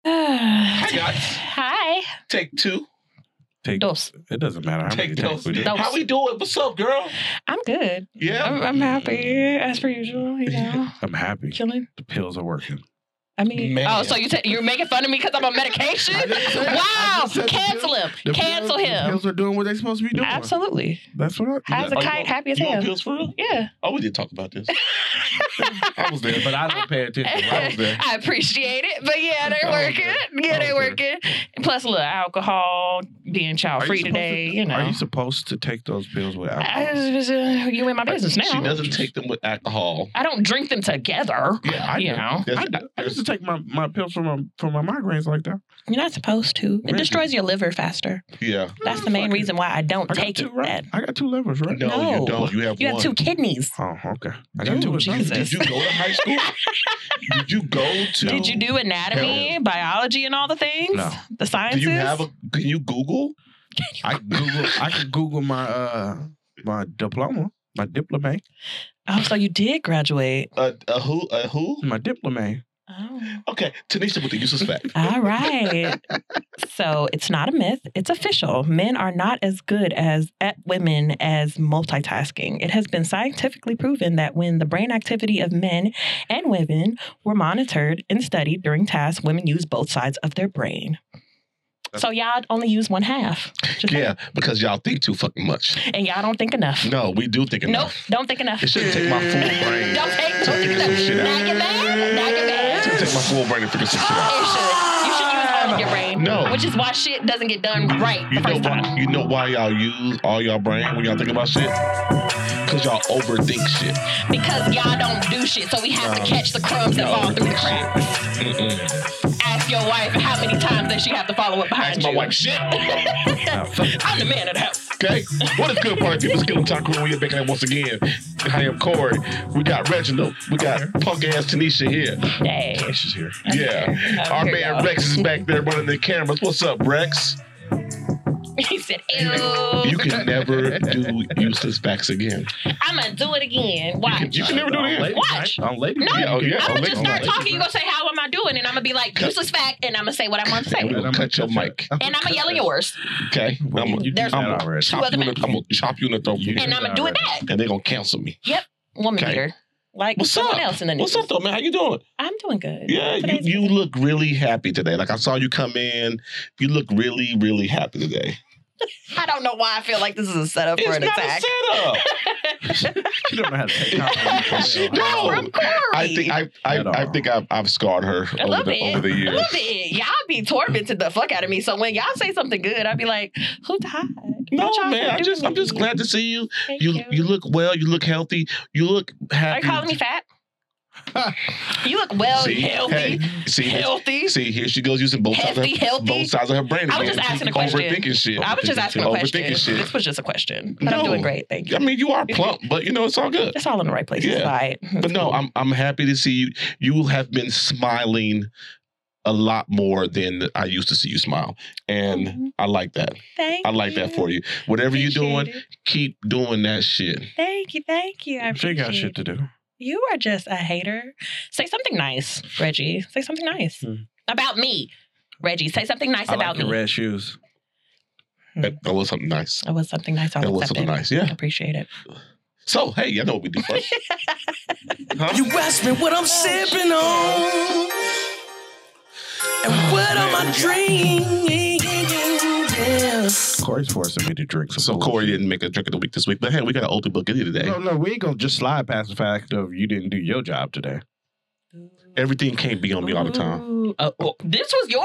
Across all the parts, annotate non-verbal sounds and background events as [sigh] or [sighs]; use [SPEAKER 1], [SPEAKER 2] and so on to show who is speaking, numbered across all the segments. [SPEAKER 1] [sighs]
[SPEAKER 2] Scott.
[SPEAKER 1] Hi.
[SPEAKER 2] Take two.
[SPEAKER 3] Take,
[SPEAKER 1] Dos.
[SPEAKER 3] it doesn't matter how many
[SPEAKER 2] Take
[SPEAKER 3] takes
[SPEAKER 2] those.
[SPEAKER 3] we do.
[SPEAKER 1] Those.
[SPEAKER 2] How we doing? What's up, girl?
[SPEAKER 1] I'm good.
[SPEAKER 2] Yeah.
[SPEAKER 1] I'm, I'm happy as per usual. You know,
[SPEAKER 3] I'm happy.
[SPEAKER 1] killing.
[SPEAKER 3] The pills are working.
[SPEAKER 1] I mean,
[SPEAKER 2] Man.
[SPEAKER 1] oh, so you ta- you're making fun of me because I'm on medication?
[SPEAKER 4] I didn't say- I
[SPEAKER 1] wow!
[SPEAKER 4] just said the
[SPEAKER 1] Cancel him.
[SPEAKER 4] The
[SPEAKER 1] Cancel
[SPEAKER 4] pills- The
[SPEAKER 1] him.
[SPEAKER 4] pills are doing what they're supposed to be doing.
[SPEAKER 1] Absolutely.
[SPEAKER 3] That's what I.
[SPEAKER 1] How's
[SPEAKER 3] That's
[SPEAKER 1] a
[SPEAKER 2] Are you
[SPEAKER 1] kite
[SPEAKER 2] on-
[SPEAKER 1] happy as
[SPEAKER 2] you on
[SPEAKER 1] hell?
[SPEAKER 2] pills for real? [laughs]
[SPEAKER 1] Yeah.
[SPEAKER 2] Oh, we did talk
[SPEAKER 1] [laughs]
[SPEAKER 2] about this.
[SPEAKER 4] I was there, but I don't pay attention. I
[SPEAKER 1] [laughs]
[SPEAKER 4] was there.
[SPEAKER 1] I appreciate it, but yeah, they're
[SPEAKER 4] I don't
[SPEAKER 1] working.
[SPEAKER 4] care.
[SPEAKER 1] Yeah,
[SPEAKER 4] I
[SPEAKER 1] they're
[SPEAKER 4] don't
[SPEAKER 1] working. Plus a little alcohol, being child
[SPEAKER 3] Are you
[SPEAKER 1] free
[SPEAKER 3] supposed
[SPEAKER 1] today.
[SPEAKER 3] to-
[SPEAKER 1] you know,
[SPEAKER 3] Are you supposed to take those pills with
[SPEAKER 1] I
[SPEAKER 3] alcohol?
[SPEAKER 1] was- uh, you in my business now.
[SPEAKER 2] She doesn't take them with alcohol.
[SPEAKER 1] I don't drink them together.
[SPEAKER 2] Yeah,
[SPEAKER 3] I
[SPEAKER 1] you
[SPEAKER 3] do.
[SPEAKER 1] know,
[SPEAKER 2] That's-
[SPEAKER 3] I, I used to take my, my pills for my for my migraines like that.
[SPEAKER 1] you're not supposed to. It
[SPEAKER 3] Really?
[SPEAKER 1] destroys your liver faster.
[SPEAKER 2] yeah.
[SPEAKER 1] That's the main
[SPEAKER 3] Fuck it.
[SPEAKER 1] reason why I don't
[SPEAKER 3] I got
[SPEAKER 1] take
[SPEAKER 3] two,
[SPEAKER 1] it.
[SPEAKER 3] right?
[SPEAKER 1] Dad.
[SPEAKER 3] I got two levers, right?
[SPEAKER 2] No,
[SPEAKER 1] No.
[SPEAKER 2] you don't. You have
[SPEAKER 1] You have
[SPEAKER 2] one.
[SPEAKER 1] two kidneys.
[SPEAKER 3] Oh, okay. I got two.
[SPEAKER 1] Dude,
[SPEAKER 3] of those.
[SPEAKER 1] Jesus.
[SPEAKER 2] Did you go to high school? Did you
[SPEAKER 1] [laughs]
[SPEAKER 2] go to?
[SPEAKER 1] Did you do anatomy, biology, and all the things?
[SPEAKER 3] No.
[SPEAKER 1] The
[SPEAKER 2] Do
[SPEAKER 1] sciences?
[SPEAKER 2] you have a? Can you Google?
[SPEAKER 3] I Google. I can Google my uh my diploma, my diploma,
[SPEAKER 1] oh, so you did graduate.
[SPEAKER 2] A, a who? A
[SPEAKER 1] Hmm.
[SPEAKER 2] who?
[SPEAKER 3] my diploma.
[SPEAKER 1] Oh.
[SPEAKER 2] Okay, Tanisha with the useless fact.
[SPEAKER 1] All right.
[SPEAKER 2] [laughs]
[SPEAKER 1] so it's not a myth, it's official. Men are not as good as at women as multitasking. It has been scientifically proven that when the brain activity of men and women were monitored and studied during tasks, women use both sides of their brain. So y'all only use one half. Just-
[SPEAKER 2] Yeah, because y'all think too fucking much.
[SPEAKER 1] And y'all don't think enough.
[SPEAKER 2] No, we do think
[SPEAKER 1] Nope,
[SPEAKER 2] enough.
[SPEAKER 1] don't think enough.
[SPEAKER 2] It shouldn't take my full brain.
[SPEAKER 1] Don't take
[SPEAKER 2] to
[SPEAKER 1] don't
[SPEAKER 2] figure
[SPEAKER 1] think
[SPEAKER 2] some
[SPEAKER 1] enough.
[SPEAKER 2] shit out.
[SPEAKER 1] Knock it back. Knock it
[SPEAKER 2] It should
[SPEAKER 1] back.
[SPEAKER 2] take my full brain to figure some shit out.
[SPEAKER 1] It should. You should use all of your brain.
[SPEAKER 2] No.
[SPEAKER 1] Which is why shit doesn't get done right the
[SPEAKER 2] You know
[SPEAKER 1] first time.
[SPEAKER 2] why? You know why y'all use all y'all brain when y'all think about shit? Cause y'all overthink shit.
[SPEAKER 1] Because y'all don't do shit. So we have to
[SPEAKER 2] No.
[SPEAKER 1] catch the crumbs that
[SPEAKER 2] No.
[SPEAKER 1] fall through the cracks.
[SPEAKER 2] Mm-mm.
[SPEAKER 1] Ask your wife how many times does she have to follow up behind
[SPEAKER 2] Ask my
[SPEAKER 1] you.
[SPEAKER 2] wife shit.
[SPEAKER 1] [laughs] I'm the man of the house.
[SPEAKER 2] Okay. What is good, party people? Skill Talk Crew. We are back at it once again. I am Corey. We got Reginald. We got punk ass Tanisha here.
[SPEAKER 1] Dang.
[SPEAKER 2] She's here. Yeah.
[SPEAKER 1] Okay.
[SPEAKER 2] Our
[SPEAKER 1] Here
[SPEAKER 2] man
[SPEAKER 1] y'all.
[SPEAKER 2] Rex is back there running the cameras. What's up, Rex?
[SPEAKER 1] [laughs] He said, ew.
[SPEAKER 2] You can never do useless facts again.
[SPEAKER 1] I'm going to do it again. Watch.
[SPEAKER 2] You can never do it again.
[SPEAKER 1] Watch.
[SPEAKER 3] I'm lady.
[SPEAKER 1] No.
[SPEAKER 2] Yeah, oh, yeah.
[SPEAKER 1] I'm going
[SPEAKER 2] I'll
[SPEAKER 1] to
[SPEAKER 2] let
[SPEAKER 1] just
[SPEAKER 2] you
[SPEAKER 1] start
[SPEAKER 2] know.
[SPEAKER 1] talking. You're going to say, how am I doing? And I'm going to be like, useless fact. And I'm going to say what I want to say.
[SPEAKER 2] And we gonna cut your mic.
[SPEAKER 1] And I'm going to yell at yours.
[SPEAKER 2] Okay. I'm
[SPEAKER 3] Well,
[SPEAKER 2] gonna
[SPEAKER 3] you
[SPEAKER 1] There's-
[SPEAKER 3] did that already.
[SPEAKER 1] Two
[SPEAKER 2] chop
[SPEAKER 1] other
[SPEAKER 2] you in the-
[SPEAKER 1] men.
[SPEAKER 2] I'm gonna chop you in the throat.
[SPEAKER 3] You
[SPEAKER 1] And
[SPEAKER 3] did
[SPEAKER 1] I'm
[SPEAKER 3] that
[SPEAKER 1] going to do it
[SPEAKER 3] already.
[SPEAKER 1] back.
[SPEAKER 2] and they're gonna cancel me.
[SPEAKER 1] Woman
[SPEAKER 2] Okay.
[SPEAKER 1] beater. Like
[SPEAKER 2] What's
[SPEAKER 1] someone
[SPEAKER 2] up?
[SPEAKER 1] else in the news.
[SPEAKER 2] What's up, though, man? How you doing?
[SPEAKER 1] I'm doing good.
[SPEAKER 2] Yeah, you,
[SPEAKER 1] Today's
[SPEAKER 2] you
[SPEAKER 1] good.
[SPEAKER 2] look really happy today. Like I saw you come in. You look really, really happy today.
[SPEAKER 1] I don't know why I feel like this is a setup for
[SPEAKER 2] it's
[SPEAKER 1] an
[SPEAKER 2] not
[SPEAKER 1] attack. [laughs]
[SPEAKER 2] a setup.
[SPEAKER 3] She don't know how to take [laughs] compliments.
[SPEAKER 2] She
[SPEAKER 1] No,
[SPEAKER 2] don't.
[SPEAKER 1] from Corey.
[SPEAKER 2] I think I, I,
[SPEAKER 3] At all.
[SPEAKER 2] I think I've, I've scarred her
[SPEAKER 1] A
[SPEAKER 2] over
[SPEAKER 1] little
[SPEAKER 2] the,
[SPEAKER 1] bit.
[SPEAKER 2] over the
[SPEAKER 1] A
[SPEAKER 2] years.
[SPEAKER 1] little bit. Y'all be tormented the fuck out of me. So when y'all say something good, I'd be like, "Who died?"
[SPEAKER 2] No
[SPEAKER 1] What y'all
[SPEAKER 2] man, I
[SPEAKER 1] doing?
[SPEAKER 2] just I'm just glad to see you.
[SPEAKER 1] Thank
[SPEAKER 2] You you look well. You look healthy. You look
[SPEAKER 1] Are you
[SPEAKER 2] happy.
[SPEAKER 1] calling me fat?
[SPEAKER 2] [laughs]
[SPEAKER 1] you look well,
[SPEAKER 2] See?
[SPEAKER 1] healthy,
[SPEAKER 2] Hey, see,
[SPEAKER 1] healthy.
[SPEAKER 2] see, here she goes using both
[SPEAKER 1] Hefty,
[SPEAKER 2] sides of her,
[SPEAKER 1] healthy.
[SPEAKER 2] both sides of her brain.
[SPEAKER 1] I was
[SPEAKER 2] again.
[SPEAKER 1] just asking a question.
[SPEAKER 2] Overthinking shit.
[SPEAKER 1] I was just asking a question.
[SPEAKER 2] Overthinking shit.
[SPEAKER 1] This was just a question, but I'm
[SPEAKER 2] No.
[SPEAKER 1] doing great. Thank you.
[SPEAKER 2] I mean, you are plump, but you know it's all good.
[SPEAKER 1] it's all in the right place. It's
[SPEAKER 2] Yeah.
[SPEAKER 1] fine.
[SPEAKER 2] But no, I'm I'm happy to see you. You have been smiling a lot more than I used to see you smile, and I like that.
[SPEAKER 1] Thank
[SPEAKER 2] I like that for Mm-hmm. you. Whatever you're doing, keep doing that shit.
[SPEAKER 1] Thank you, thank you. I
[SPEAKER 3] She got
[SPEAKER 1] appreciate
[SPEAKER 3] shit to do.
[SPEAKER 1] You are just a hater. Say something nice, Reggie. Say something nice
[SPEAKER 3] Hmm.
[SPEAKER 1] about me, Reggie. Say something nice
[SPEAKER 3] I
[SPEAKER 1] about
[SPEAKER 3] like your
[SPEAKER 1] me.
[SPEAKER 3] red shoes.
[SPEAKER 2] That, that was something nice.
[SPEAKER 1] That was something nice. I'll
[SPEAKER 2] Hmm. That was
[SPEAKER 1] accept
[SPEAKER 2] something
[SPEAKER 1] it.
[SPEAKER 2] nice. Yeah.
[SPEAKER 1] I appreciate it.
[SPEAKER 2] So hey, I know what we do [laughs] first. Huh?
[SPEAKER 5] You ask me what I'm sipping on and what am I drinking.
[SPEAKER 3] Corey's forcing me to drink some.
[SPEAKER 2] so
[SPEAKER 3] bullshit.
[SPEAKER 2] Corey didn't make a drink of the week this week, but hey, we got an open book in here today.
[SPEAKER 3] No, no, we ain't gonna just slide past the fact of you didn't do your job today.
[SPEAKER 2] Everything can't be on me all the time.
[SPEAKER 1] Ooh. Uh, oh, this was your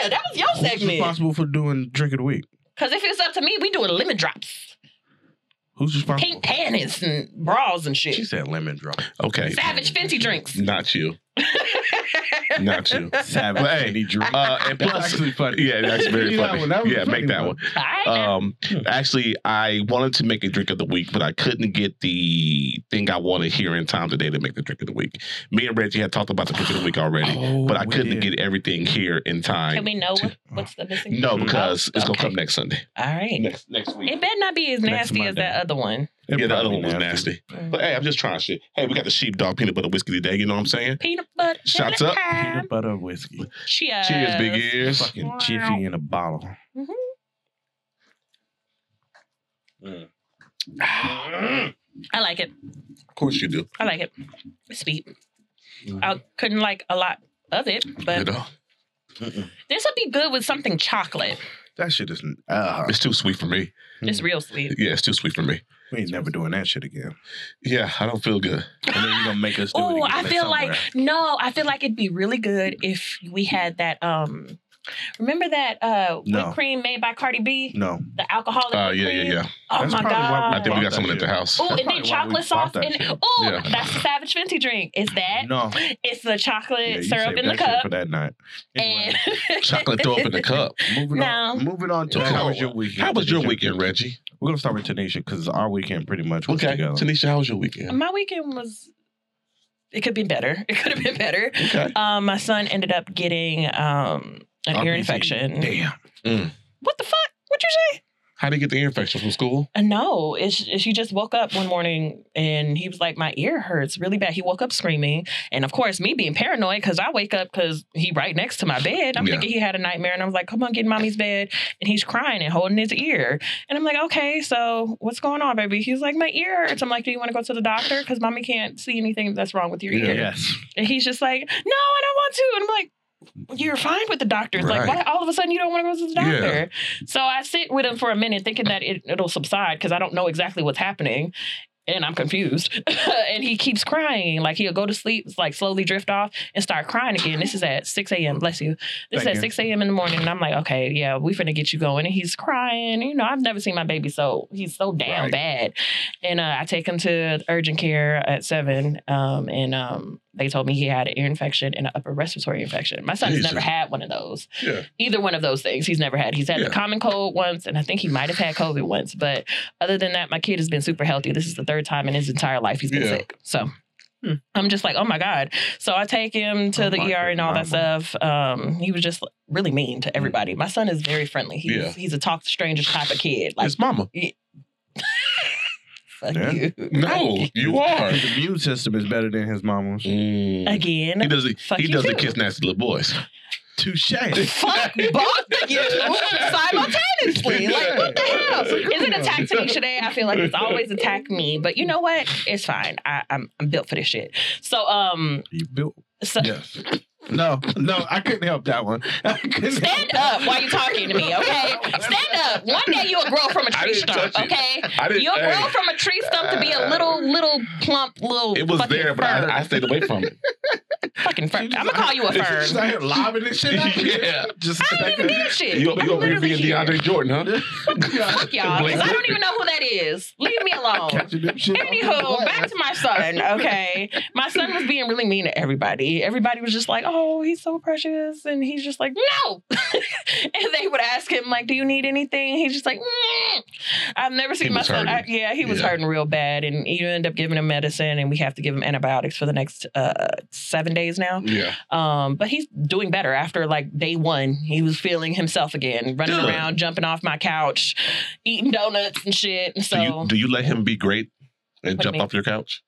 [SPEAKER 1] idea. That was your
[SPEAKER 3] Who's
[SPEAKER 1] segment.
[SPEAKER 3] responsible for doing drink of the week?
[SPEAKER 1] Because if it's up to me, we doing lemon drops,
[SPEAKER 3] Who's responsible?
[SPEAKER 1] pink panties, and bras and
[SPEAKER 3] She
[SPEAKER 1] shit.
[SPEAKER 3] said lemon drop.
[SPEAKER 2] Okay,
[SPEAKER 1] Savage Fenty drinks.
[SPEAKER 2] not [laughs] you, not you.
[SPEAKER 3] Savage.
[SPEAKER 2] But hey,
[SPEAKER 3] and he drew-
[SPEAKER 2] Uh, and
[SPEAKER 3] That's
[SPEAKER 2] plus,
[SPEAKER 3] actually funny.
[SPEAKER 2] yeah, that's very
[SPEAKER 3] Do that
[SPEAKER 2] funny.
[SPEAKER 3] one. That was
[SPEAKER 2] yeah,
[SPEAKER 3] funny,
[SPEAKER 2] make that
[SPEAKER 3] man.
[SPEAKER 2] one.
[SPEAKER 1] All right. now.
[SPEAKER 2] [laughs] Um, actually, I wanted to make a drink of the week, but I couldn't get the thing I wanted here in time today to make the drink of the week. Me and Reggie had talked about the drink of the week already,
[SPEAKER 3] [gasps] Oh,
[SPEAKER 2] but I
[SPEAKER 3] we
[SPEAKER 2] couldn't
[SPEAKER 3] did.
[SPEAKER 2] get everything here in time.
[SPEAKER 1] Can we know
[SPEAKER 2] to-
[SPEAKER 1] what What's the missing?
[SPEAKER 2] No,
[SPEAKER 1] piece?
[SPEAKER 2] because it's gonna
[SPEAKER 1] okay.
[SPEAKER 2] come next Sunday.
[SPEAKER 1] All right.
[SPEAKER 2] Next next week.
[SPEAKER 1] It better not be as
[SPEAKER 3] Next
[SPEAKER 1] nasty as
[SPEAKER 3] Monday.
[SPEAKER 1] that other one.
[SPEAKER 2] yeah, the other one was nasty. But hey, I'm just trying shit. Hey, we got the sheepdog peanut butter whiskey today. You know what I'm saying?
[SPEAKER 1] Peanut butter.
[SPEAKER 2] Shots up.
[SPEAKER 3] Peanut butter whiskey.
[SPEAKER 1] Cheers.
[SPEAKER 2] Cheers, big ears.
[SPEAKER 3] Fucking jiffy in a bottle.
[SPEAKER 1] Mhm. I like it.
[SPEAKER 2] Of course you do.
[SPEAKER 1] I like it. It's sweet.
[SPEAKER 3] Mhm.
[SPEAKER 1] I couldn't like a lot of it,
[SPEAKER 2] you
[SPEAKER 1] but
[SPEAKER 2] know,
[SPEAKER 1] this would be good with something chocolate.
[SPEAKER 3] That shit is. Uh,
[SPEAKER 2] it's too sweet for me.
[SPEAKER 1] It's real sweet.
[SPEAKER 2] Yeah, it's too sweet for me.
[SPEAKER 3] we ain't never doing that shit again.
[SPEAKER 2] Yeah, I don't feel good.
[SPEAKER 3] And then you gonna make us do it
[SPEAKER 1] Oh,
[SPEAKER 3] again
[SPEAKER 1] I
[SPEAKER 3] at
[SPEAKER 1] feel
[SPEAKER 3] somewhere.
[SPEAKER 1] like no, I feel like it'd be really good if we had that um remember that uh
[SPEAKER 3] No.
[SPEAKER 1] whipped cream made by Cardi B,
[SPEAKER 3] no.
[SPEAKER 1] the alcoholic
[SPEAKER 2] Uh,
[SPEAKER 1] whipped
[SPEAKER 2] yeah,
[SPEAKER 1] cream?
[SPEAKER 2] yeah, yeah.
[SPEAKER 1] Oh
[SPEAKER 3] That's
[SPEAKER 1] my
[SPEAKER 3] probably why
[SPEAKER 1] god.
[SPEAKER 3] we
[SPEAKER 2] I think we
[SPEAKER 3] Fuck
[SPEAKER 2] got
[SPEAKER 3] that
[SPEAKER 2] someone at the
[SPEAKER 3] shit.
[SPEAKER 2] house.
[SPEAKER 1] Oh, and
[SPEAKER 3] probably
[SPEAKER 1] then
[SPEAKER 3] why we
[SPEAKER 1] chocolate sauce
[SPEAKER 3] bought that
[SPEAKER 1] and
[SPEAKER 3] shit.
[SPEAKER 1] oh,
[SPEAKER 2] Yeah.
[SPEAKER 1] that's the Savage Fenty drink. It's that.
[SPEAKER 3] No.
[SPEAKER 1] It's the chocolate
[SPEAKER 3] Yeah, you
[SPEAKER 1] syrup
[SPEAKER 3] saved
[SPEAKER 1] in the
[SPEAKER 3] that shit
[SPEAKER 1] cup.
[SPEAKER 3] for that night. Anyway,
[SPEAKER 1] And
[SPEAKER 2] [laughs] Chocolate throw up in the
[SPEAKER 3] [laughs]
[SPEAKER 2] cup.
[SPEAKER 3] moving on.
[SPEAKER 1] [laughs] No.
[SPEAKER 3] Moving on to
[SPEAKER 2] No.
[SPEAKER 3] how was your weekend?
[SPEAKER 2] How was your
[SPEAKER 3] Tanisha?
[SPEAKER 2] weekend, Reggie?
[SPEAKER 3] We're gonna start with Tanisha because our weekend pretty much was
[SPEAKER 2] Okay,
[SPEAKER 3] together.
[SPEAKER 2] Tanisha, how was your weekend?
[SPEAKER 1] my weekend was it could be better. [laughs] It could have been better.
[SPEAKER 2] Okay.
[SPEAKER 1] Um, my son ended up getting um an ear
[SPEAKER 3] RBG.
[SPEAKER 1] infection.
[SPEAKER 3] Damn.
[SPEAKER 1] What the fuck? What'd you say?
[SPEAKER 2] How did you get the ear infection from school?
[SPEAKER 1] Uh, No, it's, she just woke up one morning and he was like, "My ear hurts really bad." He woke up screaming, and of course, me being paranoid because I wake up because he right next to my bed. I'm
[SPEAKER 2] Yeah.
[SPEAKER 1] thinking he had a nightmare, and I was like, "Come on, get in mommy's bed," and he's crying and holding his ear, and I'm like, "Okay, so what's going on, baby?" He's like, "My ear hurts." I'm like, "Do you want to go to the doctor? Because mommy can't see anything that's wrong with your
[SPEAKER 2] Yeah.
[SPEAKER 1] ear."
[SPEAKER 3] Yes.
[SPEAKER 1] And he's just like, "No, I don't want to," and I'm like. You're fine with the doctor. It's Like,
[SPEAKER 2] Right.
[SPEAKER 1] why all of a sudden you don't want to go to the
[SPEAKER 2] Yeah.
[SPEAKER 1] doctor? So I sit with him for a minute thinking that it, it'll subside because I don't know exactly what's happening and I'm confused. [laughs] and he keeps crying. Like he'll go to sleep, like slowly drift off and start crying again. This is at 6 a.m. Bless you. This
[SPEAKER 3] Thank
[SPEAKER 1] is at
[SPEAKER 3] you.
[SPEAKER 1] 6 a.m. in the morning. And I'm like, okay, yeah, we finna get you going. And he's crying. You know, I've never seen my baby so he's so damn
[SPEAKER 2] Right.
[SPEAKER 1] bad. And uh, I take him to urgent care at seven. Um, and um, they told me he had an ear infection and an upper respiratory infection. My son has
[SPEAKER 2] Jesus.
[SPEAKER 1] never had one of those
[SPEAKER 2] Yeah.
[SPEAKER 1] either one of those things he's never had. He's had
[SPEAKER 2] Yeah.
[SPEAKER 1] the common cold once, and I think he might have had COVID once. But other than that, my kid has been super healthy. This is the third time in his entire life he's been
[SPEAKER 2] Yeah.
[SPEAKER 1] sick. So I'm just like, oh my God. So I take him to
[SPEAKER 3] Oh
[SPEAKER 1] the
[SPEAKER 3] my
[SPEAKER 1] ER and all that
[SPEAKER 3] mama.
[SPEAKER 1] stuff. Um, he was just really mean to everybody. My son is very friendly. He's,
[SPEAKER 2] Yeah.
[SPEAKER 1] he's a talk to strangers type of kid. Like, [laughs]
[SPEAKER 2] it's mama.
[SPEAKER 1] fuck
[SPEAKER 3] Yeah.
[SPEAKER 1] you. [laughs]
[SPEAKER 2] No, you are.
[SPEAKER 3] His immune system is better than his mama's.
[SPEAKER 2] Mm.
[SPEAKER 1] Again.
[SPEAKER 2] He doesn't.
[SPEAKER 1] Fuck
[SPEAKER 2] he
[SPEAKER 1] you
[SPEAKER 2] doesn't
[SPEAKER 1] too.
[SPEAKER 2] kiss nasty
[SPEAKER 1] [laughs]
[SPEAKER 2] little boys.
[SPEAKER 3] Touche.
[SPEAKER 2] [laughs]
[SPEAKER 1] fuck both of you simultaneously. Like, what the hell? Is it attack to me today? I feel like it's always attack me, but you know what? It's fine. I, I'm, I'm built for this shit. So, um,
[SPEAKER 3] You built.
[SPEAKER 1] so
[SPEAKER 3] Yes. No, no, I couldn't help that one. [laughs] I couldn't help
[SPEAKER 1] stand
[SPEAKER 3] that.
[SPEAKER 1] up while you're talking to me, okay? Stand up. One day you'll grow from a
[SPEAKER 2] I
[SPEAKER 1] tree
[SPEAKER 2] didn't
[SPEAKER 1] stump,
[SPEAKER 2] touch it.
[SPEAKER 1] okay?
[SPEAKER 2] I didn't.
[SPEAKER 1] You'll
[SPEAKER 2] hey,
[SPEAKER 1] grow from a tree stump to be a little, little plump, little.
[SPEAKER 2] it was
[SPEAKER 1] fucking
[SPEAKER 2] there, but I, I
[SPEAKER 1] fern.
[SPEAKER 2] stayed away from
[SPEAKER 1] [laughs]
[SPEAKER 2] it. [laughs]
[SPEAKER 1] fucking fern.
[SPEAKER 3] She just
[SPEAKER 1] I'm gonna
[SPEAKER 3] out
[SPEAKER 1] call you a
[SPEAKER 3] here-
[SPEAKER 1] fern.
[SPEAKER 3] She's out here lobbing this shit.
[SPEAKER 2] [laughs]
[SPEAKER 3] out here.
[SPEAKER 2] Yeah.
[SPEAKER 3] Just
[SPEAKER 1] I don't even [laughs]
[SPEAKER 3] [laughs]
[SPEAKER 1] give a shit.
[SPEAKER 2] You,
[SPEAKER 1] I'm
[SPEAKER 2] you over here
[SPEAKER 1] literally
[SPEAKER 2] being
[SPEAKER 1] here.
[SPEAKER 2] DeAndre Jordan, huh?
[SPEAKER 1] [laughs] Fuck y'all, 'cause I don't even know who that is. Leave me alone.
[SPEAKER 3] Catching them shit. off the
[SPEAKER 1] Anywho,
[SPEAKER 3] glass.
[SPEAKER 1] back to my son. Okay, my son was being really mean to everybody. Everybody was just like, "Oh, he's so precious," and he's just like, "No." [laughs] and they would ask him like, "Do you need anything?" He's just like, "Mm." "I've never seen
[SPEAKER 2] He
[SPEAKER 1] my
[SPEAKER 2] was
[SPEAKER 1] son." I,
[SPEAKER 2] hurting.
[SPEAKER 1] yeah, he was
[SPEAKER 2] Yeah.
[SPEAKER 1] hurting real bad, and you end up giving him medicine, and we have to give him antibiotics for the next uh, seven days now.
[SPEAKER 2] Yeah.
[SPEAKER 1] Um, but he's doing better after like day one. He was feeling himself again, running
[SPEAKER 2] Good.
[SPEAKER 1] around, jumping off my couch, eating donuts and shit. And so
[SPEAKER 2] do you do you let him be great and
[SPEAKER 1] What do you
[SPEAKER 2] jump
[SPEAKER 1] mean?
[SPEAKER 2] off your couch?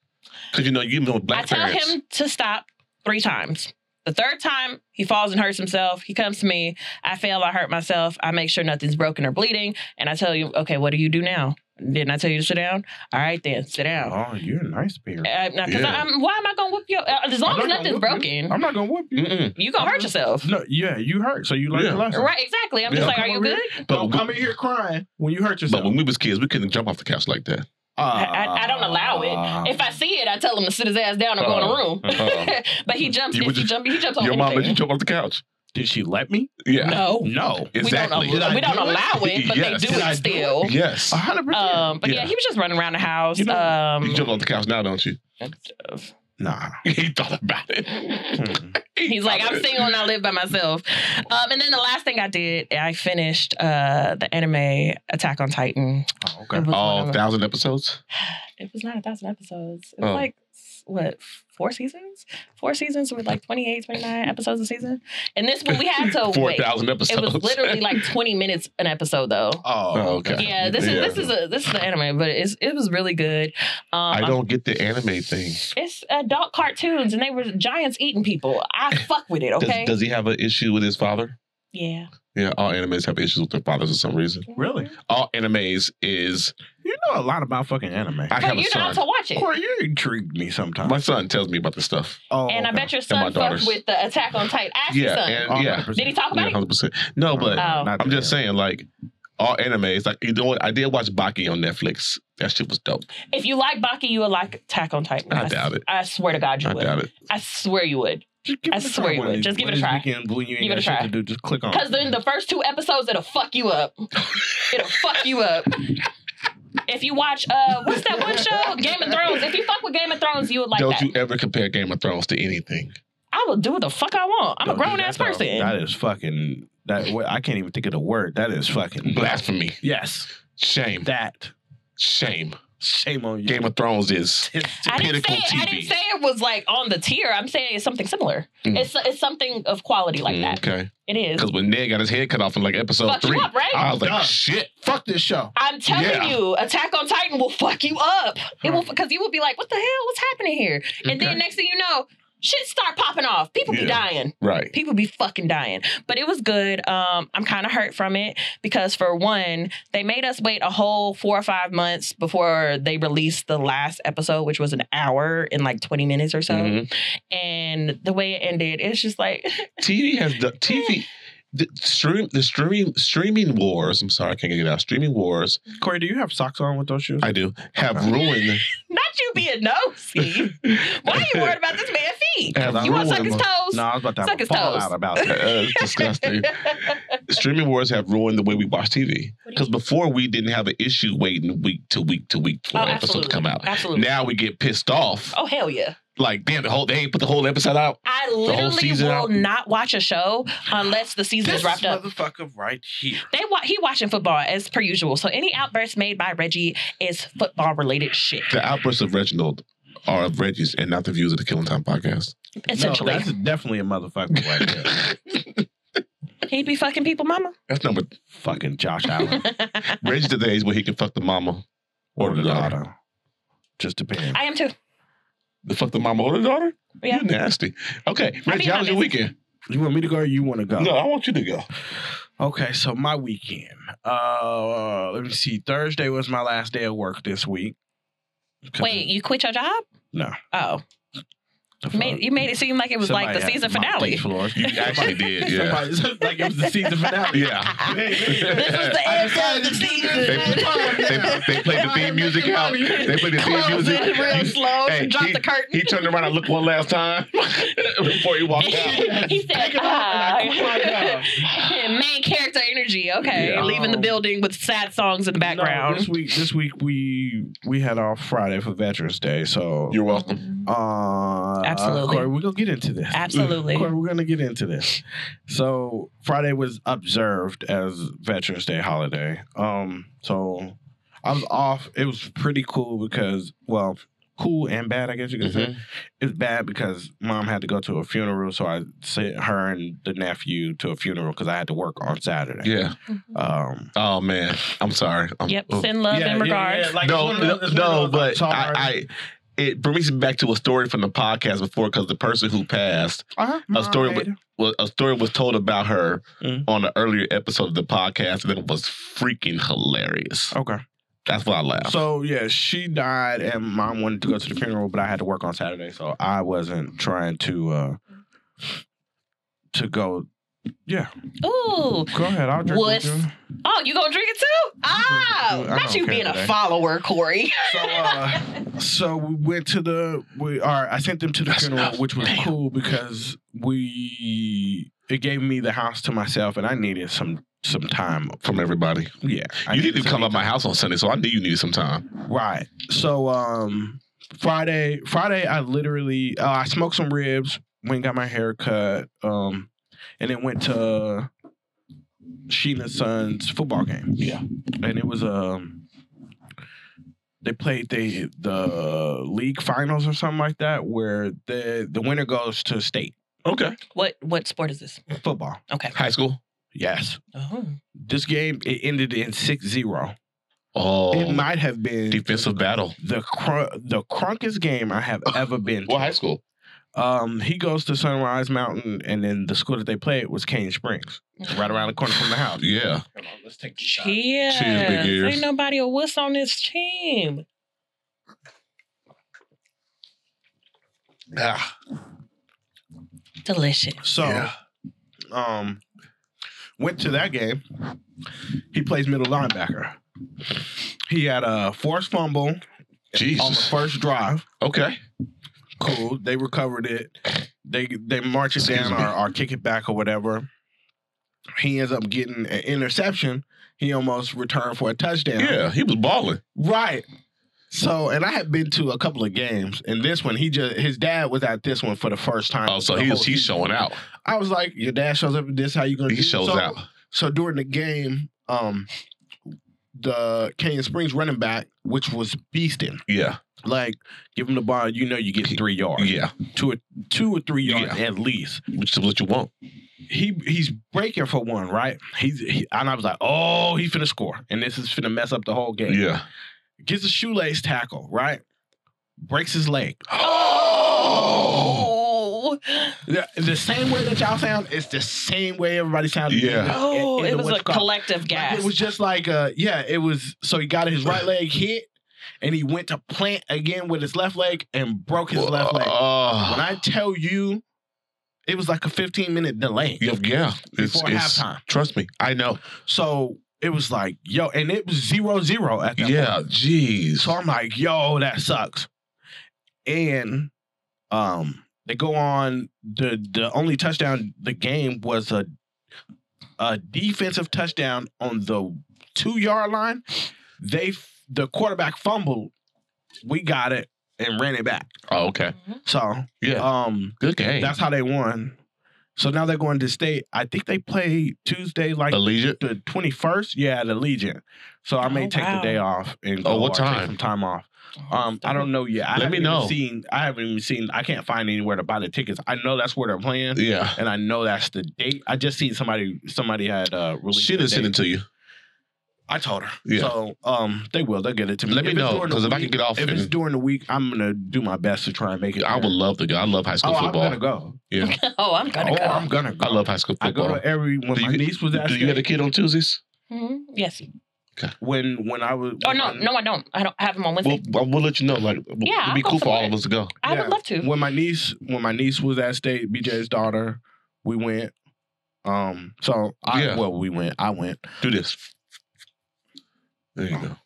[SPEAKER 2] Because you know you know black
[SPEAKER 1] I tell
[SPEAKER 2] parents.
[SPEAKER 1] him to stop three times. The third time, he falls and hurts himself. He comes to me. I fail. I hurt myself. I make sure nothing's broken or bleeding. And I tell you, okay, what do you do now? Didn't I tell you to sit down? All right, then sit down.
[SPEAKER 3] Oh, you're a nice bear.
[SPEAKER 1] Uh, now, 'cause
[SPEAKER 2] Yeah.
[SPEAKER 1] I- I'm- why am I gonna whoop your? Uh, as long as
[SPEAKER 3] I'm not gonna
[SPEAKER 1] nothing's
[SPEAKER 3] whoop you.
[SPEAKER 1] broken,
[SPEAKER 3] I'm not gonna whoop you.
[SPEAKER 2] Mm-mm.
[SPEAKER 1] you gonna hurt yourself.
[SPEAKER 3] No, yeah, you hurt, so you learned
[SPEAKER 2] Yeah.
[SPEAKER 3] your lesson.
[SPEAKER 1] Right? Exactly. I'm
[SPEAKER 2] Yeah,
[SPEAKER 1] just like,
[SPEAKER 3] come
[SPEAKER 1] are you
[SPEAKER 3] over
[SPEAKER 1] good?
[SPEAKER 2] But
[SPEAKER 3] Don't
[SPEAKER 2] we-
[SPEAKER 3] come in here crying when you hurt yourself.
[SPEAKER 2] But when we was kids, we couldn't jump off the couch like that.
[SPEAKER 1] I- I don't allow
[SPEAKER 2] Ah.
[SPEAKER 3] it.
[SPEAKER 1] If I see it, I tell him to sit his ass down or go in the room. [laughs]
[SPEAKER 2] Uh-uh.
[SPEAKER 1] but he jumps.
[SPEAKER 2] You
[SPEAKER 1] This,
[SPEAKER 2] would
[SPEAKER 1] he
[SPEAKER 2] just-
[SPEAKER 1] jumps. He jumps on
[SPEAKER 2] Your mom let you
[SPEAKER 1] anything.
[SPEAKER 2] jump off the couch.
[SPEAKER 3] Did she let me?
[SPEAKER 2] Yeah.
[SPEAKER 1] No,
[SPEAKER 3] No.
[SPEAKER 2] Exactly.
[SPEAKER 1] we
[SPEAKER 3] Did
[SPEAKER 1] don't.
[SPEAKER 3] I
[SPEAKER 1] We don't
[SPEAKER 3] do it?
[SPEAKER 1] allow it, but
[SPEAKER 2] Yes.
[SPEAKER 1] they do
[SPEAKER 2] Did
[SPEAKER 3] I
[SPEAKER 1] it
[SPEAKER 3] do it?
[SPEAKER 1] still.
[SPEAKER 2] Yes.
[SPEAKER 3] A hundred percent.
[SPEAKER 1] Um, but yeah.
[SPEAKER 2] Yeah.
[SPEAKER 1] he was just running around the house.
[SPEAKER 3] You know,
[SPEAKER 1] um,
[SPEAKER 2] you jump off the couch now, don't you? [laughs]
[SPEAKER 1] and stuff.
[SPEAKER 3] Nah.
[SPEAKER 2] he thought about it. [laughs]
[SPEAKER 3] Mm.
[SPEAKER 2] He
[SPEAKER 1] He's like,
[SPEAKER 2] thought
[SPEAKER 1] I'm
[SPEAKER 2] about it.
[SPEAKER 1] single and I live by myself. Um, and then the last thing I did, I finished uh, the anime Attack on Titan.
[SPEAKER 3] Oh,
[SPEAKER 1] It
[SPEAKER 3] okay.
[SPEAKER 1] was one
[SPEAKER 2] All
[SPEAKER 1] of-
[SPEAKER 2] thousand episodes.
[SPEAKER 1] it was not a thousand episodes. It was
[SPEAKER 2] Oh.
[SPEAKER 1] like s- what four seasons? Four seasons with like 28, 29 episodes a season. And this one we had to
[SPEAKER 2] [laughs] Four
[SPEAKER 1] wait.
[SPEAKER 2] thousand
[SPEAKER 1] It
[SPEAKER 2] episodes. [laughs]
[SPEAKER 1] was literally like 20 minutes an episode though.
[SPEAKER 2] Oh, okay.
[SPEAKER 1] Yeah, this
[SPEAKER 2] Yeah.
[SPEAKER 1] is this is a this is an anime, but it's it was really good. Um,
[SPEAKER 2] I don't get the anime thing.
[SPEAKER 1] It's adult cartoons, and they were giants eating people.
[SPEAKER 2] [laughs]
[SPEAKER 1] I fuck with it,
[SPEAKER 2] Does,
[SPEAKER 1] okay?
[SPEAKER 2] does he have an issue with his father?
[SPEAKER 1] yeah.
[SPEAKER 2] Yeah, all animes have issues with their fathers for some reason.
[SPEAKER 3] Really?
[SPEAKER 2] All animes is
[SPEAKER 3] You know a lot about fucking anime.
[SPEAKER 2] I
[SPEAKER 1] But
[SPEAKER 2] have a
[SPEAKER 1] you're not
[SPEAKER 2] son.
[SPEAKER 1] to watch it.
[SPEAKER 3] Corey, you intrigue me sometimes.
[SPEAKER 2] My son tells me about this stuff.
[SPEAKER 3] oh,
[SPEAKER 1] And I
[SPEAKER 3] okay.
[SPEAKER 1] bet your
[SPEAKER 2] my
[SPEAKER 1] son fucked
[SPEAKER 2] daughters.
[SPEAKER 1] with the Attack on Titan. Ask your
[SPEAKER 2] Yeah,
[SPEAKER 1] son.
[SPEAKER 2] and
[SPEAKER 3] Oh,
[SPEAKER 2] yeah,
[SPEAKER 3] 100%.
[SPEAKER 1] Did he talk about
[SPEAKER 2] yeah,
[SPEAKER 1] it?
[SPEAKER 2] hundred percent. No, but
[SPEAKER 1] Oh.
[SPEAKER 3] Not
[SPEAKER 2] I'm just
[SPEAKER 3] that.
[SPEAKER 2] saying, like all animes, like you know what? I did watch Baki on Netflix. That shit was dope.
[SPEAKER 1] If you like Baki, you would like Attack on Titan.
[SPEAKER 2] I
[SPEAKER 1] s-
[SPEAKER 2] doubt it.
[SPEAKER 1] I swear to God, you
[SPEAKER 2] I
[SPEAKER 1] would.
[SPEAKER 2] doubt it.
[SPEAKER 1] I swear you would.
[SPEAKER 3] Just give
[SPEAKER 1] I
[SPEAKER 3] it a
[SPEAKER 1] swear
[SPEAKER 3] try
[SPEAKER 1] you
[SPEAKER 3] one
[SPEAKER 1] would.
[SPEAKER 3] of these-
[SPEAKER 1] Just give
[SPEAKER 3] one
[SPEAKER 1] it a
[SPEAKER 3] of these
[SPEAKER 1] try.
[SPEAKER 3] Weekend, when you ain't
[SPEAKER 1] Give it
[SPEAKER 3] got
[SPEAKER 1] a
[SPEAKER 3] shit
[SPEAKER 1] try.
[SPEAKER 3] to do, just
[SPEAKER 2] Oh,
[SPEAKER 3] click on.
[SPEAKER 1] Because then the first two episodes, it'll fuck you up. It'll fuck you
[SPEAKER 2] [laughs]
[SPEAKER 1] up. If you watch, uh, what's that one show? Game of Thrones. If you fuck with Game of Thrones, you would like
[SPEAKER 2] Don't
[SPEAKER 1] that.
[SPEAKER 2] you ever compare Game of Thrones to anything?
[SPEAKER 1] I will do what the fuck I want. I'm a
[SPEAKER 3] Don't do
[SPEAKER 1] grown ass
[SPEAKER 3] that, though.
[SPEAKER 1] person.
[SPEAKER 3] That is fucking. That word- I can't even think of the word. That is fucking
[SPEAKER 2] Blasphemy.
[SPEAKER 3] Yes,
[SPEAKER 2] Shame.
[SPEAKER 3] that.
[SPEAKER 2] Shame.
[SPEAKER 3] Shame on you. [laughs]
[SPEAKER 2] Game of Thrones is
[SPEAKER 1] I didn't say
[SPEAKER 2] pinnacle
[SPEAKER 1] it, I didn't
[SPEAKER 2] TV.
[SPEAKER 1] say it was like on the tier. I'm saying it's something similar.
[SPEAKER 2] Mm.
[SPEAKER 1] It's it's something of quality like that.
[SPEAKER 2] Okay.
[SPEAKER 1] It is.
[SPEAKER 2] Because when Ned got his head cut off in like episode
[SPEAKER 1] Fuck you
[SPEAKER 2] three,
[SPEAKER 1] up, right?
[SPEAKER 2] I was like,
[SPEAKER 3] Done.
[SPEAKER 2] shit.
[SPEAKER 3] Fuck this show.
[SPEAKER 1] I'm telling
[SPEAKER 2] Yeah.
[SPEAKER 1] you, Attack on Titan will fuck you up. It will because you will be like, what the hell? What's happening here? And then
[SPEAKER 2] Okay.
[SPEAKER 1] next thing you know, shit start popping off. People be
[SPEAKER 2] Yeah.
[SPEAKER 1] dying.
[SPEAKER 2] Right.
[SPEAKER 1] People be fucking dying. But it was good. Um, I'm kind of hurt from it because for one, they made us wait a whole four or five months before they released the last episode, which was an hour and like 20 minutes or so.
[SPEAKER 2] Mhm.
[SPEAKER 1] And the way it ended, it's just like [laughs]
[SPEAKER 2] TV has the TV. The stream, the streaming, streaming wars. I'm sorry, I can't get it out. Streaming wars.
[SPEAKER 3] Corey, do you have socks on with those shoes?
[SPEAKER 2] I do have ruined.
[SPEAKER 1] Not you being nosy. Why are you worried about this man's feet?
[SPEAKER 2] Have
[SPEAKER 1] You want to
[SPEAKER 2] ruined
[SPEAKER 1] suck his toes?
[SPEAKER 3] no, I was about to
[SPEAKER 1] Suck
[SPEAKER 3] have a
[SPEAKER 1] his toes.
[SPEAKER 3] fallout
[SPEAKER 2] [laughs]
[SPEAKER 3] about
[SPEAKER 1] [laughs]
[SPEAKER 2] Uh,
[SPEAKER 3] that.
[SPEAKER 2] it's disgusting. streaming wars have ruined the way we watch TV. Because before we didn't have an issue waiting week to week to week for
[SPEAKER 1] Oh,
[SPEAKER 2] an episode to come out.
[SPEAKER 1] Absolutely.
[SPEAKER 2] Now we get pissed off.
[SPEAKER 1] oh hell yeah!
[SPEAKER 2] Like damn, the whole they ain't put the whole episode out.
[SPEAKER 1] I
[SPEAKER 2] whole
[SPEAKER 1] literally
[SPEAKER 2] season
[SPEAKER 1] will
[SPEAKER 2] out.
[SPEAKER 1] not watch a show unless the season is wrapped up.
[SPEAKER 3] motherfucker right here.
[SPEAKER 1] They wa- he watching football as per usual. So any outbursts made by Reggie is football related shit.
[SPEAKER 2] The outbursts of Reginald are of Reggie's and not the views of the Killing Time podcast.
[SPEAKER 1] [laughs] Essentially,
[SPEAKER 3] no, that's definitely a motherfucker right [laughs] there.
[SPEAKER 1] he'd be fucking people, mama.
[SPEAKER 2] [laughs] That's number
[SPEAKER 3] fucking [laughs] Josh
[SPEAKER 1] [laughs]
[SPEAKER 2] Oh.
[SPEAKER 3] Allen
[SPEAKER 1] I
[SPEAKER 2] Reggie's at the age where he can fuck the mama or the daughter.
[SPEAKER 3] Just depends.
[SPEAKER 1] am too.
[SPEAKER 2] The fuck the mama or the daughter?
[SPEAKER 1] Yeah.
[SPEAKER 2] You nasty. Okay,
[SPEAKER 1] I
[SPEAKER 2] Reggie,
[SPEAKER 1] mean,
[SPEAKER 2] how was your
[SPEAKER 1] I mean-
[SPEAKER 2] weekend?
[SPEAKER 3] You want me to go or you want to go?
[SPEAKER 2] No, I want you to go.
[SPEAKER 3] Okay, so my weekend. Uh, let me see. Thursday was my last day of work this week. 'Cause-
[SPEAKER 1] Wait, you quit your job?
[SPEAKER 3] No.
[SPEAKER 1] Oh,
[SPEAKER 3] the
[SPEAKER 1] you made,
[SPEAKER 3] fuck?
[SPEAKER 1] you made it seem like it was like
[SPEAKER 3] Somebody
[SPEAKER 1] the
[SPEAKER 3] had
[SPEAKER 1] season
[SPEAKER 3] mopped
[SPEAKER 1] finale.
[SPEAKER 3] these floors. [laughs]
[SPEAKER 2] You actually did, yeah.
[SPEAKER 3] Somebody- [laughs] like it was the
[SPEAKER 1] [laughs]
[SPEAKER 3] season finale.
[SPEAKER 2] Yeah.
[SPEAKER 1] This was the
[SPEAKER 3] I
[SPEAKER 1] end of
[SPEAKER 3] decided
[SPEAKER 1] the
[SPEAKER 3] to do
[SPEAKER 1] season.
[SPEAKER 2] They, they played the theme music out. They played the theme
[SPEAKER 1] Close
[SPEAKER 2] music.
[SPEAKER 1] it real
[SPEAKER 2] You-
[SPEAKER 1] slow.
[SPEAKER 2] hey,
[SPEAKER 1] drop
[SPEAKER 2] he-
[SPEAKER 1] the curtain.
[SPEAKER 2] He turned around and looked one last time [laughs] before he
[SPEAKER 3] [laughs]
[SPEAKER 2] walked [laughs] out.
[SPEAKER 1] he said, ah. [laughs] main character energy. Okay,
[SPEAKER 2] Yeah.
[SPEAKER 1] leaving the building with sad songs in the
[SPEAKER 3] No, this
[SPEAKER 1] background.
[SPEAKER 3] week, this week we we had off Friday for Veterans Day, so
[SPEAKER 2] You're welcome.
[SPEAKER 3] [laughs] uh,
[SPEAKER 1] Absolutely.
[SPEAKER 3] Corey, we're gonna get into this.
[SPEAKER 1] Absolutely.
[SPEAKER 3] [laughs] Corey, we're gonna get into this. So Friday was observed as Veterans Day holiday. Um, so I was off. It was pretty cool because, well, cool and bad, I guess you could say. It's bad because mom had to go to a funeral, so I sent her and the nephew to a funeral because I had to work on Saturday.
[SPEAKER 2] Yeah.
[SPEAKER 3] Um,
[SPEAKER 2] Oh man. I'm sorry. I'm,
[SPEAKER 1] Yep,
[SPEAKER 2] oh.
[SPEAKER 1] send love
[SPEAKER 3] yeah,
[SPEAKER 1] and
[SPEAKER 3] yeah,
[SPEAKER 1] regards.
[SPEAKER 3] yeah, like,
[SPEAKER 2] no,
[SPEAKER 3] it's one of
[SPEAKER 2] no,
[SPEAKER 3] those- it's one of
[SPEAKER 2] no,
[SPEAKER 3] those, like,
[SPEAKER 2] but
[SPEAKER 3] sorry.
[SPEAKER 2] I, I it brings me back to a story from the podcast before because the person who passed,
[SPEAKER 3] Uh-huh.
[SPEAKER 2] A story with-
[SPEAKER 3] Mom,
[SPEAKER 2] well, a story was told about her
[SPEAKER 3] Mm.
[SPEAKER 2] on an earlier episode of the podcast, and it was freaking hilarious.
[SPEAKER 3] Okay.
[SPEAKER 2] That's why I laughed.
[SPEAKER 3] So yeah, she died, and mom wanted to go to the funeral, but I had to work on Saturday, so I wasn't trying to uh to go. Yeah,
[SPEAKER 1] Ooh.
[SPEAKER 3] go ahead. I'll drink
[SPEAKER 1] Wuss.
[SPEAKER 3] with you.
[SPEAKER 1] Oh, you gonna drink it too? Ah,
[SPEAKER 3] I don't
[SPEAKER 1] not you
[SPEAKER 3] care
[SPEAKER 1] being a
[SPEAKER 3] today.
[SPEAKER 1] follower, Corey. [laughs]
[SPEAKER 3] So, uh, so we went to the. We are. I sent them to the
[SPEAKER 2] That's
[SPEAKER 3] funeral,
[SPEAKER 2] enough.
[SPEAKER 3] which was
[SPEAKER 2] Damn.
[SPEAKER 3] cool because we it gave me the house to myself, and I needed some some time.
[SPEAKER 2] from everybody,
[SPEAKER 3] Yeah, I
[SPEAKER 2] you didn't
[SPEAKER 3] some
[SPEAKER 2] come up my house on Sunday, so I knew you needed some time.
[SPEAKER 3] Right. So um Friday Friday I literally uh, I smoked some ribs, went and got my hair cut, um, and then went to Sheena's son's football game. Yeah. And it was um they played the the league finals or something like that, where the the winner goes to state
[SPEAKER 2] Okay.
[SPEAKER 1] What what sport is this?
[SPEAKER 3] football.
[SPEAKER 1] Okay.
[SPEAKER 2] High school.
[SPEAKER 3] Yes,
[SPEAKER 1] Oh.
[SPEAKER 3] this game it ended in 6-0. It
[SPEAKER 2] Oh,
[SPEAKER 3] might have been
[SPEAKER 2] defensive battle.
[SPEAKER 3] the cr- the crunkest game I have ever been.
[SPEAKER 2] Well,
[SPEAKER 3] to.
[SPEAKER 2] high school.
[SPEAKER 3] Um, he goes to Sunrise Mountain, and then the school that they played was Cane Springs, right around the corner from the house.
[SPEAKER 2] Yeah.
[SPEAKER 4] Come on, let's take the shot.
[SPEAKER 1] Cheers.
[SPEAKER 2] big ears.
[SPEAKER 1] Ain't nobody a wuss on this team.
[SPEAKER 2] Ah,
[SPEAKER 1] Delicious.
[SPEAKER 3] So,
[SPEAKER 2] Yeah.
[SPEAKER 3] um, went to that game. He plays middle linebacker. He had a forced fumble on the
[SPEAKER 2] Jesus.
[SPEAKER 3] first drive.
[SPEAKER 2] Okay.
[SPEAKER 3] Cool. They recovered it. They they march it
[SPEAKER 2] Excuse
[SPEAKER 3] down
[SPEAKER 2] me.
[SPEAKER 3] or, or kick it back or whatever. He ends up getting an interception. He almost returned for a touchdown.
[SPEAKER 2] Yeah, he was balling.
[SPEAKER 3] Right. So, and I had been to a couple of games, and this one, he just his dad was at this one for the first time.
[SPEAKER 2] Oh, so
[SPEAKER 3] the
[SPEAKER 2] he's
[SPEAKER 3] whole
[SPEAKER 2] he's
[SPEAKER 3] season.
[SPEAKER 2] showing out.
[SPEAKER 3] I was like, your dad shows up. This how you gonna?
[SPEAKER 2] He
[SPEAKER 3] do it?"
[SPEAKER 2] shows
[SPEAKER 3] so,
[SPEAKER 2] out.
[SPEAKER 3] So during the game, um, the Canyon Springs running back, which was beasting,
[SPEAKER 2] Yeah.
[SPEAKER 3] like give him the ball, you know, you get three yards,
[SPEAKER 2] Yeah.
[SPEAKER 3] two or two or three yards
[SPEAKER 2] Yeah.
[SPEAKER 3] at least.
[SPEAKER 2] Which is what you want.
[SPEAKER 3] He he's breaking for one, right? He's he, and I was like, oh, he finna score, and this is finna mess up the whole game.
[SPEAKER 2] Yeah.
[SPEAKER 3] Gets a shoelace tackle, right? Breaks his leg. [gasps]
[SPEAKER 2] Oh.
[SPEAKER 1] Oh,
[SPEAKER 3] The, the same way that y'all sound, it's the same way everybody sounded.
[SPEAKER 2] Yeah.
[SPEAKER 1] oh it was a
[SPEAKER 3] collective.
[SPEAKER 1] collective
[SPEAKER 3] Like,
[SPEAKER 1] gas.
[SPEAKER 3] it was just like, uh, yeah, it was. So he got
[SPEAKER 2] [sighs]
[SPEAKER 3] his right leg hit, and he went to plant again with his left leg and broke his left leg.
[SPEAKER 2] Ah. [sighs]
[SPEAKER 3] When I tell you, it was like a 15 minute delay
[SPEAKER 2] yeah, yeah. It's,
[SPEAKER 3] before
[SPEAKER 2] it's
[SPEAKER 3] halftime.
[SPEAKER 2] trust me. I know.
[SPEAKER 3] So it was like, yo, and it was zero zero at that.
[SPEAKER 2] Yeah.
[SPEAKER 3] point.
[SPEAKER 2] Jeez.
[SPEAKER 3] So I'm like, yo, that sucks. And um, they go on the the only touchdown the game was a a defensive touchdown on the two yard line. They f- the quarterback fumbled. We got it and ran it back.
[SPEAKER 2] Oh, okay.
[SPEAKER 1] Mhm.
[SPEAKER 3] So
[SPEAKER 2] Yeah.
[SPEAKER 3] um,
[SPEAKER 2] Good game.
[SPEAKER 3] that's how they won. So now they're going to state. I think they play Tuesday, like
[SPEAKER 2] Allegiant.
[SPEAKER 3] the twenty first. Yeah, the Legion. So I may
[SPEAKER 1] Oh,
[SPEAKER 3] take
[SPEAKER 1] wow.
[SPEAKER 3] the day off and
[SPEAKER 2] Oh,
[SPEAKER 3] go
[SPEAKER 2] what
[SPEAKER 3] or
[SPEAKER 2] time?
[SPEAKER 3] Take some time off. Um, I don't know yet. I
[SPEAKER 2] Let
[SPEAKER 3] haven't
[SPEAKER 2] me
[SPEAKER 3] even
[SPEAKER 2] know.
[SPEAKER 3] Seen, I haven't even seen. I can't find anywhere to buy the tickets. I know that's where they're playing,
[SPEAKER 2] Yeah.
[SPEAKER 3] and I know that's the date. I just seen somebody. Somebody had uh, released.
[SPEAKER 2] She
[SPEAKER 3] the
[SPEAKER 2] didn't send
[SPEAKER 3] date.
[SPEAKER 2] it to you.
[SPEAKER 3] I told her.
[SPEAKER 2] Yeah.
[SPEAKER 3] So um, they will. They'll get it to me.
[SPEAKER 2] Let me
[SPEAKER 3] it's
[SPEAKER 2] know,
[SPEAKER 3] during the
[SPEAKER 2] 'cause if I can
[SPEAKER 3] week-
[SPEAKER 2] get off
[SPEAKER 3] If it's
[SPEAKER 2] and-
[SPEAKER 3] during the week, I'm gonna do my best to try and make it.
[SPEAKER 2] I
[SPEAKER 3] there.
[SPEAKER 2] would love to go. I love high
[SPEAKER 3] Oh,
[SPEAKER 2] school
[SPEAKER 3] I'm
[SPEAKER 2] football.
[SPEAKER 3] gonna go.
[SPEAKER 2] Yeah.
[SPEAKER 1] [laughs] Oh, I'm gonna
[SPEAKER 3] oh,
[SPEAKER 1] go.
[SPEAKER 3] [laughs] I'm gonna go.
[SPEAKER 2] I love high school
[SPEAKER 3] I go
[SPEAKER 2] football.
[SPEAKER 3] to every when
[SPEAKER 2] Do
[SPEAKER 3] my
[SPEAKER 2] you-
[SPEAKER 3] niece was at
[SPEAKER 2] Do you
[SPEAKER 3] state,
[SPEAKER 2] have a kid on Tuesdays?
[SPEAKER 1] Mhm. Yes.
[SPEAKER 3] when when I was.
[SPEAKER 1] Oh no, no, I don't. I don't I have them on Wednesday.
[SPEAKER 2] Well, we'll, we'll let you know. Like, w-
[SPEAKER 1] Yeah,
[SPEAKER 2] it'd be
[SPEAKER 1] I'll go
[SPEAKER 2] cool for all
[SPEAKER 1] somewhere.
[SPEAKER 2] of us to go.
[SPEAKER 1] I
[SPEAKER 3] yeah.
[SPEAKER 1] would love to.
[SPEAKER 3] When my niece when my niece was at state, BJ's daughter, we went. Um. So I
[SPEAKER 2] Yeah.
[SPEAKER 3] well we went. I went.
[SPEAKER 2] Do this. There you go.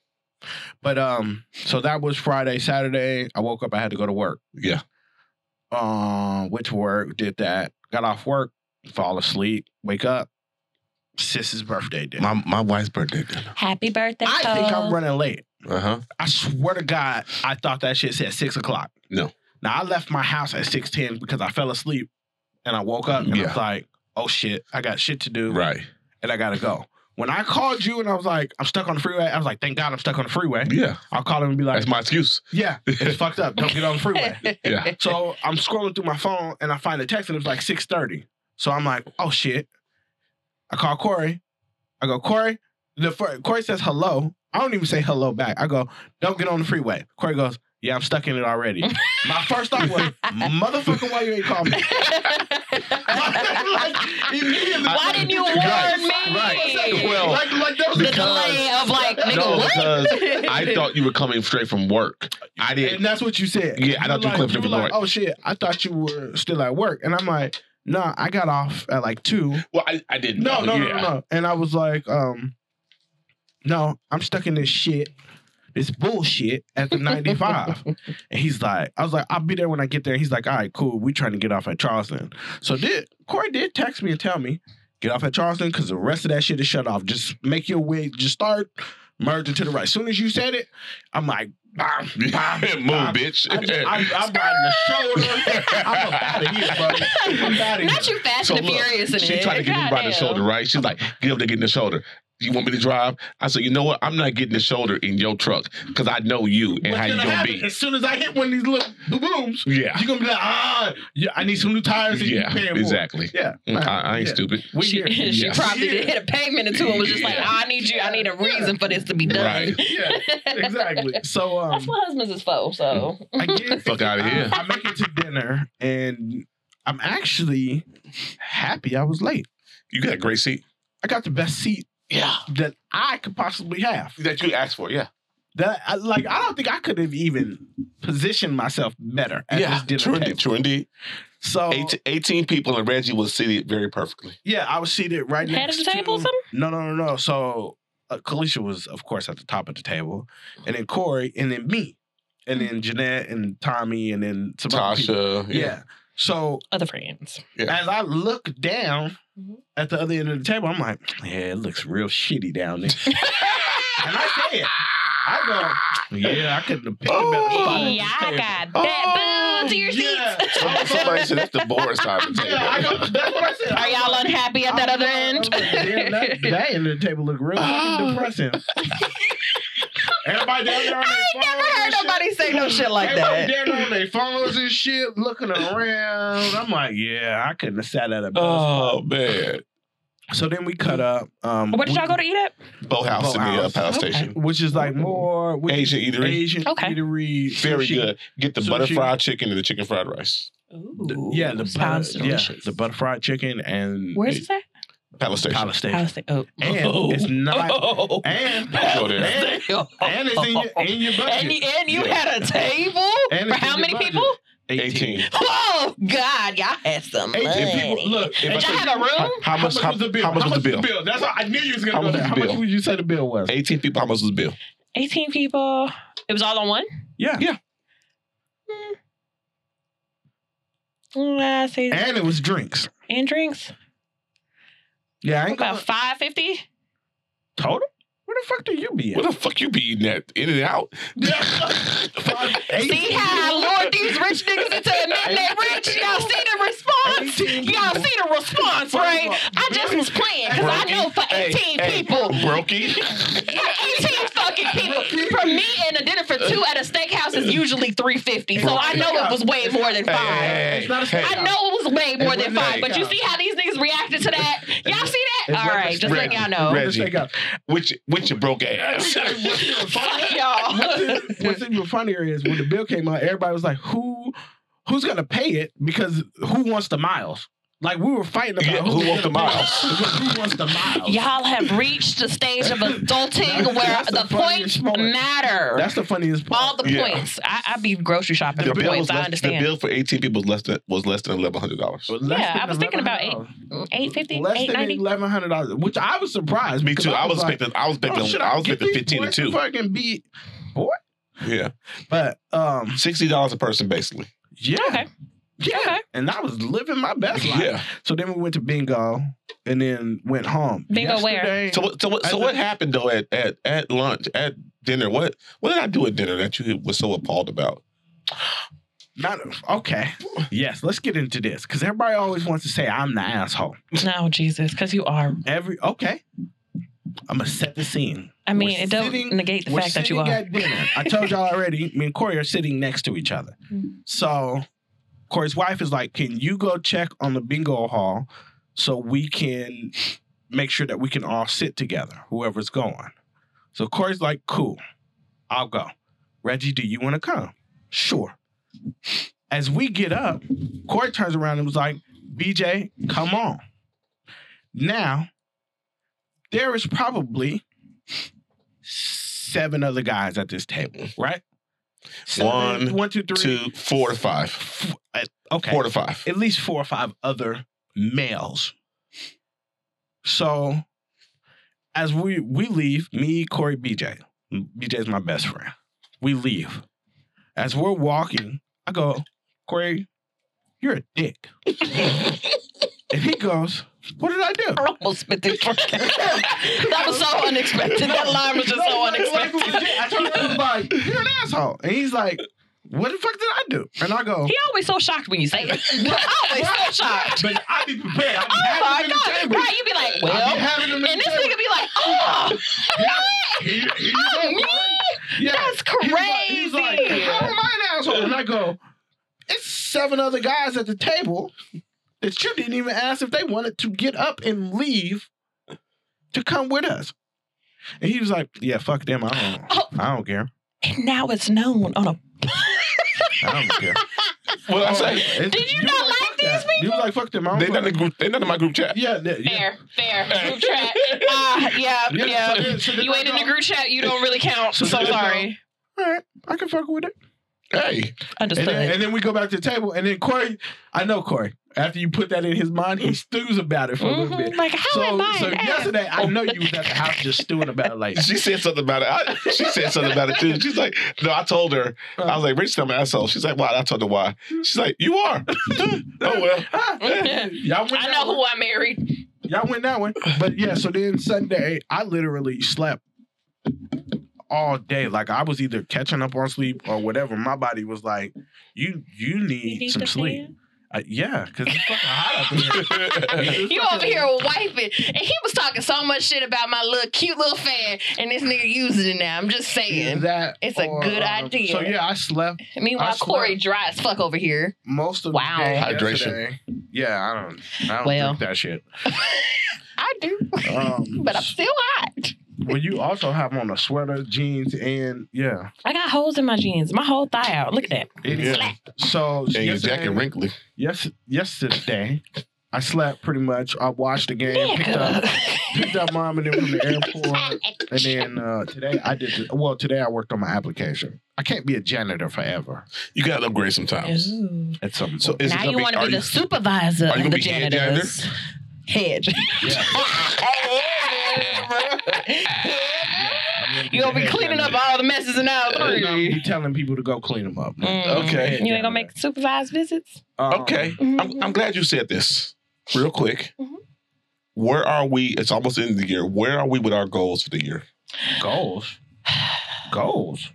[SPEAKER 3] But um. So that was Friday, Saturday. I woke up. I had to go to work.
[SPEAKER 2] Yeah.
[SPEAKER 3] Um. Went to work. Did that. Got off work. Fall asleep. Wake up. Sis's birthday day.
[SPEAKER 2] My my wife's birthday dinner.
[SPEAKER 1] Happy birthday.
[SPEAKER 3] I think I'm
[SPEAKER 1] Cole.
[SPEAKER 3] running late.
[SPEAKER 2] Uh huh.
[SPEAKER 3] I swear to God, I thought that shit said six o'clock.
[SPEAKER 2] No.
[SPEAKER 3] Now I left my house at six ten because I fell asleep, and I woke up and I
[SPEAKER 2] Yeah.
[SPEAKER 3] was like, "Oh shit, I got shit to do,
[SPEAKER 2] Right.
[SPEAKER 3] and I gotta go." When I called you and I was like, "I'm stuck on the freeway," I was like, "Thank God I'm stuck on the freeway."
[SPEAKER 2] Yeah.
[SPEAKER 3] I'll call him and be like,
[SPEAKER 2] That's my excuse.
[SPEAKER 3] "Yeah,
[SPEAKER 2] [laughs]
[SPEAKER 3] it's fucked up. Don't get on
[SPEAKER 1] [laughs]
[SPEAKER 3] the freeway."
[SPEAKER 2] Yeah.
[SPEAKER 3] So I'm scrolling through my phone and I find a text and it was like six thirty. So I'm like, "Oh shit!" I call Corey. I go, "Corey." The fir- Corey says hello. I don't even say hello back. I go, "Don't get on the freeway." Corey goes, "Yeah, I'm stuck in it already."
[SPEAKER 1] [laughs]
[SPEAKER 3] my first thought was, "Motherfucker, why you ain't call me?" [laughs] like, immediately,
[SPEAKER 1] Why
[SPEAKER 3] like,
[SPEAKER 1] didn't you warn
[SPEAKER 2] Right,
[SPEAKER 1] me?
[SPEAKER 2] right. Well,
[SPEAKER 3] like, like that was
[SPEAKER 1] the
[SPEAKER 3] a-
[SPEAKER 1] delay of
[SPEAKER 3] [laughs]
[SPEAKER 1] like, nigga,
[SPEAKER 2] No,
[SPEAKER 1] what?
[SPEAKER 2] because I thought you were coming straight from work. I
[SPEAKER 3] and
[SPEAKER 2] didn't.
[SPEAKER 3] that's what you said.
[SPEAKER 2] Yeah, I thought you
[SPEAKER 3] were
[SPEAKER 2] clipped
[SPEAKER 3] you
[SPEAKER 2] it
[SPEAKER 3] were
[SPEAKER 2] before.
[SPEAKER 3] like, "Oh shit, I thought you were still at work," and I'm like, "Nah, I got off at like two.
[SPEAKER 2] Well, I, I didn't.
[SPEAKER 3] No,
[SPEAKER 2] know.
[SPEAKER 3] no,
[SPEAKER 2] Yeah.
[SPEAKER 3] no, no. And I was like, um, no, I'm stuck in this shit, this bullshit at the [laughs] 95. and he's like, I was like, I'll be there when I get there. He's like, all right, cool. We trying to get off at Charleston. So did Corey did text me and tell me, get off at Charleston because the rest of that shit is shut off. Just make your way, just start merging to the right. As soon as you said it, I'm like, bam,
[SPEAKER 2] [laughs]
[SPEAKER 3] bam,
[SPEAKER 2] Move,
[SPEAKER 3] bam.
[SPEAKER 2] bitch. [laughs]
[SPEAKER 3] I just, I'm, I'm riding the shoulder. I'm out of here, buddy. I'm out of here.
[SPEAKER 1] Not you fast
[SPEAKER 3] [laughs]
[SPEAKER 2] So
[SPEAKER 1] and
[SPEAKER 2] look,
[SPEAKER 1] furious and
[SPEAKER 2] she tried to get me by the shoulder, right? She's like, get up there, get in the shoulder. You want me to drive? I said, you know what? I'm not getting the shoulder in your truck because I know you and
[SPEAKER 4] What's
[SPEAKER 2] how you
[SPEAKER 4] gonna
[SPEAKER 2] gonna
[SPEAKER 4] happen
[SPEAKER 2] be.
[SPEAKER 4] As soon as I hit one of these little booms,
[SPEAKER 2] Yeah,
[SPEAKER 4] you're gonna be like, ah, yeah, I need some new tires. And you
[SPEAKER 2] yeah,
[SPEAKER 4] paying for it.
[SPEAKER 2] exactly.
[SPEAKER 4] Yeah,
[SPEAKER 2] Mm, I, I ain't
[SPEAKER 4] Yeah.
[SPEAKER 2] stupid.
[SPEAKER 4] We
[SPEAKER 1] She,
[SPEAKER 4] here.
[SPEAKER 1] she
[SPEAKER 2] Yes.
[SPEAKER 1] probably
[SPEAKER 4] Yeah.
[SPEAKER 1] did hit a payment or two and was just like,
[SPEAKER 4] Yeah.
[SPEAKER 1] I need you. I need a reason for this to be done.
[SPEAKER 2] Right.
[SPEAKER 1] [laughs]
[SPEAKER 4] yeah, exactly. So um,
[SPEAKER 1] That's what husbands is for. So
[SPEAKER 3] I get
[SPEAKER 2] Fuck out of
[SPEAKER 3] I,
[SPEAKER 2] here.
[SPEAKER 3] I make it to dinner and I'm actually happy I was late.
[SPEAKER 2] You got a great seat
[SPEAKER 3] I got the best seat
[SPEAKER 4] yeah,
[SPEAKER 3] that I could possibly have.
[SPEAKER 2] that you asked for. Yeah,
[SPEAKER 3] That I, like I don't think I could have even positioned myself better at
[SPEAKER 2] yeah.
[SPEAKER 3] this
[SPEAKER 2] True
[SPEAKER 3] dinner
[SPEAKER 2] indeed.
[SPEAKER 3] table.
[SPEAKER 2] True indeed.
[SPEAKER 3] So
[SPEAKER 2] Eight, 18 people and Reggie was seated very perfectly.
[SPEAKER 3] yeah, I was seated right
[SPEAKER 1] head of
[SPEAKER 3] next
[SPEAKER 1] the table, or
[SPEAKER 3] to.
[SPEAKER 1] something?
[SPEAKER 3] No, no, no, no. So uh, Kalisha was, of course, at the top of the table, and then Corey, and then me, and then Jeanette and Tommy, and then some other people.
[SPEAKER 2] Tasha.
[SPEAKER 3] Yeah. So
[SPEAKER 1] Other friends.
[SPEAKER 2] Yeah.
[SPEAKER 3] as I look down
[SPEAKER 1] Mhm.
[SPEAKER 3] at the other end of the table, I'm like, yeah, it looks real shitty
[SPEAKER 1] [laughs]
[SPEAKER 3] down there. and I say it. I go, yeah, I couldn't have picked a better spot. at this
[SPEAKER 1] Oh, Yeah, I
[SPEAKER 3] table."
[SPEAKER 1] got
[SPEAKER 2] Oh,
[SPEAKER 1] that. Boom to your
[SPEAKER 3] Oh, yeah.
[SPEAKER 1] seats.
[SPEAKER 2] Some- Somebody said that's the boring side of the table.
[SPEAKER 3] [laughs] Yeah, I go, that's what I
[SPEAKER 1] [laughs]
[SPEAKER 3] said.
[SPEAKER 1] Are
[SPEAKER 3] I was
[SPEAKER 1] y'all
[SPEAKER 3] like-
[SPEAKER 1] unhappy at that
[SPEAKER 3] I
[SPEAKER 1] other
[SPEAKER 3] was
[SPEAKER 1] end? Oh.
[SPEAKER 3] like, I was like,
[SPEAKER 1] [laughs]
[SPEAKER 3] Damn, that, that end of the table look real fucking depressing. Everybody down there
[SPEAKER 1] I
[SPEAKER 3] on their
[SPEAKER 1] ain't never
[SPEAKER 3] phones
[SPEAKER 1] heard
[SPEAKER 3] and shit.
[SPEAKER 1] nobody say no shit like
[SPEAKER 3] Everybody
[SPEAKER 1] that.
[SPEAKER 3] down there on their phones and shit, looking around. I'm like, yeah, I couldn't have sat at a better spot.
[SPEAKER 2] Oh man, Uh,
[SPEAKER 3] So then we cut up. Um,
[SPEAKER 1] What did y'all go to eat at?
[SPEAKER 2] Boathouse in the uh,
[SPEAKER 3] Boathouse.
[SPEAKER 2] power
[SPEAKER 1] Okay.
[SPEAKER 2] station.
[SPEAKER 3] Which is like more which
[SPEAKER 2] Asian eatery.
[SPEAKER 3] Asian
[SPEAKER 1] Okay.
[SPEAKER 3] eatery.
[SPEAKER 2] Very
[SPEAKER 3] sushi.
[SPEAKER 2] good. Get the
[SPEAKER 3] Sushi.
[SPEAKER 2] butter fried chicken and the chicken fried rice.
[SPEAKER 3] The- yeah, the
[SPEAKER 1] sounds
[SPEAKER 3] butter, yeah,
[SPEAKER 1] delicious.
[SPEAKER 3] the butter fried chicken and
[SPEAKER 1] Where's this at?
[SPEAKER 2] Palace Station. Oh.
[SPEAKER 3] Palace Station.
[SPEAKER 1] Palestine. Oh.
[SPEAKER 3] And
[SPEAKER 1] [laughs]
[SPEAKER 3] it's not.
[SPEAKER 2] [laughs]
[SPEAKER 3] And,
[SPEAKER 2] Go there.
[SPEAKER 3] and and it's in your, in your budget.
[SPEAKER 1] And, you- and you
[SPEAKER 2] Yeah.
[SPEAKER 1] had a table
[SPEAKER 3] And
[SPEAKER 1] for
[SPEAKER 3] it's
[SPEAKER 1] how
[SPEAKER 3] in your
[SPEAKER 1] many
[SPEAKER 3] budget.
[SPEAKER 1] people?
[SPEAKER 2] 18.
[SPEAKER 1] Oh God, y'all had some money.
[SPEAKER 3] 18 people.
[SPEAKER 4] look,
[SPEAKER 2] If I
[SPEAKER 1] Did y'all
[SPEAKER 2] said-
[SPEAKER 1] have a room?
[SPEAKER 2] how, much, how,
[SPEAKER 4] was the bill?
[SPEAKER 2] how much was the bill?
[SPEAKER 4] That's why I knew you was gonna
[SPEAKER 2] How
[SPEAKER 4] go
[SPEAKER 2] much
[SPEAKER 4] there.
[SPEAKER 2] was
[SPEAKER 3] How
[SPEAKER 4] How
[SPEAKER 2] the
[SPEAKER 4] much
[SPEAKER 2] bill?
[SPEAKER 3] much would you say the bill was?
[SPEAKER 2] 18 people, how much was the bill?
[SPEAKER 1] 18 people. It was all on one?
[SPEAKER 3] Yeah.
[SPEAKER 1] Mm. Mm, I say and,
[SPEAKER 3] And it was drinks.
[SPEAKER 1] drinks.
[SPEAKER 3] Yeah, I ain't
[SPEAKER 1] About
[SPEAKER 3] gonna,
[SPEAKER 1] 550.
[SPEAKER 3] total. Where the fuck do you be
[SPEAKER 2] What
[SPEAKER 3] at?
[SPEAKER 2] the fuck you be eating at? In and out. [laughs]
[SPEAKER 1] See how I lured these rich niggas into admitting they rich? Y'all see the response? Y'all see the response, right? I just was playing because I know for 18 people,
[SPEAKER 2] Brokey.
[SPEAKER 1] 18 fucking people. For me and a dinner for two at a steakhouse is usually 350. So I know it was way more than five.
[SPEAKER 2] Hey, hey,
[SPEAKER 3] It's not a
[SPEAKER 2] hey,
[SPEAKER 1] I
[SPEAKER 2] hey.
[SPEAKER 1] know it was way more than
[SPEAKER 3] wasn't
[SPEAKER 1] five, but you
[SPEAKER 3] steakhouse.
[SPEAKER 1] see how these niggas reacted to that? Y'all see
[SPEAKER 3] It
[SPEAKER 1] that? All
[SPEAKER 3] wasn't
[SPEAKER 1] right, just letting y'all
[SPEAKER 2] steakhouse.
[SPEAKER 1] know.
[SPEAKER 2] Reggie. Which, which your broke ass.
[SPEAKER 1] Fuck y'all.
[SPEAKER 3] What's, what's even funnier is when the bill came out, everybody was like, "Who, who's gonna pay it?" Because who wants the miles? Like we were fighting about
[SPEAKER 2] Yeah, who
[SPEAKER 3] was
[SPEAKER 2] wants the
[SPEAKER 3] gonna pay
[SPEAKER 2] miles?
[SPEAKER 3] it. Because who wants the miles?
[SPEAKER 1] Y'all have reached the stage of adulting where
[SPEAKER 3] That's the
[SPEAKER 1] the points
[SPEAKER 3] funniest moment.
[SPEAKER 1] matter.
[SPEAKER 3] That's the funniest part.
[SPEAKER 1] all the
[SPEAKER 2] Yeah.
[SPEAKER 1] points. I, I be grocery shopping
[SPEAKER 2] The
[SPEAKER 1] for
[SPEAKER 2] bill, was
[SPEAKER 1] points. I
[SPEAKER 2] less, the
[SPEAKER 1] understand.
[SPEAKER 2] bill for 18 people was less than, was less than $1,100.
[SPEAKER 3] Less
[SPEAKER 1] Yeah,
[SPEAKER 3] than
[SPEAKER 1] I was thinking about eight-
[SPEAKER 3] $1,100.
[SPEAKER 1] Eight fifty,
[SPEAKER 3] Less
[SPEAKER 1] eight
[SPEAKER 3] than
[SPEAKER 1] ninety.
[SPEAKER 3] eleven hundred dollars, which I was surprised.
[SPEAKER 2] Me
[SPEAKER 3] because
[SPEAKER 2] too. I was
[SPEAKER 3] like,
[SPEAKER 2] expecting, I was
[SPEAKER 3] "Oh, should
[SPEAKER 2] expecting, I was
[SPEAKER 3] get
[SPEAKER 2] expecting 15
[SPEAKER 3] these
[SPEAKER 2] to
[SPEAKER 3] boys to
[SPEAKER 2] 2.
[SPEAKER 3] Fucking beat, boy.
[SPEAKER 2] Yeah.
[SPEAKER 3] But um,
[SPEAKER 2] $60 a person, basically.
[SPEAKER 3] yeah,
[SPEAKER 1] Okay.
[SPEAKER 3] yeah,
[SPEAKER 1] Okay.
[SPEAKER 3] and I was living my best life.
[SPEAKER 2] Yeah.
[SPEAKER 3] So then we went to bingo, and then went home.
[SPEAKER 1] Bingo where?
[SPEAKER 3] Yesterday-
[SPEAKER 2] So what? So what? So
[SPEAKER 3] I-
[SPEAKER 2] what happened though at at at lunch at dinner? What what did I do at dinner that you was so appalled about?
[SPEAKER 3] Not okay. Yes, let's get into this because everybody always wants to say I'm the asshole.
[SPEAKER 1] No, Jesus, because you are.
[SPEAKER 3] Every okay, I'm gonna set the scene.
[SPEAKER 1] I mean,
[SPEAKER 3] We're
[SPEAKER 1] it don't
[SPEAKER 3] sitting-
[SPEAKER 1] negate the
[SPEAKER 3] We're
[SPEAKER 1] fact that you
[SPEAKER 3] sitting
[SPEAKER 1] are.
[SPEAKER 3] at dinner. I told y'all already. Me and Corey are sitting next to each other.
[SPEAKER 1] Mhm.
[SPEAKER 3] So Corey's wife is like, "Can you go check on the bingo hall so we can make sure that we can all sit together, whoever's going?" So Corey's like, "Cool, I'll go." Reggie, do you want to come? Sure. As we get up, Corey turns around and was like, "BJ, come on." Now, there is probably seven other guys at this table, right?
[SPEAKER 2] One,
[SPEAKER 3] one, two, three,
[SPEAKER 2] Two, four to five,
[SPEAKER 3] f- uh, okay,
[SPEAKER 2] four to five.
[SPEAKER 3] at least four or five other males. So, as we we leave, me, Corey, BJ, BJ is my best friend. We leave. As we're walking, I go, Corey, you're a dick. and he goes, What did I do?
[SPEAKER 1] [laughs] I almost spit this drink.
[SPEAKER 3] [laughs]
[SPEAKER 1] [laughs] that was so unexpected. That line was just so
[SPEAKER 3] No, like, like,
[SPEAKER 1] unexpected.
[SPEAKER 3] legit, I turned around and was like, you're an asshole. And he's like, what the fuck did I do? And I go,
[SPEAKER 1] He always so shocked when you say it. [laughs] always so shocked.
[SPEAKER 3] but I be prepared. I be
[SPEAKER 1] Oh
[SPEAKER 3] having
[SPEAKER 1] my
[SPEAKER 3] him in
[SPEAKER 1] God.
[SPEAKER 3] the chamber.
[SPEAKER 1] Right? You be like,
[SPEAKER 3] I be
[SPEAKER 1] well.
[SPEAKER 3] having him in
[SPEAKER 1] And this
[SPEAKER 3] the chamber.
[SPEAKER 1] nigga be like, like, oh,
[SPEAKER 3] He- he-
[SPEAKER 1] oh me?
[SPEAKER 3] yeah.
[SPEAKER 1] That's
[SPEAKER 3] He's
[SPEAKER 1] crazy.
[SPEAKER 3] like- He's like, how am I an asshole? And I go, it's seven other guys at the table that you didn't even ask if they wanted to get up and leave to come with us. And he was like, yeah, fuck them. I
[SPEAKER 1] Oh.
[SPEAKER 3] don't, I don't care.
[SPEAKER 1] and now it's known on a.
[SPEAKER 3] I don't
[SPEAKER 1] [laughs]
[SPEAKER 3] care.
[SPEAKER 2] What I
[SPEAKER 3] Oh,
[SPEAKER 2] say?
[SPEAKER 3] it's-
[SPEAKER 1] Did you
[SPEAKER 3] was
[SPEAKER 1] not like
[SPEAKER 3] fuck that.
[SPEAKER 1] these
[SPEAKER 3] You was like, fuck them. I
[SPEAKER 2] They
[SPEAKER 3] don't
[SPEAKER 2] not in the
[SPEAKER 3] fuck-
[SPEAKER 2] group. They not in my group chat.
[SPEAKER 3] yeah, yeah, yeah.
[SPEAKER 6] Fair, fair. Group chat. Ah, yeah,
[SPEAKER 3] Yeah,
[SPEAKER 6] yeah.
[SPEAKER 3] so then- so then
[SPEAKER 6] You
[SPEAKER 3] I
[SPEAKER 6] ain't in
[SPEAKER 3] go,
[SPEAKER 6] the group chat, you don't really count.
[SPEAKER 3] So um,
[SPEAKER 6] So,
[SPEAKER 3] then I go-
[SPEAKER 6] sorry.
[SPEAKER 3] All right, I can fuck with it.
[SPEAKER 2] Hey,
[SPEAKER 1] Understood.
[SPEAKER 3] And then, and then we go back to the table, and then Corey, I know Corey. After you put that in his mind, he stews about it for a
[SPEAKER 6] Mm-hmm.
[SPEAKER 3] little
[SPEAKER 1] Mhm,
[SPEAKER 3] bit.
[SPEAKER 1] Like, how
[SPEAKER 3] So,
[SPEAKER 1] am I?
[SPEAKER 3] so
[SPEAKER 1] an ass?
[SPEAKER 3] yesterday, I know you was at the house just stewing about it.
[SPEAKER 6] [laughs]
[SPEAKER 3] Like, [laughs]
[SPEAKER 2] she said something about it. I, she said something about it too. She's like, no, I told her. I was like, Rich, I'm an asshole. She's like, why? I told her why. She's like, you are. [laughs] oh
[SPEAKER 3] [laughs]
[SPEAKER 2] well.
[SPEAKER 3] y'all went
[SPEAKER 6] I
[SPEAKER 3] that
[SPEAKER 6] know
[SPEAKER 3] one.
[SPEAKER 6] who I married.
[SPEAKER 3] Y'all went that one. But yeah, so then Sunday, I literally slept all day. Like I was either catching up on sleep or whatever. My body was like, you you need, some sleep. Uh, yeah, because it's fucking hot up in here. It's
[SPEAKER 6] You
[SPEAKER 3] fucking-
[SPEAKER 6] over here wiping. And he was talking so much shit about my little cute little fan, and this nigga using it now. I'm just
[SPEAKER 3] Yeah,
[SPEAKER 6] [laughs] saying.
[SPEAKER 3] that
[SPEAKER 6] It's a good
[SPEAKER 3] um,
[SPEAKER 6] idea.
[SPEAKER 3] So yeah, I slept I
[SPEAKER 6] Meanwhile,
[SPEAKER 3] swear-
[SPEAKER 6] Corey dry as fuck over here.
[SPEAKER 3] most of
[SPEAKER 6] Wow.
[SPEAKER 3] the day
[SPEAKER 2] Hydration.
[SPEAKER 3] yesterday. Yeah, I don't. I don't
[SPEAKER 6] Well.
[SPEAKER 3] drink
[SPEAKER 6] [laughs]
[SPEAKER 3] that shit.
[SPEAKER 6] I do,
[SPEAKER 3] Um,
[SPEAKER 6] [laughs] but I'm still hot.
[SPEAKER 3] well, you also have on a sweater, jeans, and yeah.
[SPEAKER 1] I got holes in my jeans. My whole thigh out. Look at that.
[SPEAKER 3] It is.
[SPEAKER 2] Yeah.
[SPEAKER 3] So
[SPEAKER 2] And your
[SPEAKER 3] yesterday,
[SPEAKER 2] jacket wrinkly.
[SPEAKER 3] yes, yesterday, I slept pretty much. I watched the game, picked up, picked up mom and then
[SPEAKER 6] [laughs]
[SPEAKER 3] from the airport, and then uh, today I did. The, well, today I worked on my application. I can't be a janitor forever.
[SPEAKER 2] You gotta upgrade sometimes.
[SPEAKER 1] Ooh.
[SPEAKER 3] At some point.
[SPEAKER 2] So is it
[SPEAKER 1] now
[SPEAKER 2] gonna
[SPEAKER 1] you want to
[SPEAKER 2] are
[SPEAKER 1] be the supervisor
[SPEAKER 2] are you
[SPEAKER 1] of
[SPEAKER 2] gonna
[SPEAKER 1] the
[SPEAKER 2] be head
[SPEAKER 1] janitors. Head.
[SPEAKER 6] You gonna be cleaning up all the messes in aisle
[SPEAKER 3] I'm gonna
[SPEAKER 6] three.
[SPEAKER 3] be telling people to go clean them
[SPEAKER 2] [laughs]
[SPEAKER 3] up.
[SPEAKER 6] Mm.
[SPEAKER 2] Okay.
[SPEAKER 1] Mm. You ain't gonna make supervised visits?
[SPEAKER 3] Um,
[SPEAKER 2] Okay.
[SPEAKER 1] Mm-hmm.
[SPEAKER 2] I'm, I'm glad you said this real quick.
[SPEAKER 1] Mhm.
[SPEAKER 2] Where are we? It's almost the end of the year. Where are we with our goals for the year? [sighs]
[SPEAKER 3] Goals. Goals.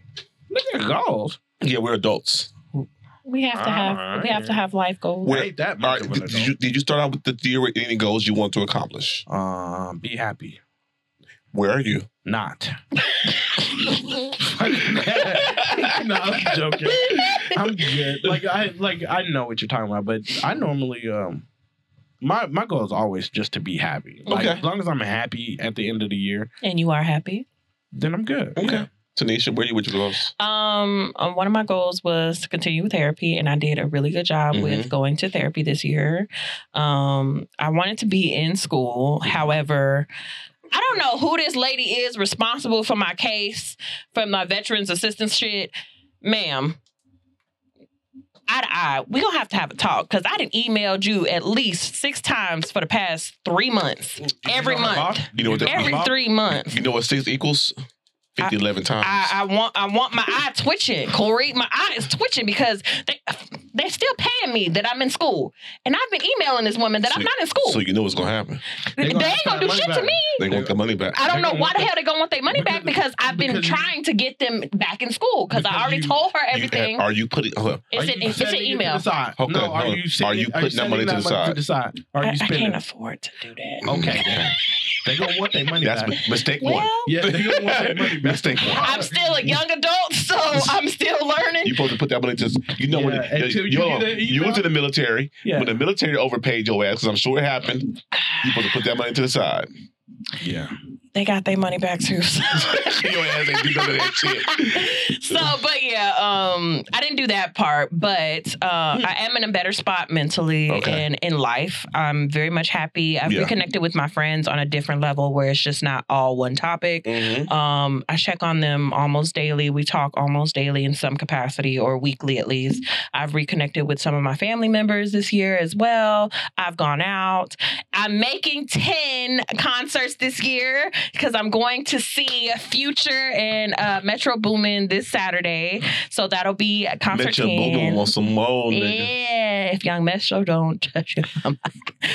[SPEAKER 3] Look at goals.
[SPEAKER 2] Yeah, we're adults.
[SPEAKER 1] We have to have we have to have life goals.
[SPEAKER 2] Where-
[SPEAKER 3] Ain't that
[SPEAKER 2] All
[SPEAKER 3] much
[SPEAKER 2] right.
[SPEAKER 3] of an
[SPEAKER 2] Did, did you, did you start out with the year with any goals you want to accomplish?
[SPEAKER 3] adult. Um, be happy.
[SPEAKER 2] Where are you? [laughs]
[SPEAKER 3] Not. [laughs] no, I'm joking. I'm good. Like I like I know what you're talking about, but I normally um my my goal is always just to be happy. Like
[SPEAKER 2] Okay.
[SPEAKER 3] as long as I'm happy at the end of the year,
[SPEAKER 1] [laughs] And you are happy.
[SPEAKER 3] then I'm good.
[SPEAKER 2] Okay. Tanisha, where are you with your goals?
[SPEAKER 1] Um, um, one of my goals was to continue with therapy, and I did a really good job with going to therapy this year. Um, I wanted to be in school, however, I don't know who this lady is responsible for my case from my veterans assistance shit, ma'am. Eye to eye, we gonna have to have a talk because I didn't emailed you at least six times for the past three months. Every
[SPEAKER 3] You know
[SPEAKER 1] month.
[SPEAKER 3] my boss?
[SPEAKER 2] You know what that-
[SPEAKER 1] Every
[SPEAKER 3] my boss?
[SPEAKER 1] three months.
[SPEAKER 2] You know what six equals? 50, 11 times.
[SPEAKER 1] I, I want I want my eye twitching, Corey. My eye is twitching because they they're still paying me that I'm in school, and I've been emailing this woman that
[SPEAKER 2] So
[SPEAKER 1] I'm
[SPEAKER 2] you-
[SPEAKER 1] not in school.
[SPEAKER 2] so you know what's gonna happen.
[SPEAKER 1] they,
[SPEAKER 3] gonna
[SPEAKER 1] ain't gonna do
[SPEAKER 3] have
[SPEAKER 1] shit to
[SPEAKER 3] money
[SPEAKER 1] me.
[SPEAKER 2] They want the money back.
[SPEAKER 1] I don't
[SPEAKER 3] They
[SPEAKER 1] know
[SPEAKER 3] gonna
[SPEAKER 1] why
[SPEAKER 3] want
[SPEAKER 1] the hell they gonna want their money back because
[SPEAKER 3] because-
[SPEAKER 1] I've been
[SPEAKER 3] because you-
[SPEAKER 1] trying to get them back in school because I
[SPEAKER 3] Because
[SPEAKER 1] already
[SPEAKER 3] you-
[SPEAKER 1] told her
[SPEAKER 2] You have-
[SPEAKER 1] everything.
[SPEAKER 2] are you putting? Hold up.
[SPEAKER 1] it's
[SPEAKER 3] Are
[SPEAKER 1] an,
[SPEAKER 3] you
[SPEAKER 1] it's an
[SPEAKER 3] sending it to
[SPEAKER 1] email.
[SPEAKER 3] the side?
[SPEAKER 2] Okay,
[SPEAKER 3] no, are
[SPEAKER 2] hold on.
[SPEAKER 3] you sending,
[SPEAKER 2] Are you putting that
[SPEAKER 3] sending
[SPEAKER 2] money to the side?
[SPEAKER 3] side? Are
[SPEAKER 1] I,
[SPEAKER 3] you
[SPEAKER 1] I
[SPEAKER 3] spending?
[SPEAKER 1] can't afford to do that.
[SPEAKER 2] [laughs]
[SPEAKER 3] okay, then. they gonna want their money
[SPEAKER 2] That's
[SPEAKER 3] back.
[SPEAKER 2] mi- mistake
[SPEAKER 1] Well,
[SPEAKER 2] one.
[SPEAKER 3] Yeah, they gonna want their money back.
[SPEAKER 2] mistake one.
[SPEAKER 6] I'm still a young adult, so I'm still learning.
[SPEAKER 2] You supposed to put that money to you know when
[SPEAKER 3] Yeah, until you
[SPEAKER 2] you,
[SPEAKER 3] get that
[SPEAKER 2] you went to
[SPEAKER 3] email.
[SPEAKER 2] the military
[SPEAKER 3] Yeah.
[SPEAKER 2] when the military overpaid your ass because I'm sure it happened. You supposed to put that money to
[SPEAKER 1] [laughs]
[SPEAKER 2] the side. [laughs]
[SPEAKER 3] yeah.
[SPEAKER 1] they got their money back too. so-
[SPEAKER 2] your ass ain't do none of that shit.
[SPEAKER 1] so but yeah um i didn't do that part but uh i am in a better spot mentally
[SPEAKER 2] Hmm. Okay.
[SPEAKER 1] and in life i'm very much happy i've
[SPEAKER 2] Yeah.
[SPEAKER 1] reconnected with my friends on a different level where it's just not all one topic
[SPEAKER 2] Mhm.
[SPEAKER 1] um, I check on them almost daily. We talk almost daily in some capacity or weekly at least. I've reconnected with some of my family members this year as well. I've gone out. I'm making 10 concerts this year because I'm going to see Future and uh, Metro Boomin this Saturday. So that'll be a concert
[SPEAKER 2] Met your booger
[SPEAKER 1] 10.
[SPEAKER 2] on some more, nigga.
[SPEAKER 1] Yeah, if Young Metro don't touch you,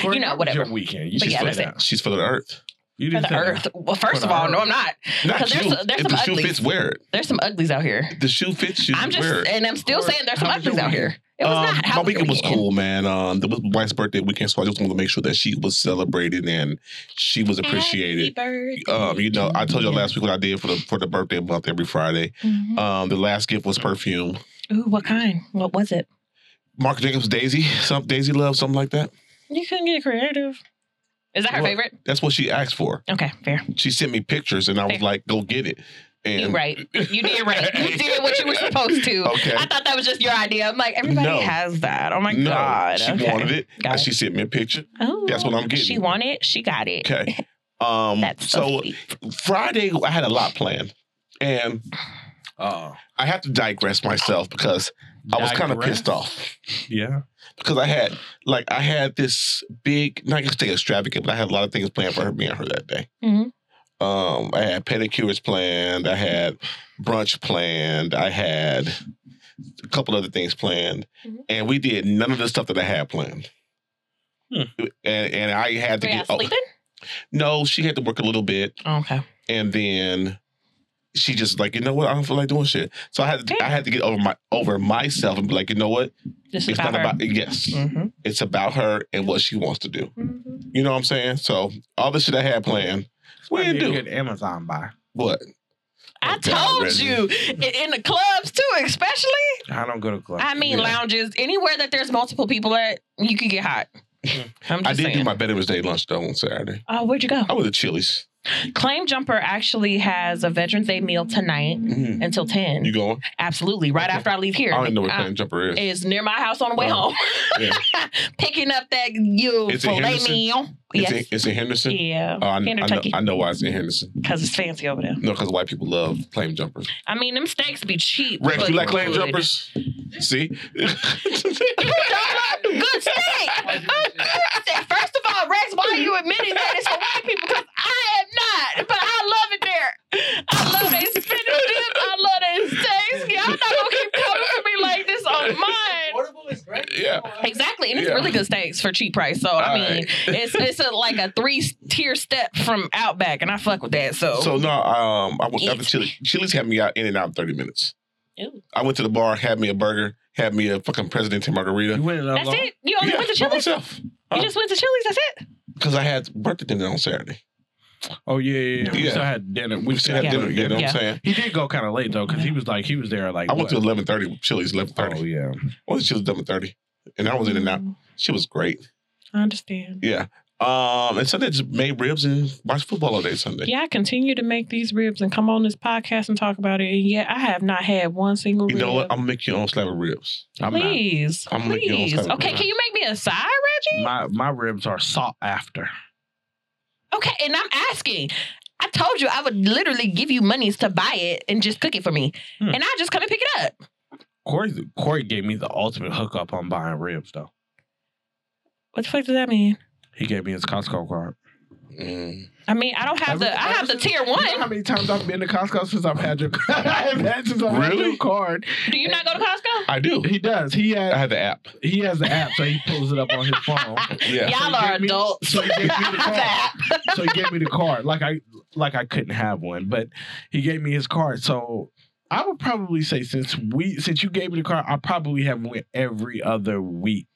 [SPEAKER 3] Corey,
[SPEAKER 1] You know,
[SPEAKER 3] how was
[SPEAKER 1] whatever.
[SPEAKER 3] Your weekend. You
[SPEAKER 1] But
[SPEAKER 3] just
[SPEAKER 1] yeah,
[SPEAKER 3] say
[SPEAKER 1] that's it.
[SPEAKER 3] that.
[SPEAKER 2] She's for the earth.
[SPEAKER 3] You
[SPEAKER 1] for [laughs]
[SPEAKER 3] didn't
[SPEAKER 1] the
[SPEAKER 3] say that.
[SPEAKER 1] earth. Well, first
[SPEAKER 3] For
[SPEAKER 1] of
[SPEAKER 3] the
[SPEAKER 1] all, no,
[SPEAKER 3] earth.
[SPEAKER 1] I'm not.
[SPEAKER 2] Not
[SPEAKER 1] 'Cause there's
[SPEAKER 2] you.
[SPEAKER 1] some- there's
[SPEAKER 2] if the
[SPEAKER 1] some
[SPEAKER 2] shoe
[SPEAKER 1] uglies.
[SPEAKER 2] fits, wear it.
[SPEAKER 1] There's some uglies out here.
[SPEAKER 2] The shoe fits, you
[SPEAKER 1] I'm just,
[SPEAKER 2] wear it.
[SPEAKER 1] and I'm still
[SPEAKER 3] Corey,
[SPEAKER 1] saying there's
[SPEAKER 3] how
[SPEAKER 1] some
[SPEAKER 3] was your
[SPEAKER 1] uglies out
[SPEAKER 3] weekend?
[SPEAKER 1] here.
[SPEAKER 6] It was
[SPEAKER 2] Um,
[SPEAKER 6] not. How
[SPEAKER 2] my weekend was cool, man. Um, it was my wife's birthday weekend, so I just wanted to make sure that she was celebrated and she was appreciated. Um, you know, I told you last week what I did for the for the birthday month every Friday.
[SPEAKER 6] Mm-hmm.
[SPEAKER 1] Mhm.
[SPEAKER 2] Um, the last gift was perfume.
[SPEAKER 1] Ooh, what kind? What was it?
[SPEAKER 2] Mark Jacobs Daisy, some Daisy Love, something like that.
[SPEAKER 1] You couldn't get creative.
[SPEAKER 6] Is that her
[SPEAKER 2] What?
[SPEAKER 6] favorite?
[SPEAKER 2] That's what she asked for.
[SPEAKER 1] Okay, fair.
[SPEAKER 2] She sent me pictures, and I was
[SPEAKER 6] Fair.
[SPEAKER 2] like, "Go get it."
[SPEAKER 6] You
[SPEAKER 2] And
[SPEAKER 6] right. You did
[SPEAKER 2] [laughs]
[SPEAKER 6] right. You did what you were supposed to.
[SPEAKER 2] Okay.
[SPEAKER 6] I thought that was just your idea. I'm like, everybody
[SPEAKER 2] No.
[SPEAKER 1] has that. Oh my
[SPEAKER 2] no,
[SPEAKER 1] god.
[SPEAKER 2] she
[SPEAKER 1] okay.
[SPEAKER 2] wanted it,
[SPEAKER 1] Got
[SPEAKER 2] and
[SPEAKER 1] it.
[SPEAKER 2] she sent me a picture.
[SPEAKER 1] Oh,
[SPEAKER 2] That's what I'm getting.
[SPEAKER 1] She wanted. it, She got it. [laughs]
[SPEAKER 2] Okay. Um,
[SPEAKER 1] That's so.
[SPEAKER 2] so
[SPEAKER 1] sweet.
[SPEAKER 2] Friday, I had a lot planned, and
[SPEAKER 3] Oh,
[SPEAKER 2] I have to digress myself because I was kind of
[SPEAKER 3] Digress?
[SPEAKER 2] pissed off
[SPEAKER 3] yeah.
[SPEAKER 2] because I had like I had this big not gonna say extravagant, but I had a lot of things planned for her me and her that day.
[SPEAKER 1] Mhm.
[SPEAKER 2] Um, I had pedicures planned. I had brunch planned. I had a couple other things planned,
[SPEAKER 1] Mhm.
[SPEAKER 3] Mm-hmm.
[SPEAKER 2] and we did none of the stuff that I had planned.
[SPEAKER 3] Hmm.
[SPEAKER 2] And and I had to
[SPEAKER 6] Were y'all
[SPEAKER 2] get oh,
[SPEAKER 6] sleeping?
[SPEAKER 2] no, she had to work a little bit,
[SPEAKER 1] okay.
[SPEAKER 2] and then she just like you know what I don't feel like doing shit. So I had to,
[SPEAKER 1] Fair.
[SPEAKER 2] I had to get over my over myself and be like you know what
[SPEAKER 1] This is
[SPEAKER 2] it's
[SPEAKER 1] about
[SPEAKER 2] not
[SPEAKER 1] her.
[SPEAKER 2] about yes
[SPEAKER 6] Mm-hmm.
[SPEAKER 3] Mm-hmm.
[SPEAKER 1] Mhm.
[SPEAKER 2] it's about her and what she wants to do. You know what I'm saying? So all the shit I had planned, we
[SPEAKER 3] Where
[SPEAKER 2] didn't
[SPEAKER 3] do
[SPEAKER 2] do.
[SPEAKER 3] get Amazon buy?
[SPEAKER 2] What?
[SPEAKER 6] I
[SPEAKER 2] Oh, God,
[SPEAKER 6] told
[SPEAKER 2] Reggie.
[SPEAKER 6] you in, in the clubs too, especially.
[SPEAKER 3] I don't go to clubs.
[SPEAKER 6] I mean, lounges anywhere that there's multiple people at, you could get hot. I'm just
[SPEAKER 2] Mm-hmm. I did
[SPEAKER 6] saying.
[SPEAKER 2] do my Veterans Day lunch though on Saturday.
[SPEAKER 1] Oh, where'd you go?
[SPEAKER 2] I was at Chili's.
[SPEAKER 1] Claim Jumper actually has a Veterans Day meal tonight
[SPEAKER 6] Mm-hmm.
[SPEAKER 1] until ten.
[SPEAKER 2] You going?
[SPEAKER 6] Absolutely. Right
[SPEAKER 2] Okay.
[SPEAKER 6] after I leave
[SPEAKER 2] I
[SPEAKER 6] here,
[SPEAKER 2] don't even know what
[SPEAKER 6] I-
[SPEAKER 2] Plain Jumper is.
[SPEAKER 6] is near my house on the way
[SPEAKER 2] Uh-huh.
[SPEAKER 6] home,
[SPEAKER 2] Yeah.
[SPEAKER 6] [laughs] picking up that you
[SPEAKER 2] Is it
[SPEAKER 6] filet
[SPEAKER 2] Henderson?
[SPEAKER 6] meal.
[SPEAKER 2] It's,
[SPEAKER 6] Yes.
[SPEAKER 2] in, it's in Henderson.
[SPEAKER 1] Yeah,
[SPEAKER 2] Oh, I, I know,
[SPEAKER 1] Kentucky.
[SPEAKER 2] I know why it's in Henderson.
[SPEAKER 1] because it's fancy over there.
[SPEAKER 2] No, because white people love plain jumpers.
[SPEAKER 6] I mean, them steaks be cheap.
[SPEAKER 2] Rex,
[SPEAKER 6] but
[SPEAKER 2] you like plain
[SPEAKER 6] good.
[SPEAKER 2] jumpers?
[SPEAKER 6] [laughs]
[SPEAKER 2] See? [laughs]
[SPEAKER 6] Don't like Good steak. First of all, Rex, why are you admitting that it's for white people? Because I am not, but I love it there. I love they spinach dip. I love they steaks. Y'all not gonna keep coming for me like this on mine.
[SPEAKER 2] yeah.
[SPEAKER 6] Exactly, and it's
[SPEAKER 2] Yeah.
[SPEAKER 6] really good steaks for cheap price. So I
[SPEAKER 2] All
[SPEAKER 6] mean,
[SPEAKER 2] right.
[SPEAKER 6] it's it's a, like a three tier step from Outback, and I fuck with that. So,
[SPEAKER 1] Oh.
[SPEAKER 2] So no, um, I went
[SPEAKER 6] Eat.
[SPEAKER 2] out to Chili's. Chili's had me out in and out in thirty minutes.
[SPEAKER 1] Ew.
[SPEAKER 2] I went to the bar, had me a burger, had me a fucking Presidente margarita.
[SPEAKER 3] You went in
[SPEAKER 6] that's it. You only
[SPEAKER 2] uh, Yeah,
[SPEAKER 6] went to
[SPEAKER 2] by
[SPEAKER 6] Chili's.
[SPEAKER 2] myself.
[SPEAKER 6] You just went to Chili's. That's it.
[SPEAKER 2] Because I had birthday dinner on Saturday.
[SPEAKER 3] Oh yeah, yeah, yeah. We
[SPEAKER 2] Yeah.
[SPEAKER 3] still had dinner.
[SPEAKER 2] We still had
[SPEAKER 1] Yeah.
[SPEAKER 2] dinner, you know what
[SPEAKER 1] Yeah.
[SPEAKER 2] I'm saying?
[SPEAKER 3] He did go kind of late though, because he was like he was there like
[SPEAKER 2] I went to
[SPEAKER 3] what?
[SPEAKER 2] 11.30, Chili's 11.30.
[SPEAKER 3] Oh yeah.
[SPEAKER 2] I went to Chili's 11.30. And I was in and out. She was great.
[SPEAKER 1] Mm, I understand.
[SPEAKER 2] Yeah. Um, and Sunday just made ribs and watched football all day Sunday.
[SPEAKER 1] Yeah, I continue to make these ribs and come on this podcast and talk about it. And yet, I have not had one single
[SPEAKER 2] You
[SPEAKER 1] rib.
[SPEAKER 2] know what? I'm gonna make your own slab of ribs.
[SPEAKER 3] I'm not.
[SPEAKER 1] please,
[SPEAKER 2] I'm gonna make your own
[SPEAKER 1] please.
[SPEAKER 2] salad.
[SPEAKER 6] Okay, can you make me a side, Reggie?
[SPEAKER 3] My my ribs are sought after.
[SPEAKER 6] Okay, and I'm asking. I told you I would literally give you monies to buy it and just cook it for me,
[SPEAKER 3] Hmm.
[SPEAKER 6] and I just come and pick it up.
[SPEAKER 3] Corey Corey gave me the ultimate hookup on buying ribs though.
[SPEAKER 1] What the fuck does that mean?
[SPEAKER 3] He gave me his Costco card.
[SPEAKER 2] Mm.
[SPEAKER 1] I mean, I don't have
[SPEAKER 3] Every-
[SPEAKER 1] the. I have the
[SPEAKER 3] every-
[SPEAKER 6] Tier
[SPEAKER 3] You know how
[SPEAKER 6] one.
[SPEAKER 3] many times I've been to Costco since I've had your [laughs] I've had since I've had
[SPEAKER 2] Really?
[SPEAKER 3] your card.
[SPEAKER 6] Do you not go to
[SPEAKER 3] [laughs]
[SPEAKER 6] Costco? [laughs]
[SPEAKER 2] I do.
[SPEAKER 3] He does. He
[SPEAKER 2] I
[SPEAKER 3] has
[SPEAKER 2] had the app.
[SPEAKER 3] he has the app, so he pulls it up on his [laughs] phone.
[SPEAKER 2] Yeah.
[SPEAKER 3] So
[SPEAKER 6] Y'all
[SPEAKER 3] you
[SPEAKER 6] are
[SPEAKER 3] gave me-
[SPEAKER 6] adults.
[SPEAKER 3] so you [laughs] gave me the
[SPEAKER 6] I have that.
[SPEAKER 3] so he gave me the card. Like I like I couldn't have one, but he gave me his card. So I would probably say since we since you gave me the card, I probably have went every other week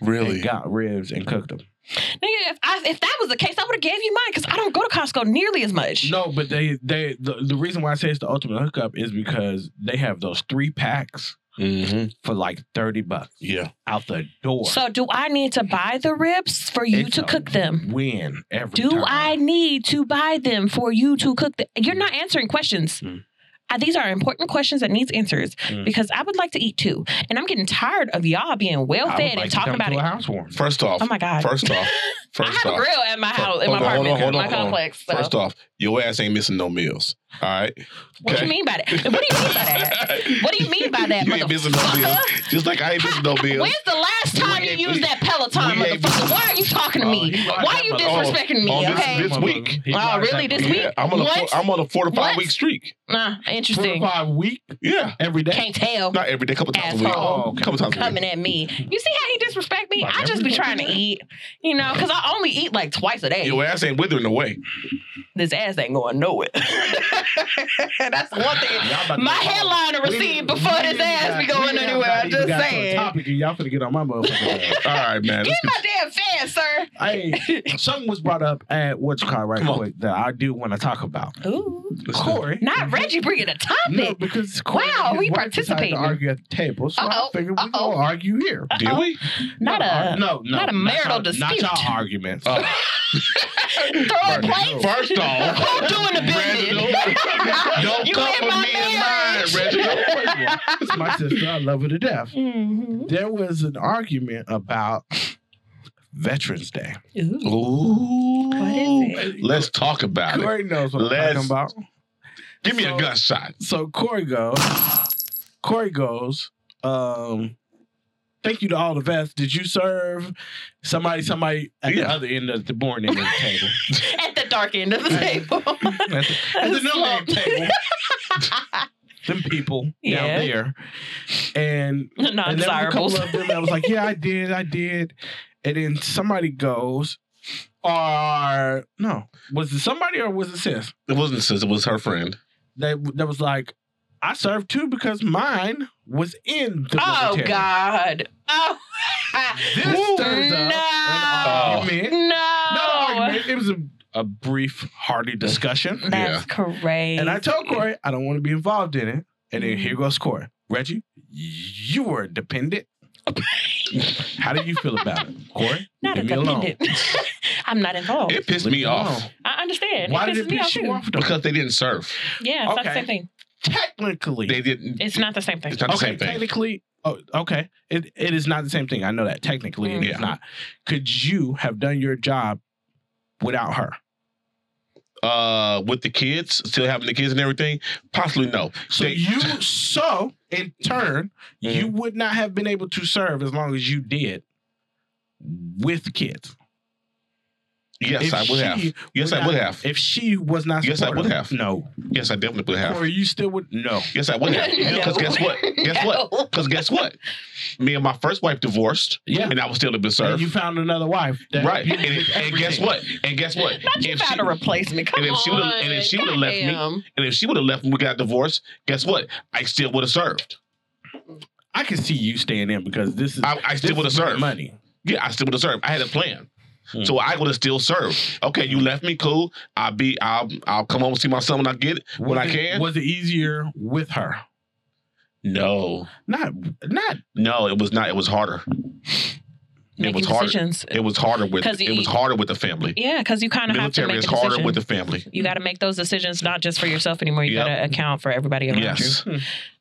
[SPEAKER 2] Really?
[SPEAKER 3] and got ribs and cooked them.
[SPEAKER 6] Nigga, if, I, if that was the case, I would have gave you mine because I don't go to Costco nearly as much.
[SPEAKER 3] No, but they they the, the reason why I say it's the ultimate hookup is because they have those three packs
[SPEAKER 2] Mm-hmm.
[SPEAKER 3] for like thirty bucks
[SPEAKER 2] Yeah.
[SPEAKER 3] out the door.
[SPEAKER 1] So, do I need to buy the ribs for you
[SPEAKER 3] It's
[SPEAKER 1] to
[SPEAKER 3] a
[SPEAKER 1] cook them?
[SPEAKER 3] Win every
[SPEAKER 1] Do
[SPEAKER 3] time.
[SPEAKER 1] I need to buy them for you to cook them? You're not answering questions.
[SPEAKER 2] Hmm.
[SPEAKER 3] Mm.
[SPEAKER 1] Uh, These are important questions that needs answers
[SPEAKER 3] Mm.
[SPEAKER 1] because I would like to eat too, and I'm getting tired of y'all being well
[SPEAKER 3] I would
[SPEAKER 1] fed
[SPEAKER 3] like
[SPEAKER 1] and
[SPEAKER 3] to
[SPEAKER 1] talking
[SPEAKER 3] come
[SPEAKER 1] about
[SPEAKER 3] to
[SPEAKER 1] it.
[SPEAKER 3] A housewarming.
[SPEAKER 2] First off,
[SPEAKER 1] Oh my god!
[SPEAKER 2] first off,
[SPEAKER 6] I
[SPEAKER 2] first
[SPEAKER 6] have a
[SPEAKER 2] off,
[SPEAKER 6] grill at my house, in my
[SPEAKER 2] Hold on, hold
[SPEAKER 6] apartment,
[SPEAKER 2] on, hold
[SPEAKER 6] in my
[SPEAKER 2] on, hold on.
[SPEAKER 6] complex. So.
[SPEAKER 2] first off, your ass ain't missing no meals. All right.
[SPEAKER 6] what do you mean by that? What do you mean by
[SPEAKER 2] [laughs]
[SPEAKER 6] that? What do you mean by that,
[SPEAKER 2] you ain't missing no
[SPEAKER 6] motherfucker?
[SPEAKER 2] bills. Just like I ain't missing no bills.
[SPEAKER 6] When's the last time
[SPEAKER 2] We
[SPEAKER 6] you
[SPEAKER 2] ain't-
[SPEAKER 6] used that Peloton,
[SPEAKER 2] we ain't-
[SPEAKER 6] motherfucker? Why are you talking to
[SPEAKER 3] Oh,
[SPEAKER 6] me?
[SPEAKER 3] he lied
[SPEAKER 6] Why are you
[SPEAKER 3] that
[SPEAKER 2] motherfucker.
[SPEAKER 6] disrespecting
[SPEAKER 2] Oh,
[SPEAKER 6] me?
[SPEAKER 2] this-
[SPEAKER 6] Okay.
[SPEAKER 2] this week.
[SPEAKER 3] He
[SPEAKER 6] Oh,
[SPEAKER 3] lied
[SPEAKER 6] really?
[SPEAKER 3] that
[SPEAKER 6] This
[SPEAKER 3] motherfucker.
[SPEAKER 6] week?
[SPEAKER 2] Yeah, I'm on a four,
[SPEAKER 6] What?
[SPEAKER 2] I'm on a four to fiur
[SPEAKER 6] What?
[SPEAKER 2] week streak.
[SPEAKER 6] Nah,
[SPEAKER 3] Four to
[SPEAKER 6] interesting.
[SPEAKER 3] five week
[SPEAKER 2] Yeah,
[SPEAKER 3] every day.
[SPEAKER 6] Can't tell.
[SPEAKER 2] not every day, couple times a week.
[SPEAKER 6] Asshole.
[SPEAKER 2] Oh, couple times a week.
[SPEAKER 6] Coming at me. You see how he disrespect me?
[SPEAKER 3] Like
[SPEAKER 6] I just be
[SPEAKER 3] every
[SPEAKER 6] trying to
[SPEAKER 3] fucking
[SPEAKER 6] eat, you know, because I only eat like twice a day.
[SPEAKER 2] Your ass ain't withering away.
[SPEAKER 1] this ass ain't going nowhere. [laughs] That's one thing.
[SPEAKER 3] Y'all about to
[SPEAKER 1] My
[SPEAKER 3] get-
[SPEAKER 1] headliner
[SPEAKER 3] We-
[SPEAKER 1] received before
[SPEAKER 3] we
[SPEAKER 1] this
[SPEAKER 3] didn't
[SPEAKER 1] ass be
[SPEAKER 3] got- we
[SPEAKER 1] going
[SPEAKER 3] didn't
[SPEAKER 1] anywhere.
[SPEAKER 3] got
[SPEAKER 1] I'm
[SPEAKER 3] even
[SPEAKER 1] just
[SPEAKER 3] got to a
[SPEAKER 1] saying.
[SPEAKER 3] Topic, and y'all finna get on my motherfucking ass.
[SPEAKER 2] All right, man.
[SPEAKER 6] Get
[SPEAKER 2] Let's
[SPEAKER 6] my damn fan, sir.
[SPEAKER 1] [laughs]
[SPEAKER 3] Hey, something was brought up at what's it called right
[SPEAKER 2] Come on.
[SPEAKER 3] quick that I do want to talk about.
[SPEAKER 1] Ooh,
[SPEAKER 2] Let's go.
[SPEAKER 3] Corey.
[SPEAKER 1] not Reggie bringing a
[SPEAKER 3] No,
[SPEAKER 1] topic.
[SPEAKER 3] because Corey and
[SPEAKER 1] Wow,
[SPEAKER 3] his
[SPEAKER 1] we
[SPEAKER 3] wife
[SPEAKER 1] participating.
[SPEAKER 3] decided To argue at the table, so
[SPEAKER 6] Uh-oh,
[SPEAKER 3] I figured we
[SPEAKER 6] uh-oh.
[SPEAKER 3] gonna argue here.
[SPEAKER 2] Did we?
[SPEAKER 1] Not a-
[SPEAKER 3] no, no,
[SPEAKER 1] not a marital
[SPEAKER 3] y'all- Not
[SPEAKER 1] dispute. Uh,
[SPEAKER 3] y'all arguments. [laughs]
[SPEAKER 6] Throwing plates.
[SPEAKER 2] Uh, First off,
[SPEAKER 6] Who doing the
[SPEAKER 2] Reginald,
[SPEAKER 6] business?
[SPEAKER 2] don't
[SPEAKER 6] You
[SPEAKER 1] [laughs]
[SPEAKER 2] come
[SPEAKER 6] in
[SPEAKER 2] for
[SPEAKER 6] my
[SPEAKER 2] me and mine,
[SPEAKER 6] marriage.
[SPEAKER 2] Reginald.
[SPEAKER 3] it's my sister. I love her to death.
[SPEAKER 1] Mm-hmm.
[SPEAKER 3] There was an argument about Veterans Day.
[SPEAKER 1] Ooh.
[SPEAKER 2] Ooh.
[SPEAKER 1] What is
[SPEAKER 2] Let's talk about it.
[SPEAKER 3] Corey knows what I'm
[SPEAKER 2] Let's-
[SPEAKER 3] talking about.
[SPEAKER 2] Give me a
[SPEAKER 3] So-
[SPEAKER 2] gunshot.
[SPEAKER 3] So Corey goes. Corey goes. Um, thank you to all the vets. Did you serve? Somebody, somebody at the
[SPEAKER 2] Yeah.
[SPEAKER 3] other end of the boring end of the [laughs] table.
[SPEAKER 1] At the dark end of the table.
[SPEAKER 3] at the,
[SPEAKER 1] [laughs]
[SPEAKER 3] at the no name table. Them people
[SPEAKER 1] Yeah.
[SPEAKER 3] down there.
[SPEAKER 1] [laughs]
[SPEAKER 3] And
[SPEAKER 1] Not
[SPEAKER 3] and there was a
[SPEAKER 1] desirable.
[SPEAKER 3] couple of them that was like, yeah, I did, I did. And then somebody goes, or no, was it somebody or was it sis?
[SPEAKER 2] It wasn't sis. It was her friend.
[SPEAKER 3] That that was like, I served too because mine was in the
[SPEAKER 1] Oh
[SPEAKER 3] military.
[SPEAKER 1] God.
[SPEAKER 2] [laughs]
[SPEAKER 1] Oh. [laughs]
[SPEAKER 3] This stirs up an
[SPEAKER 1] no.
[SPEAKER 3] argument. Not an
[SPEAKER 1] No.
[SPEAKER 3] argument. It was a, a brief, hearty discussion.
[SPEAKER 1] That's crazy.
[SPEAKER 3] And I told Corey, I don't want to be involved in it. And then here goes Corey. Reggie, you were
[SPEAKER 1] [laughs]
[SPEAKER 3] a dependent. How do you feel about it, Corey?
[SPEAKER 1] not a
[SPEAKER 3] leave me alone.
[SPEAKER 1] dependent. [laughs] I'm not involved.
[SPEAKER 2] It pissed
[SPEAKER 3] Leave
[SPEAKER 2] me off
[SPEAKER 3] alone.
[SPEAKER 1] I understand.
[SPEAKER 3] Why
[SPEAKER 1] it pisses
[SPEAKER 3] did it
[SPEAKER 1] me off
[SPEAKER 3] piss
[SPEAKER 1] too.
[SPEAKER 3] you off? Though?
[SPEAKER 2] because they didn't serve.
[SPEAKER 1] Yeah, it's not the
[SPEAKER 3] Okay.
[SPEAKER 1] same thing.
[SPEAKER 3] technically,
[SPEAKER 2] They didn't.
[SPEAKER 1] It's not the same thing.
[SPEAKER 2] It's not the
[SPEAKER 3] okay,
[SPEAKER 2] same thing.
[SPEAKER 3] technically, oh, okay, it, it is not the same thing. I know that technically it
[SPEAKER 2] Yeah.
[SPEAKER 3] is not. Could you have done your job without her?
[SPEAKER 2] Uh, with the kids, still having the kids and everything, possibly no.
[SPEAKER 3] So
[SPEAKER 2] They- Mm-hmm. [laughs]
[SPEAKER 3] you, so in turn, you would not have been able to serve as long as you did with kids.
[SPEAKER 2] Yes,
[SPEAKER 3] If
[SPEAKER 2] I would have.
[SPEAKER 3] she
[SPEAKER 2] Yes, I
[SPEAKER 3] not-
[SPEAKER 2] would have.
[SPEAKER 3] If she was not,
[SPEAKER 2] Yes, I would
[SPEAKER 3] supportive,
[SPEAKER 2] have.
[SPEAKER 3] No,
[SPEAKER 2] Yes, I definitely would have.
[SPEAKER 3] [laughs] or you still would no.
[SPEAKER 2] Yes, I would have. Because guess what? Guess
[SPEAKER 3] [laughs]
[SPEAKER 1] [laughs]
[SPEAKER 2] what? Because guess what? Me and my first wife divorced,
[SPEAKER 3] Yeah,
[SPEAKER 2] and I was still a bit
[SPEAKER 3] and
[SPEAKER 2] served.
[SPEAKER 3] you found another wife. that
[SPEAKER 2] right.
[SPEAKER 3] you
[SPEAKER 2] And,
[SPEAKER 3] did
[SPEAKER 2] and guess
[SPEAKER 3] everything.
[SPEAKER 2] what? And guess what?
[SPEAKER 6] Not you
[SPEAKER 2] If
[SPEAKER 6] found
[SPEAKER 2] she-
[SPEAKER 6] a replacement. Come
[SPEAKER 2] and if she
[SPEAKER 6] on.
[SPEAKER 2] would've- and if she would've left me-
[SPEAKER 6] Goddamn.
[SPEAKER 2] and if she would have left when we got divorced, guess what? I still would have served.
[SPEAKER 3] I can see you staying in because this is
[SPEAKER 2] I, I
[SPEAKER 3] this
[SPEAKER 2] still would have
[SPEAKER 3] is my
[SPEAKER 2] served.
[SPEAKER 3] money.
[SPEAKER 2] Yeah, I still would have served. I had a plan.
[SPEAKER 3] Hmm.
[SPEAKER 2] So I would have still served. Okay, you left me cool. I'll be. I'll. I'll come home and see my son when I get it. When
[SPEAKER 3] was
[SPEAKER 2] I
[SPEAKER 3] it-
[SPEAKER 2] can.
[SPEAKER 3] was it easier with her?
[SPEAKER 2] No,
[SPEAKER 3] Not, not.
[SPEAKER 2] no, it was not. It was harder. It
[SPEAKER 1] Making
[SPEAKER 2] was harder.
[SPEAKER 1] decisions.
[SPEAKER 2] It was harder with.
[SPEAKER 1] 'Cause
[SPEAKER 2] It
[SPEAKER 1] you-
[SPEAKER 2] was harder with the family.
[SPEAKER 1] Yeah, because you kind of have to
[SPEAKER 2] Military
[SPEAKER 1] make
[SPEAKER 2] is
[SPEAKER 1] a
[SPEAKER 2] harder
[SPEAKER 1] decision.
[SPEAKER 2] with the family.
[SPEAKER 1] you got to make those decisions not just for yourself anymore. You
[SPEAKER 2] Yep.
[SPEAKER 1] got to account for everybody around
[SPEAKER 2] Yes.
[SPEAKER 3] Hmm.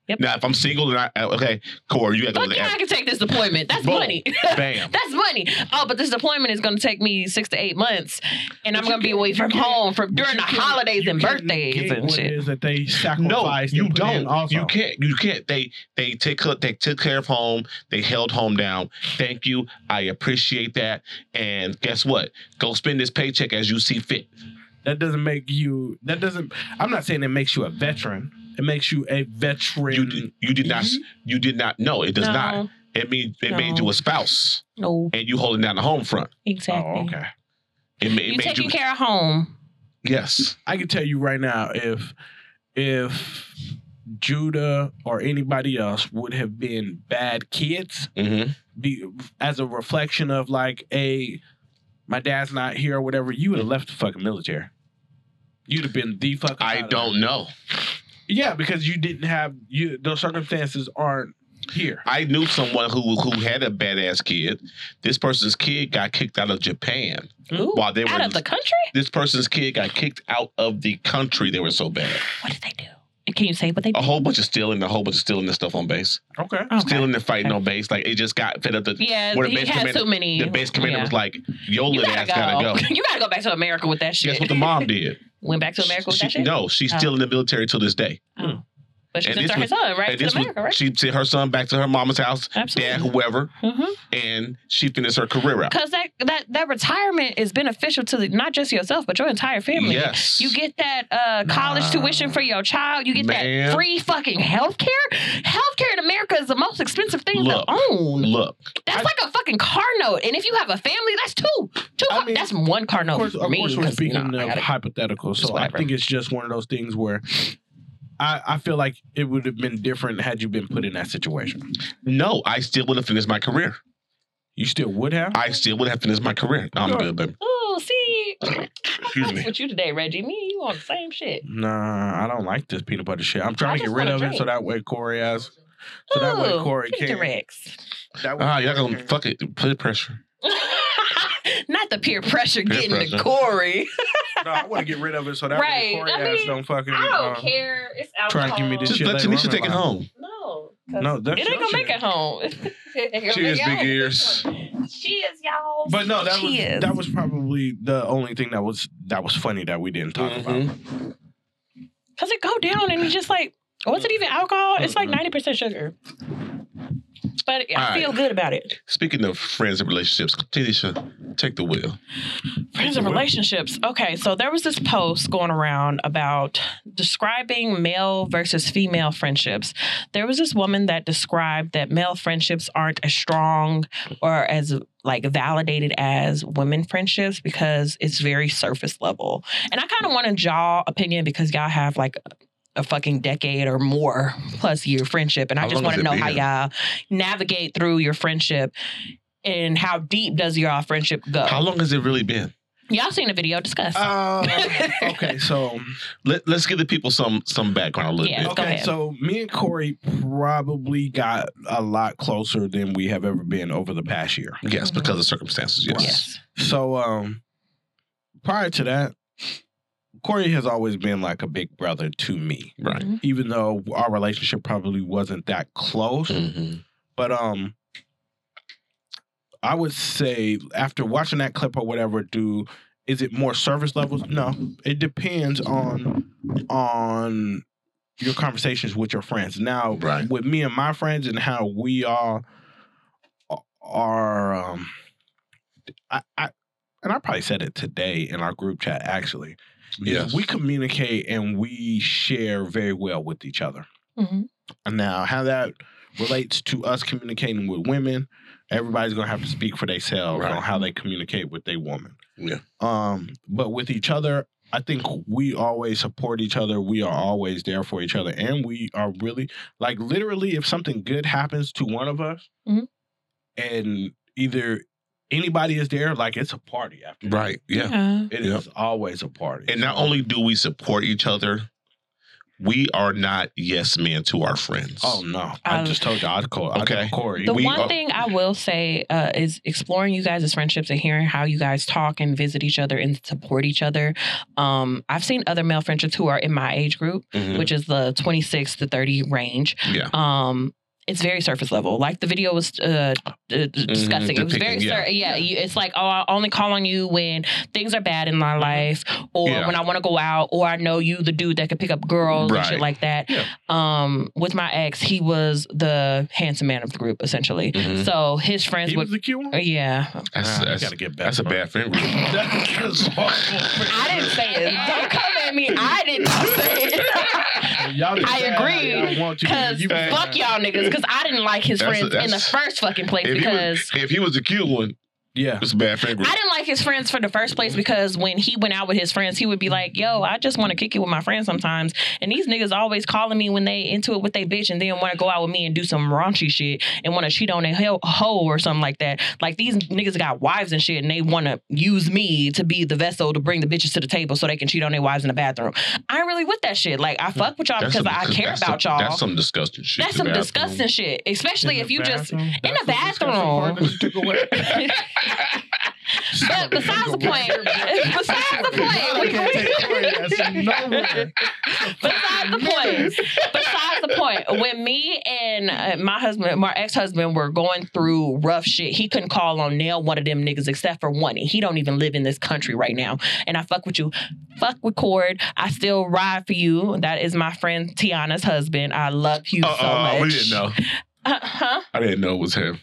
[SPEAKER 1] Yep.
[SPEAKER 2] Now, if I'm single, then I uh, okay, Corey, you got to go
[SPEAKER 6] Fuck
[SPEAKER 2] to
[SPEAKER 6] yeah, I
[SPEAKER 2] that.
[SPEAKER 6] can take this deployment. That's
[SPEAKER 2] Boom.
[SPEAKER 6] money. [laughs]
[SPEAKER 2] Bam.
[SPEAKER 6] That's money. Oh, but this deployment is going to take me six to eight months, and I'm
[SPEAKER 3] But you
[SPEAKER 6] going to be
[SPEAKER 3] can't-
[SPEAKER 6] away
[SPEAKER 3] you
[SPEAKER 6] from
[SPEAKER 3] can't-
[SPEAKER 6] home from
[SPEAKER 3] But
[SPEAKER 6] during
[SPEAKER 3] you
[SPEAKER 6] the
[SPEAKER 3] can-
[SPEAKER 6] holidays
[SPEAKER 3] you
[SPEAKER 6] and
[SPEAKER 3] can
[SPEAKER 6] birthdays
[SPEAKER 3] negate
[SPEAKER 6] and
[SPEAKER 3] what it
[SPEAKER 6] shit.
[SPEAKER 3] is that they
[SPEAKER 2] No,
[SPEAKER 3] sacrificed.
[SPEAKER 2] you
[SPEAKER 3] and put in
[SPEAKER 2] don't.
[SPEAKER 3] Also.
[SPEAKER 2] You can't. You can't. They they take her- they took care of home. They held home down. Thank you. I appreciate that. And guess what? Go spend this paycheck as you see fit.
[SPEAKER 3] That doesn't make you. That doesn't. I'm not saying it makes you a veteran. It makes you a veteran.
[SPEAKER 2] You did, you did not. You did not. No, it does
[SPEAKER 1] Mm-hmm. no,
[SPEAKER 2] not. It mean it made
[SPEAKER 1] No.
[SPEAKER 2] you a spouse,
[SPEAKER 1] No,
[SPEAKER 2] and you holding down the home front.
[SPEAKER 1] exactly.
[SPEAKER 3] Oh, okay.
[SPEAKER 2] It, ma- it
[SPEAKER 1] you
[SPEAKER 2] made
[SPEAKER 1] taking
[SPEAKER 2] you.
[SPEAKER 1] care of home.
[SPEAKER 2] Yes.
[SPEAKER 3] I can tell you right now if if Judah or anybody else would have been bad kids
[SPEAKER 2] Mm-hmm.
[SPEAKER 3] be, as a reflection of like a my dad's not here or whatever, you would have left the fucking military. You'd have been the fucking.
[SPEAKER 2] I
[SPEAKER 3] pilot.
[SPEAKER 2] don't know.
[SPEAKER 3] Yeah, because you didn't have you. Those circumstances aren't here.
[SPEAKER 2] I knew someone who who had a badass kid. This person's kid got kicked out of Japan
[SPEAKER 1] Ooh,
[SPEAKER 2] while Hmm? they were
[SPEAKER 1] out of the country.
[SPEAKER 2] this person's kid got kicked out of the country. They were so bad.
[SPEAKER 1] What did they do? Can you say what they
[SPEAKER 2] A
[SPEAKER 1] did?
[SPEAKER 2] whole bunch of stealing, a whole bunch of stealing this stuff on base,
[SPEAKER 3] Okay.
[SPEAKER 1] Okay.
[SPEAKER 2] stealing and fighting
[SPEAKER 1] okay.
[SPEAKER 2] on base. Like it just got fed up. The,
[SPEAKER 1] yeah,
[SPEAKER 2] where the
[SPEAKER 1] he
[SPEAKER 2] base
[SPEAKER 1] had
[SPEAKER 2] commander-
[SPEAKER 1] too many.
[SPEAKER 2] the base commander
[SPEAKER 1] yeah.
[SPEAKER 2] was like, "Yo,
[SPEAKER 6] You
[SPEAKER 2] little
[SPEAKER 6] gotta
[SPEAKER 2] ass
[SPEAKER 6] go.
[SPEAKER 1] [laughs]
[SPEAKER 2] gotta
[SPEAKER 6] [laughs]
[SPEAKER 2] go."
[SPEAKER 6] you gotta go back to America with that shit. [laughs]
[SPEAKER 2] Guess what the mom did?
[SPEAKER 1] Went back to America with
[SPEAKER 2] She-
[SPEAKER 1] that shit.
[SPEAKER 2] No, she's
[SPEAKER 1] Oh.
[SPEAKER 2] still in the military to this day.
[SPEAKER 1] Oh. But she
[SPEAKER 2] And
[SPEAKER 1] sent
[SPEAKER 2] this
[SPEAKER 1] her
[SPEAKER 2] was-
[SPEAKER 1] son right
[SPEAKER 2] and
[SPEAKER 1] to
[SPEAKER 2] this was,
[SPEAKER 1] America, right?
[SPEAKER 2] she sent her son back to her mama's house, dad,
[SPEAKER 1] Absolutely.
[SPEAKER 2] whoever,
[SPEAKER 6] Mm-hmm.
[SPEAKER 1] Mhm.
[SPEAKER 2] and she finished her career out.
[SPEAKER 1] Because that, that that retirement is beneficial to the, not just yourself, but your entire family.
[SPEAKER 2] Yes.
[SPEAKER 1] You get that uh, college
[SPEAKER 3] Nah.
[SPEAKER 1] tuition for your child. You get
[SPEAKER 2] Man.
[SPEAKER 1] that free fucking health care. Health care in America is the most expensive thing
[SPEAKER 2] Look.
[SPEAKER 1] to own.
[SPEAKER 2] Look,
[SPEAKER 1] That's
[SPEAKER 3] I-
[SPEAKER 1] like a fucking car note. And if you have a family, that's two. Two.
[SPEAKER 3] I
[SPEAKER 1] car-
[SPEAKER 3] mean,
[SPEAKER 1] that's one car note.
[SPEAKER 3] Of course,
[SPEAKER 1] for
[SPEAKER 3] of
[SPEAKER 1] me,
[SPEAKER 3] course we're
[SPEAKER 1] 'cause,
[SPEAKER 3] speaking
[SPEAKER 1] nah, I
[SPEAKER 3] of
[SPEAKER 1] gotta-
[SPEAKER 3] hypothetical.
[SPEAKER 1] It's
[SPEAKER 3] So I
[SPEAKER 1] whatever.
[SPEAKER 3] think it's just one of those things where I, I feel like it would have been different had you been put in that situation.
[SPEAKER 2] no, I still would have finished my career.
[SPEAKER 3] You still would have.
[SPEAKER 2] I still would have finished my career. No, I'm
[SPEAKER 3] Sure.
[SPEAKER 2] good, baby.
[SPEAKER 1] Oh, see,
[SPEAKER 2] Excuse me.
[SPEAKER 1] with you today, Reggie. Me, you on the same shit.
[SPEAKER 3] Nah, I don't like this peanut butter shit. I'm trying to
[SPEAKER 1] just
[SPEAKER 3] get rid
[SPEAKER 1] want a
[SPEAKER 3] of it so
[SPEAKER 1] drink.
[SPEAKER 3] that way Corey has. So that way
[SPEAKER 1] Ooh,
[SPEAKER 3] Corey
[SPEAKER 1] drink
[SPEAKER 3] can.
[SPEAKER 1] the Rex.
[SPEAKER 3] That way
[SPEAKER 2] Ah, y'all gonna fuck it. Put pressure.
[SPEAKER 1] [laughs] Not the peer pressure
[SPEAKER 2] Peer
[SPEAKER 1] getting
[SPEAKER 2] pressure.
[SPEAKER 1] to Corey.
[SPEAKER 3] no, I want to get rid of it so that
[SPEAKER 1] Right,
[SPEAKER 3] way Corey
[SPEAKER 1] I
[SPEAKER 3] ass
[SPEAKER 1] mean,
[SPEAKER 3] don't fucking.
[SPEAKER 1] I don't
[SPEAKER 3] uh,
[SPEAKER 1] care. It's
[SPEAKER 3] try
[SPEAKER 1] alcohol.
[SPEAKER 3] to give me this
[SPEAKER 2] Just
[SPEAKER 3] shit
[SPEAKER 2] let
[SPEAKER 3] later
[SPEAKER 2] Tanisha
[SPEAKER 3] on
[SPEAKER 2] take it
[SPEAKER 3] in life.
[SPEAKER 2] home.
[SPEAKER 1] No. 'cause
[SPEAKER 3] No, that's
[SPEAKER 1] it ain't
[SPEAKER 3] your
[SPEAKER 1] gonna make
[SPEAKER 3] shit.
[SPEAKER 1] it home. [laughs] It ain't gonna
[SPEAKER 2] Cheers,
[SPEAKER 1] make it
[SPEAKER 2] big
[SPEAKER 1] home.
[SPEAKER 2] ears.
[SPEAKER 1] Cheers, y'all.
[SPEAKER 3] But no, that was
[SPEAKER 1] Cheers.
[SPEAKER 3] that was probably the only thing that was that was funny that we didn't talk about.
[SPEAKER 2] Mm-hmm.
[SPEAKER 1] Cause it go down and you just like, was it even alcohol? It's like
[SPEAKER 3] Mm-mm.
[SPEAKER 1] ninety percent sugar. But I
[SPEAKER 2] All
[SPEAKER 1] feel good about it.
[SPEAKER 2] Speaking of friends and relationships, Tanisha, take the wheel.
[SPEAKER 1] Friends and relationships. Okay, so there was this post going around about describing male versus female friendships. There was this woman that described that male friendships aren't as strong or as like validated as women friendships because it's very surface level. And I kind of want to y'all opinion because y'all have like a fucking decade or more plus year friendship, and I
[SPEAKER 2] How
[SPEAKER 1] just want
[SPEAKER 2] long
[SPEAKER 1] to
[SPEAKER 2] has
[SPEAKER 1] know
[SPEAKER 2] it
[SPEAKER 1] how
[SPEAKER 2] been?
[SPEAKER 1] y'all navigate through your friendship and how deep does your friendship go.
[SPEAKER 2] How long has it really been?
[SPEAKER 1] Y'all seen the video? Discuss.
[SPEAKER 3] Uh,
[SPEAKER 1] [laughs]
[SPEAKER 3] okay, so
[SPEAKER 2] Let, let's give the people some some background a little
[SPEAKER 1] Yeah.
[SPEAKER 2] bit.
[SPEAKER 1] Go
[SPEAKER 3] okay,
[SPEAKER 1] ahead.
[SPEAKER 3] so me and Corey probably got a lot closer than we have ever been over the past year.
[SPEAKER 2] Yes, because of circumstances. Yes.
[SPEAKER 1] yes.
[SPEAKER 3] So um prior to that, Corey has always been like a big brother to me.
[SPEAKER 2] Right.
[SPEAKER 3] Even though our relationship probably wasn't that close.
[SPEAKER 2] Mhm.
[SPEAKER 3] But um I would say after watching that clip or whatever, do is it more service levels? No. It depends on on your conversations with your friends. Now
[SPEAKER 2] Right.
[SPEAKER 3] with me and my friends and how we all are um I, I and I probably said it today in our group chat actually.
[SPEAKER 2] Yes.
[SPEAKER 3] We communicate and we share very well with each other.
[SPEAKER 1] hmm
[SPEAKER 3] Now, how that relates to us communicating with women, everybody's gonna have to speak for themselves
[SPEAKER 2] Right.
[SPEAKER 3] on how they communicate with their woman.
[SPEAKER 2] Yeah.
[SPEAKER 3] Um, but with each other, I think we always support each other. We are always there for each other, and we are really like literally, if something good happens to one of us,
[SPEAKER 1] Mhm.
[SPEAKER 3] and either anybody is there, like it's a party after. that.
[SPEAKER 2] Right. Yeah.
[SPEAKER 1] Uh,
[SPEAKER 3] It is
[SPEAKER 2] Yeah.
[SPEAKER 3] always a party.
[SPEAKER 2] And not only do we support each other, we are not yes men to our friends.
[SPEAKER 3] Oh no! I
[SPEAKER 1] Um,
[SPEAKER 3] just told you I'd call. I'd
[SPEAKER 2] Okay.
[SPEAKER 3] call Corey.
[SPEAKER 1] The
[SPEAKER 2] We
[SPEAKER 1] one
[SPEAKER 2] are-
[SPEAKER 1] thing I will say uh, is exploring you guys' friendships and hearing how you guys talk and visit each other and support each other. Um, I've seen other male friendships who are in my age group,
[SPEAKER 2] Mhm.
[SPEAKER 1] which is the 26 to 30 range.
[SPEAKER 2] Yeah.
[SPEAKER 1] Um, it's very surface level. Like the video was uh, uh, discussing. It was very,
[SPEAKER 2] Mm-hmm. depicting, yeah.
[SPEAKER 1] sur- yeah. you, it's like, oh, I only call on you when things are bad in my life, or
[SPEAKER 2] Mm-hmm. Yeah.
[SPEAKER 1] when I want to go out, or I know you, the dude that could pick up girls and
[SPEAKER 2] Right.
[SPEAKER 1] shit like that.
[SPEAKER 2] Yeah.
[SPEAKER 1] Um, with my ex, he was the handsome man of the group essentially.
[SPEAKER 2] Mhm.
[SPEAKER 1] So his friends
[SPEAKER 3] he
[SPEAKER 1] would,
[SPEAKER 3] was the cute one.
[SPEAKER 1] Oh, yeah.
[SPEAKER 2] That's,
[SPEAKER 3] Nah, you
[SPEAKER 2] that's,
[SPEAKER 3] gotta get back.
[SPEAKER 2] that's a
[SPEAKER 3] bro.
[SPEAKER 1] [laughs]
[SPEAKER 2] bad friend. group.
[SPEAKER 3] That's awful.
[SPEAKER 1] I didn't say it. Don't come at me. I did not say
[SPEAKER 2] [laughs]
[SPEAKER 1] it.
[SPEAKER 3] Y'all didn't
[SPEAKER 1] I
[SPEAKER 3] say
[SPEAKER 1] agree,
[SPEAKER 3] I want you.
[SPEAKER 1] Because
[SPEAKER 3] you
[SPEAKER 1] fuck y'all niggas. Because I didn't like his
[SPEAKER 2] That's-
[SPEAKER 1] friends in the
[SPEAKER 2] that's-
[SPEAKER 1] first fucking place
[SPEAKER 2] If he,
[SPEAKER 1] because.
[SPEAKER 2] was, if he was a cute one,
[SPEAKER 3] Yeah.
[SPEAKER 2] it's a bad friend group.
[SPEAKER 1] I didn't like his friends for the first place because when he went out with his friends, he would be like, "Yo, I just want to kick it with my friends sometimes." And these niggas always calling me when they into it with they bitch and then want to go out with me and do some raunchy shit and want to cheat on a hell- hoe or something like that. Like these niggas got wives and shit and they want to use me to be the vessel to bring the bitches to the table so they can cheat on their wives in the bathroom. I ain't really with that shit. Like I fuck with y'all
[SPEAKER 2] That's
[SPEAKER 1] because
[SPEAKER 2] some-
[SPEAKER 1] I care
[SPEAKER 2] that's
[SPEAKER 1] about
[SPEAKER 2] some-
[SPEAKER 1] y'all.
[SPEAKER 2] That's some disgusting shit.
[SPEAKER 1] That's
[SPEAKER 2] to
[SPEAKER 1] some
[SPEAKER 2] me.
[SPEAKER 1] disgusting [laughs] shit, especially if you just
[SPEAKER 3] in
[SPEAKER 1] the
[SPEAKER 2] [laughs]
[SPEAKER 1] bathroom. But besides the point,
[SPEAKER 2] [laughs]
[SPEAKER 1] besides the [laughs] point, we, we,
[SPEAKER 3] That's nowhere.
[SPEAKER 1] besides the point, besides the the point. When me and uh, my husband, my ex husband, were going through rough shit, he couldn't call on nail one of them niggas except for one. And he don't even live in this country right now. And I fuck with you. Fuck with Cord. I still ride for you. That is my friend Tiana's husband. I love you so much.
[SPEAKER 2] Uh-uh, we didn't know.
[SPEAKER 1] Uh, huh?
[SPEAKER 2] I didn't know it was him.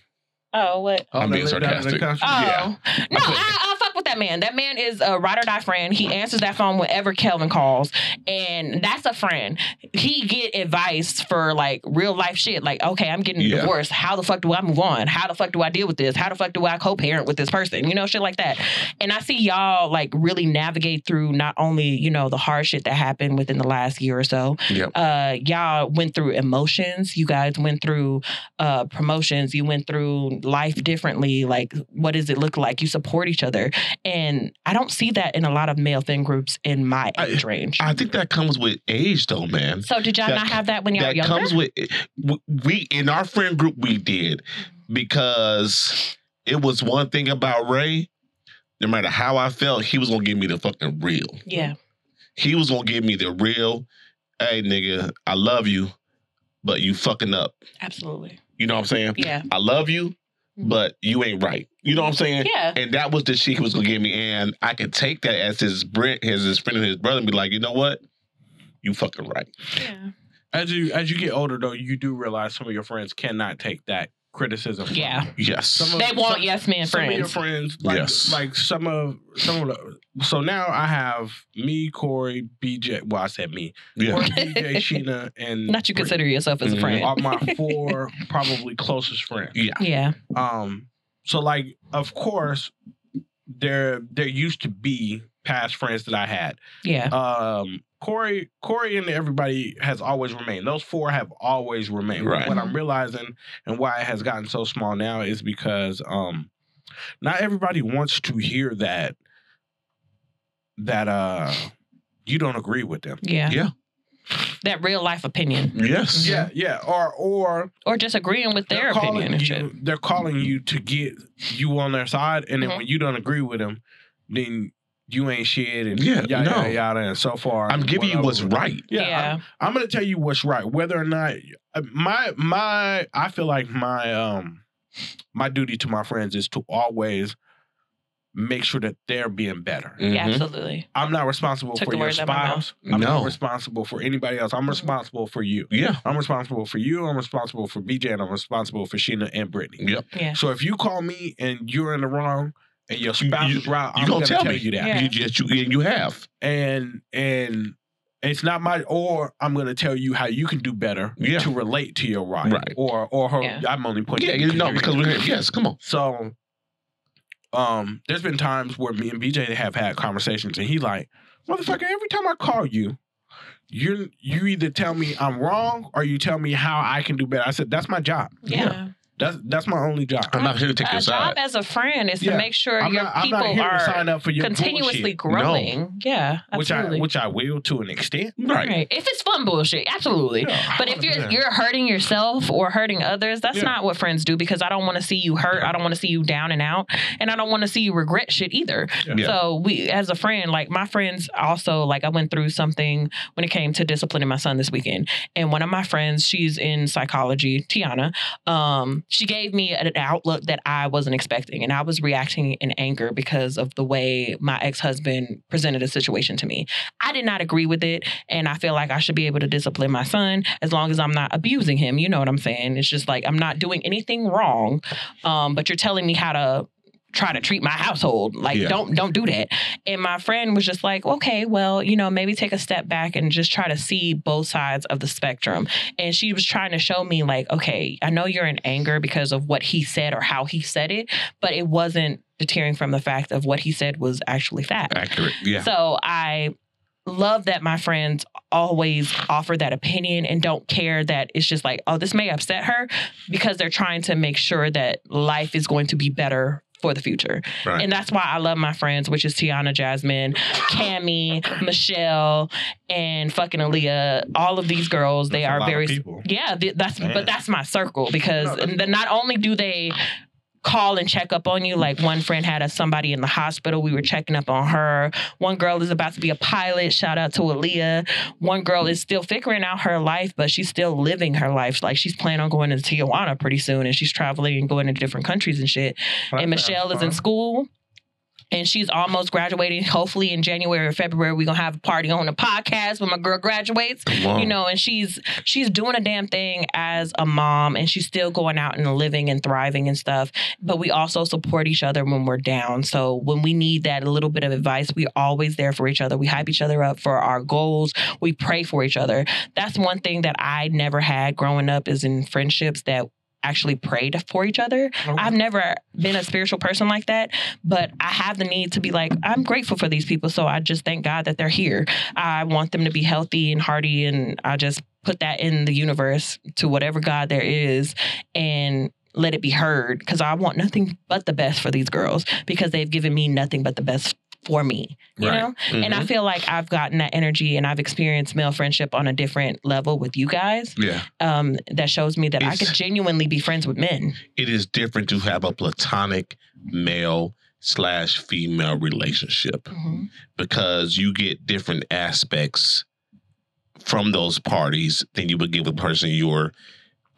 [SPEAKER 1] Oh, what?
[SPEAKER 2] I'm
[SPEAKER 3] they
[SPEAKER 2] being
[SPEAKER 3] live down in the
[SPEAKER 2] sarcastic.
[SPEAKER 3] country?
[SPEAKER 1] Oh.
[SPEAKER 2] Yeah.
[SPEAKER 1] No, I,
[SPEAKER 2] I couldn't.
[SPEAKER 1] I fuck with that man. That man is a ride or die friend. He answers that phone whenever Kelvin calls. And that's a friend. He get advice for like real life shit. Like, okay, I'm getting
[SPEAKER 2] Yeah.
[SPEAKER 1] divorced. How the fuck do I move on? How the fuck do I deal with this? How the fuck do I co-parent with this person? You know, shit like that. And I see y'all like really navigate through not only, you know, the hard shit that happened within the last year or so.
[SPEAKER 2] Yep.
[SPEAKER 1] Uh y'all went through emotions. You guys went through uh, promotions, you went through life differently. Like, what does it look like? You support each other. And I don't see that in a lot of male fan groups in my
[SPEAKER 2] I-
[SPEAKER 1] age range.
[SPEAKER 2] I think that comes with age, though, man.
[SPEAKER 1] so, did y'all
[SPEAKER 2] that-
[SPEAKER 1] not have that when y'all were
[SPEAKER 2] that
[SPEAKER 1] younger?
[SPEAKER 2] comes with w- we in our friend group we did because it was one thing about Ray. No matter how I felt, he was gonna give me the fucking real.
[SPEAKER 1] yeah.
[SPEAKER 2] He was gonna give me the real. Hey, nigga, I love you, but you fucking up.
[SPEAKER 1] Absolutely.
[SPEAKER 2] You know what I'm saying?
[SPEAKER 1] Yeah. Mm-hmm.
[SPEAKER 2] I love you, but you ain't right. You know what I'm saying?
[SPEAKER 1] Yeah.
[SPEAKER 2] And that was the shit he was gonna give me, and I could take that as his Brent, his, his friend, and his brother, and be like, you know what? You fucking right.
[SPEAKER 1] Yeah.
[SPEAKER 3] As you as you get older though, you do realize some of your friends cannot take that criticism. from
[SPEAKER 1] Yeah.
[SPEAKER 3] you.
[SPEAKER 2] Yes.
[SPEAKER 3] Some of-
[SPEAKER 1] They want
[SPEAKER 3] some-
[SPEAKER 1] yes man
[SPEAKER 3] some of your
[SPEAKER 1] friends.
[SPEAKER 3] friends, like,
[SPEAKER 2] Yes.
[SPEAKER 3] like some of some of the. So now I have me, Corey, BJ. Well, I said me,
[SPEAKER 2] yeah.
[SPEAKER 3] Corey, BJ, Sheena, and
[SPEAKER 1] [laughs] Not you
[SPEAKER 3] Bree
[SPEAKER 1] consider yourself as a
[SPEAKER 2] Mhm.
[SPEAKER 1] friend.
[SPEAKER 3] are my four probably closest friends.
[SPEAKER 2] Yeah.
[SPEAKER 1] Yeah.
[SPEAKER 3] Um, so like, of course, there there used to be past friends that I had.
[SPEAKER 1] Yeah.
[SPEAKER 3] Um, Corey, Corey, and everybody has always remained. Those four have always remained.
[SPEAKER 2] Right.
[SPEAKER 3] What I'm realizing and why it has gotten so small now is because um, not everybody wants to hear that that uh you don't agree with them.
[SPEAKER 1] Yeah.
[SPEAKER 2] Yeah.
[SPEAKER 1] That real life opinion.
[SPEAKER 2] Yes.
[SPEAKER 3] Yeah, yeah. Or or
[SPEAKER 1] Or just agreeing with their opinion and
[SPEAKER 3] you,
[SPEAKER 1] shit.
[SPEAKER 3] they're calling
[SPEAKER 2] Mm-hmm.
[SPEAKER 3] you to get you on their side, and then
[SPEAKER 1] Mhm.
[SPEAKER 3] when you don't agree with them, then you ain't shit, and
[SPEAKER 2] Yeah,
[SPEAKER 3] yada,
[SPEAKER 2] no.
[SPEAKER 3] yada yada, and so far.
[SPEAKER 2] I'm giving you what's right.
[SPEAKER 3] Yeah, I'm- I'm, gonna tell you what's right, whether or not uh, my my I feel like my um my duty to my friends is to always make sure that they're being better.
[SPEAKER 1] Yeah, absolutely.
[SPEAKER 3] I'm not responsible
[SPEAKER 1] Took
[SPEAKER 3] for
[SPEAKER 1] the
[SPEAKER 3] your
[SPEAKER 1] words out of my mouth. Mm-hmm.
[SPEAKER 3] spouse. I'm
[SPEAKER 2] No.
[SPEAKER 3] not responsible for anybody else. I'm responsible for you.
[SPEAKER 2] Yeah.
[SPEAKER 3] I'm responsible for you. I'm responsible for BJ, and I'm responsible for Sheena and Brittany.
[SPEAKER 2] Yep.
[SPEAKER 1] Yeah.
[SPEAKER 3] So if you call me and you're in the wrong and your
[SPEAKER 2] You-
[SPEAKER 3] spouse
[SPEAKER 2] you-
[SPEAKER 3] is right,
[SPEAKER 2] you
[SPEAKER 3] I'm
[SPEAKER 2] gonna
[SPEAKER 3] gonna
[SPEAKER 2] tell
[SPEAKER 3] tell,
[SPEAKER 2] me.
[SPEAKER 3] you that.
[SPEAKER 1] Yeah.
[SPEAKER 2] You just you and you have.
[SPEAKER 3] And and it's not my or I'm gonna tell you how you can do better
[SPEAKER 2] Yeah.
[SPEAKER 3] to relate to your wife.
[SPEAKER 2] Right.
[SPEAKER 3] Or or her
[SPEAKER 1] Yeah.
[SPEAKER 3] I'm only pointing.
[SPEAKER 2] Yeah,
[SPEAKER 3] at
[SPEAKER 2] you know,
[SPEAKER 3] you're
[SPEAKER 2] because
[SPEAKER 3] here.
[SPEAKER 2] we're here. Yes, come on.
[SPEAKER 3] so um there's been times where me and BJ have had conversations and he like, motherfucker, every time I call you. You you either tell me I'm wrong or you tell me how I can do better. I said that's my job.
[SPEAKER 1] Yeah.
[SPEAKER 3] That's that's my only job.
[SPEAKER 2] I'm not here to take
[SPEAKER 1] A
[SPEAKER 2] your
[SPEAKER 1] job
[SPEAKER 2] side.
[SPEAKER 1] as a friend is to
[SPEAKER 3] Yeah.
[SPEAKER 1] make sure
[SPEAKER 3] I'm
[SPEAKER 1] your
[SPEAKER 3] not, I'm
[SPEAKER 1] people
[SPEAKER 3] not here
[SPEAKER 1] are
[SPEAKER 3] to sign up for your
[SPEAKER 1] continuously
[SPEAKER 3] bullshit,
[SPEAKER 1] growing. Yeah,
[SPEAKER 3] which I
[SPEAKER 1] absolutely.
[SPEAKER 3] which I will to an extent.
[SPEAKER 2] Right.
[SPEAKER 1] right. If it's fun bullshit, absolutely.
[SPEAKER 3] Yeah,
[SPEAKER 1] But if you're
[SPEAKER 3] 100%.
[SPEAKER 1] you're hurting yourself or hurting others, that's
[SPEAKER 3] Yeah.
[SPEAKER 1] not what friends do because I don't want to see you hurt. I don't want to see you down and out, and I don't want to see you regret shit either.
[SPEAKER 2] Yeah.
[SPEAKER 1] So we, as a friend, like my friends also like I went through something when it came to disciplining my son this weekend, and one of my friends, she's in psychology, Tiana. Um, she gave me an outlook that I wasn't expecting, and I was reacting in anger because of the way my ex husband presented a situation to me. I did not agree with it, and I feel like I should be able to discipline my son as long as I'm not abusing him. You know what I'm saying? It's just like I'm not doing anything wrong, um, but you're telling me how to try to treat my household. Like
[SPEAKER 2] Yeah.
[SPEAKER 1] don't don't do that. And my friend was just like, okay, well, you know, maybe take a step back and just try to see both sides of the spectrum. And she was trying to show me like, okay, I know you're in anger because of what he said or how he said it, but it wasn't deterring from the fact of what he said was actually fact.
[SPEAKER 2] Accurate. Yeah.
[SPEAKER 1] So I love that my friends always offer that opinion and don't care that it's just like, oh, this may upset her because they're trying to make sure that life is going to be better for the future.
[SPEAKER 2] Right.
[SPEAKER 1] And that's why I love my friends, which is Tiana Jasmine, Cami, Michelle, and fucking Aaliyah. All of these girls, they
[SPEAKER 3] That's a
[SPEAKER 1] are
[SPEAKER 3] lot of
[SPEAKER 1] very
[SPEAKER 3] people.
[SPEAKER 1] yeah, th- that's
[SPEAKER 3] Man.
[SPEAKER 1] but that's my circle because
[SPEAKER 3] No, that's
[SPEAKER 1] n- not only do they call and check up on you. Like one friend had a, somebody in the hospital. We were checking up on her. One girl is about to be a pilot. Shout out to Aaliyah. One girl is still figuring out her life, but she's still living her life. Like she's planning on going to Tijuana pretty soon and she's traveling and going to different countries and shit. and Michelle is in school. And she's almost graduating. Hopefully, in January or February, we're gonna have a party on the podcast when my girl graduates
[SPEAKER 2] Come on.
[SPEAKER 1] you know and she's she's doing a damn thing as a mom and she's still going out and living and thriving and stuff but we also support each other when we're down so when we need that little bit of advice we're always there for each other we hype each other up for our goals we pray for each other that's one thing that i never had growing up is in friendships that actually prayed for each other I've never been a spiritual person like that, but I have the need to be like, I'm grateful for these people. So I just thank God that they're here. I want them to be healthy and hearty. And I just put that in the universe to whatever God there is and let it be heard because I want nothing but the best for these girls because they've given me nothing but the best for me, you
[SPEAKER 3] Right.
[SPEAKER 1] know? And
[SPEAKER 2] Mm-hmm.
[SPEAKER 1] I feel like I've gotten that energy and I've experienced male friendship on a different level with you guys
[SPEAKER 2] yeah.
[SPEAKER 1] um, that shows me that I
[SPEAKER 2] It's-
[SPEAKER 1] could genuinely be friends with men.
[SPEAKER 2] It is different to have a platonic male slash female relationship
[SPEAKER 1] Mm-hmm.
[SPEAKER 2] because you get different aspects from those parties than you would give a person you're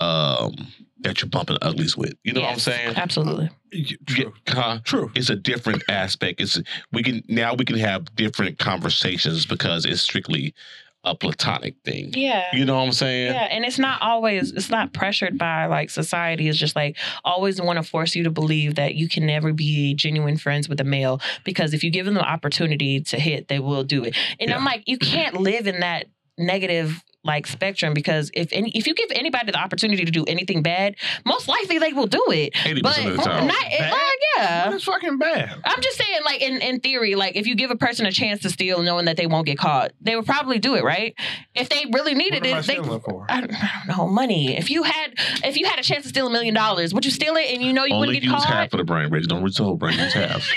[SPEAKER 2] um that you're bumping uglies with. You know what I'm
[SPEAKER 1] Yes,
[SPEAKER 2] saying?
[SPEAKER 1] Absolutely.
[SPEAKER 3] Yeah,
[SPEAKER 2] You
[SPEAKER 3] True.
[SPEAKER 2] get- huh?
[SPEAKER 3] True.
[SPEAKER 2] It's a different aspect. It's we can now we can have different conversations because it's strictly a platonic thing.
[SPEAKER 1] Yeah.
[SPEAKER 2] You know what I'm saying?
[SPEAKER 1] Yeah, and it's not always it's not pressured by like society. It's just like always want to force you to believe that you can never be genuine friends with a male because if you give them the opportunity to hit, they will do it. And I'm like, you can't live in that negative like spectrum because if any, if you give anybody the opportunity to do anything bad, most likely they will do it.
[SPEAKER 2] Eighty
[SPEAKER 1] But
[SPEAKER 2] percent of the time.
[SPEAKER 1] not
[SPEAKER 3] Bad?
[SPEAKER 1] well, yeah.
[SPEAKER 3] That's fucking bad.
[SPEAKER 1] I'm just saying, like in, in theory, like if you give a person a chance to steal, knowing that they won't get caught, they would probably do it, right? If they really needed
[SPEAKER 3] What am I
[SPEAKER 1] it, they.
[SPEAKER 3] stealing for?
[SPEAKER 1] I don't, I don't know money. If you had, if you had a chance to steal a million dollars, would you steal it and you know you
[SPEAKER 2] Only
[SPEAKER 1] wouldn't get
[SPEAKER 2] use half
[SPEAKER 1] caught?
[SPEAKER 2] of the brain, Reggie. Don't use the whole brain. Use
[SPEAKER 1] [laughs]
[SPEAKER 2] half.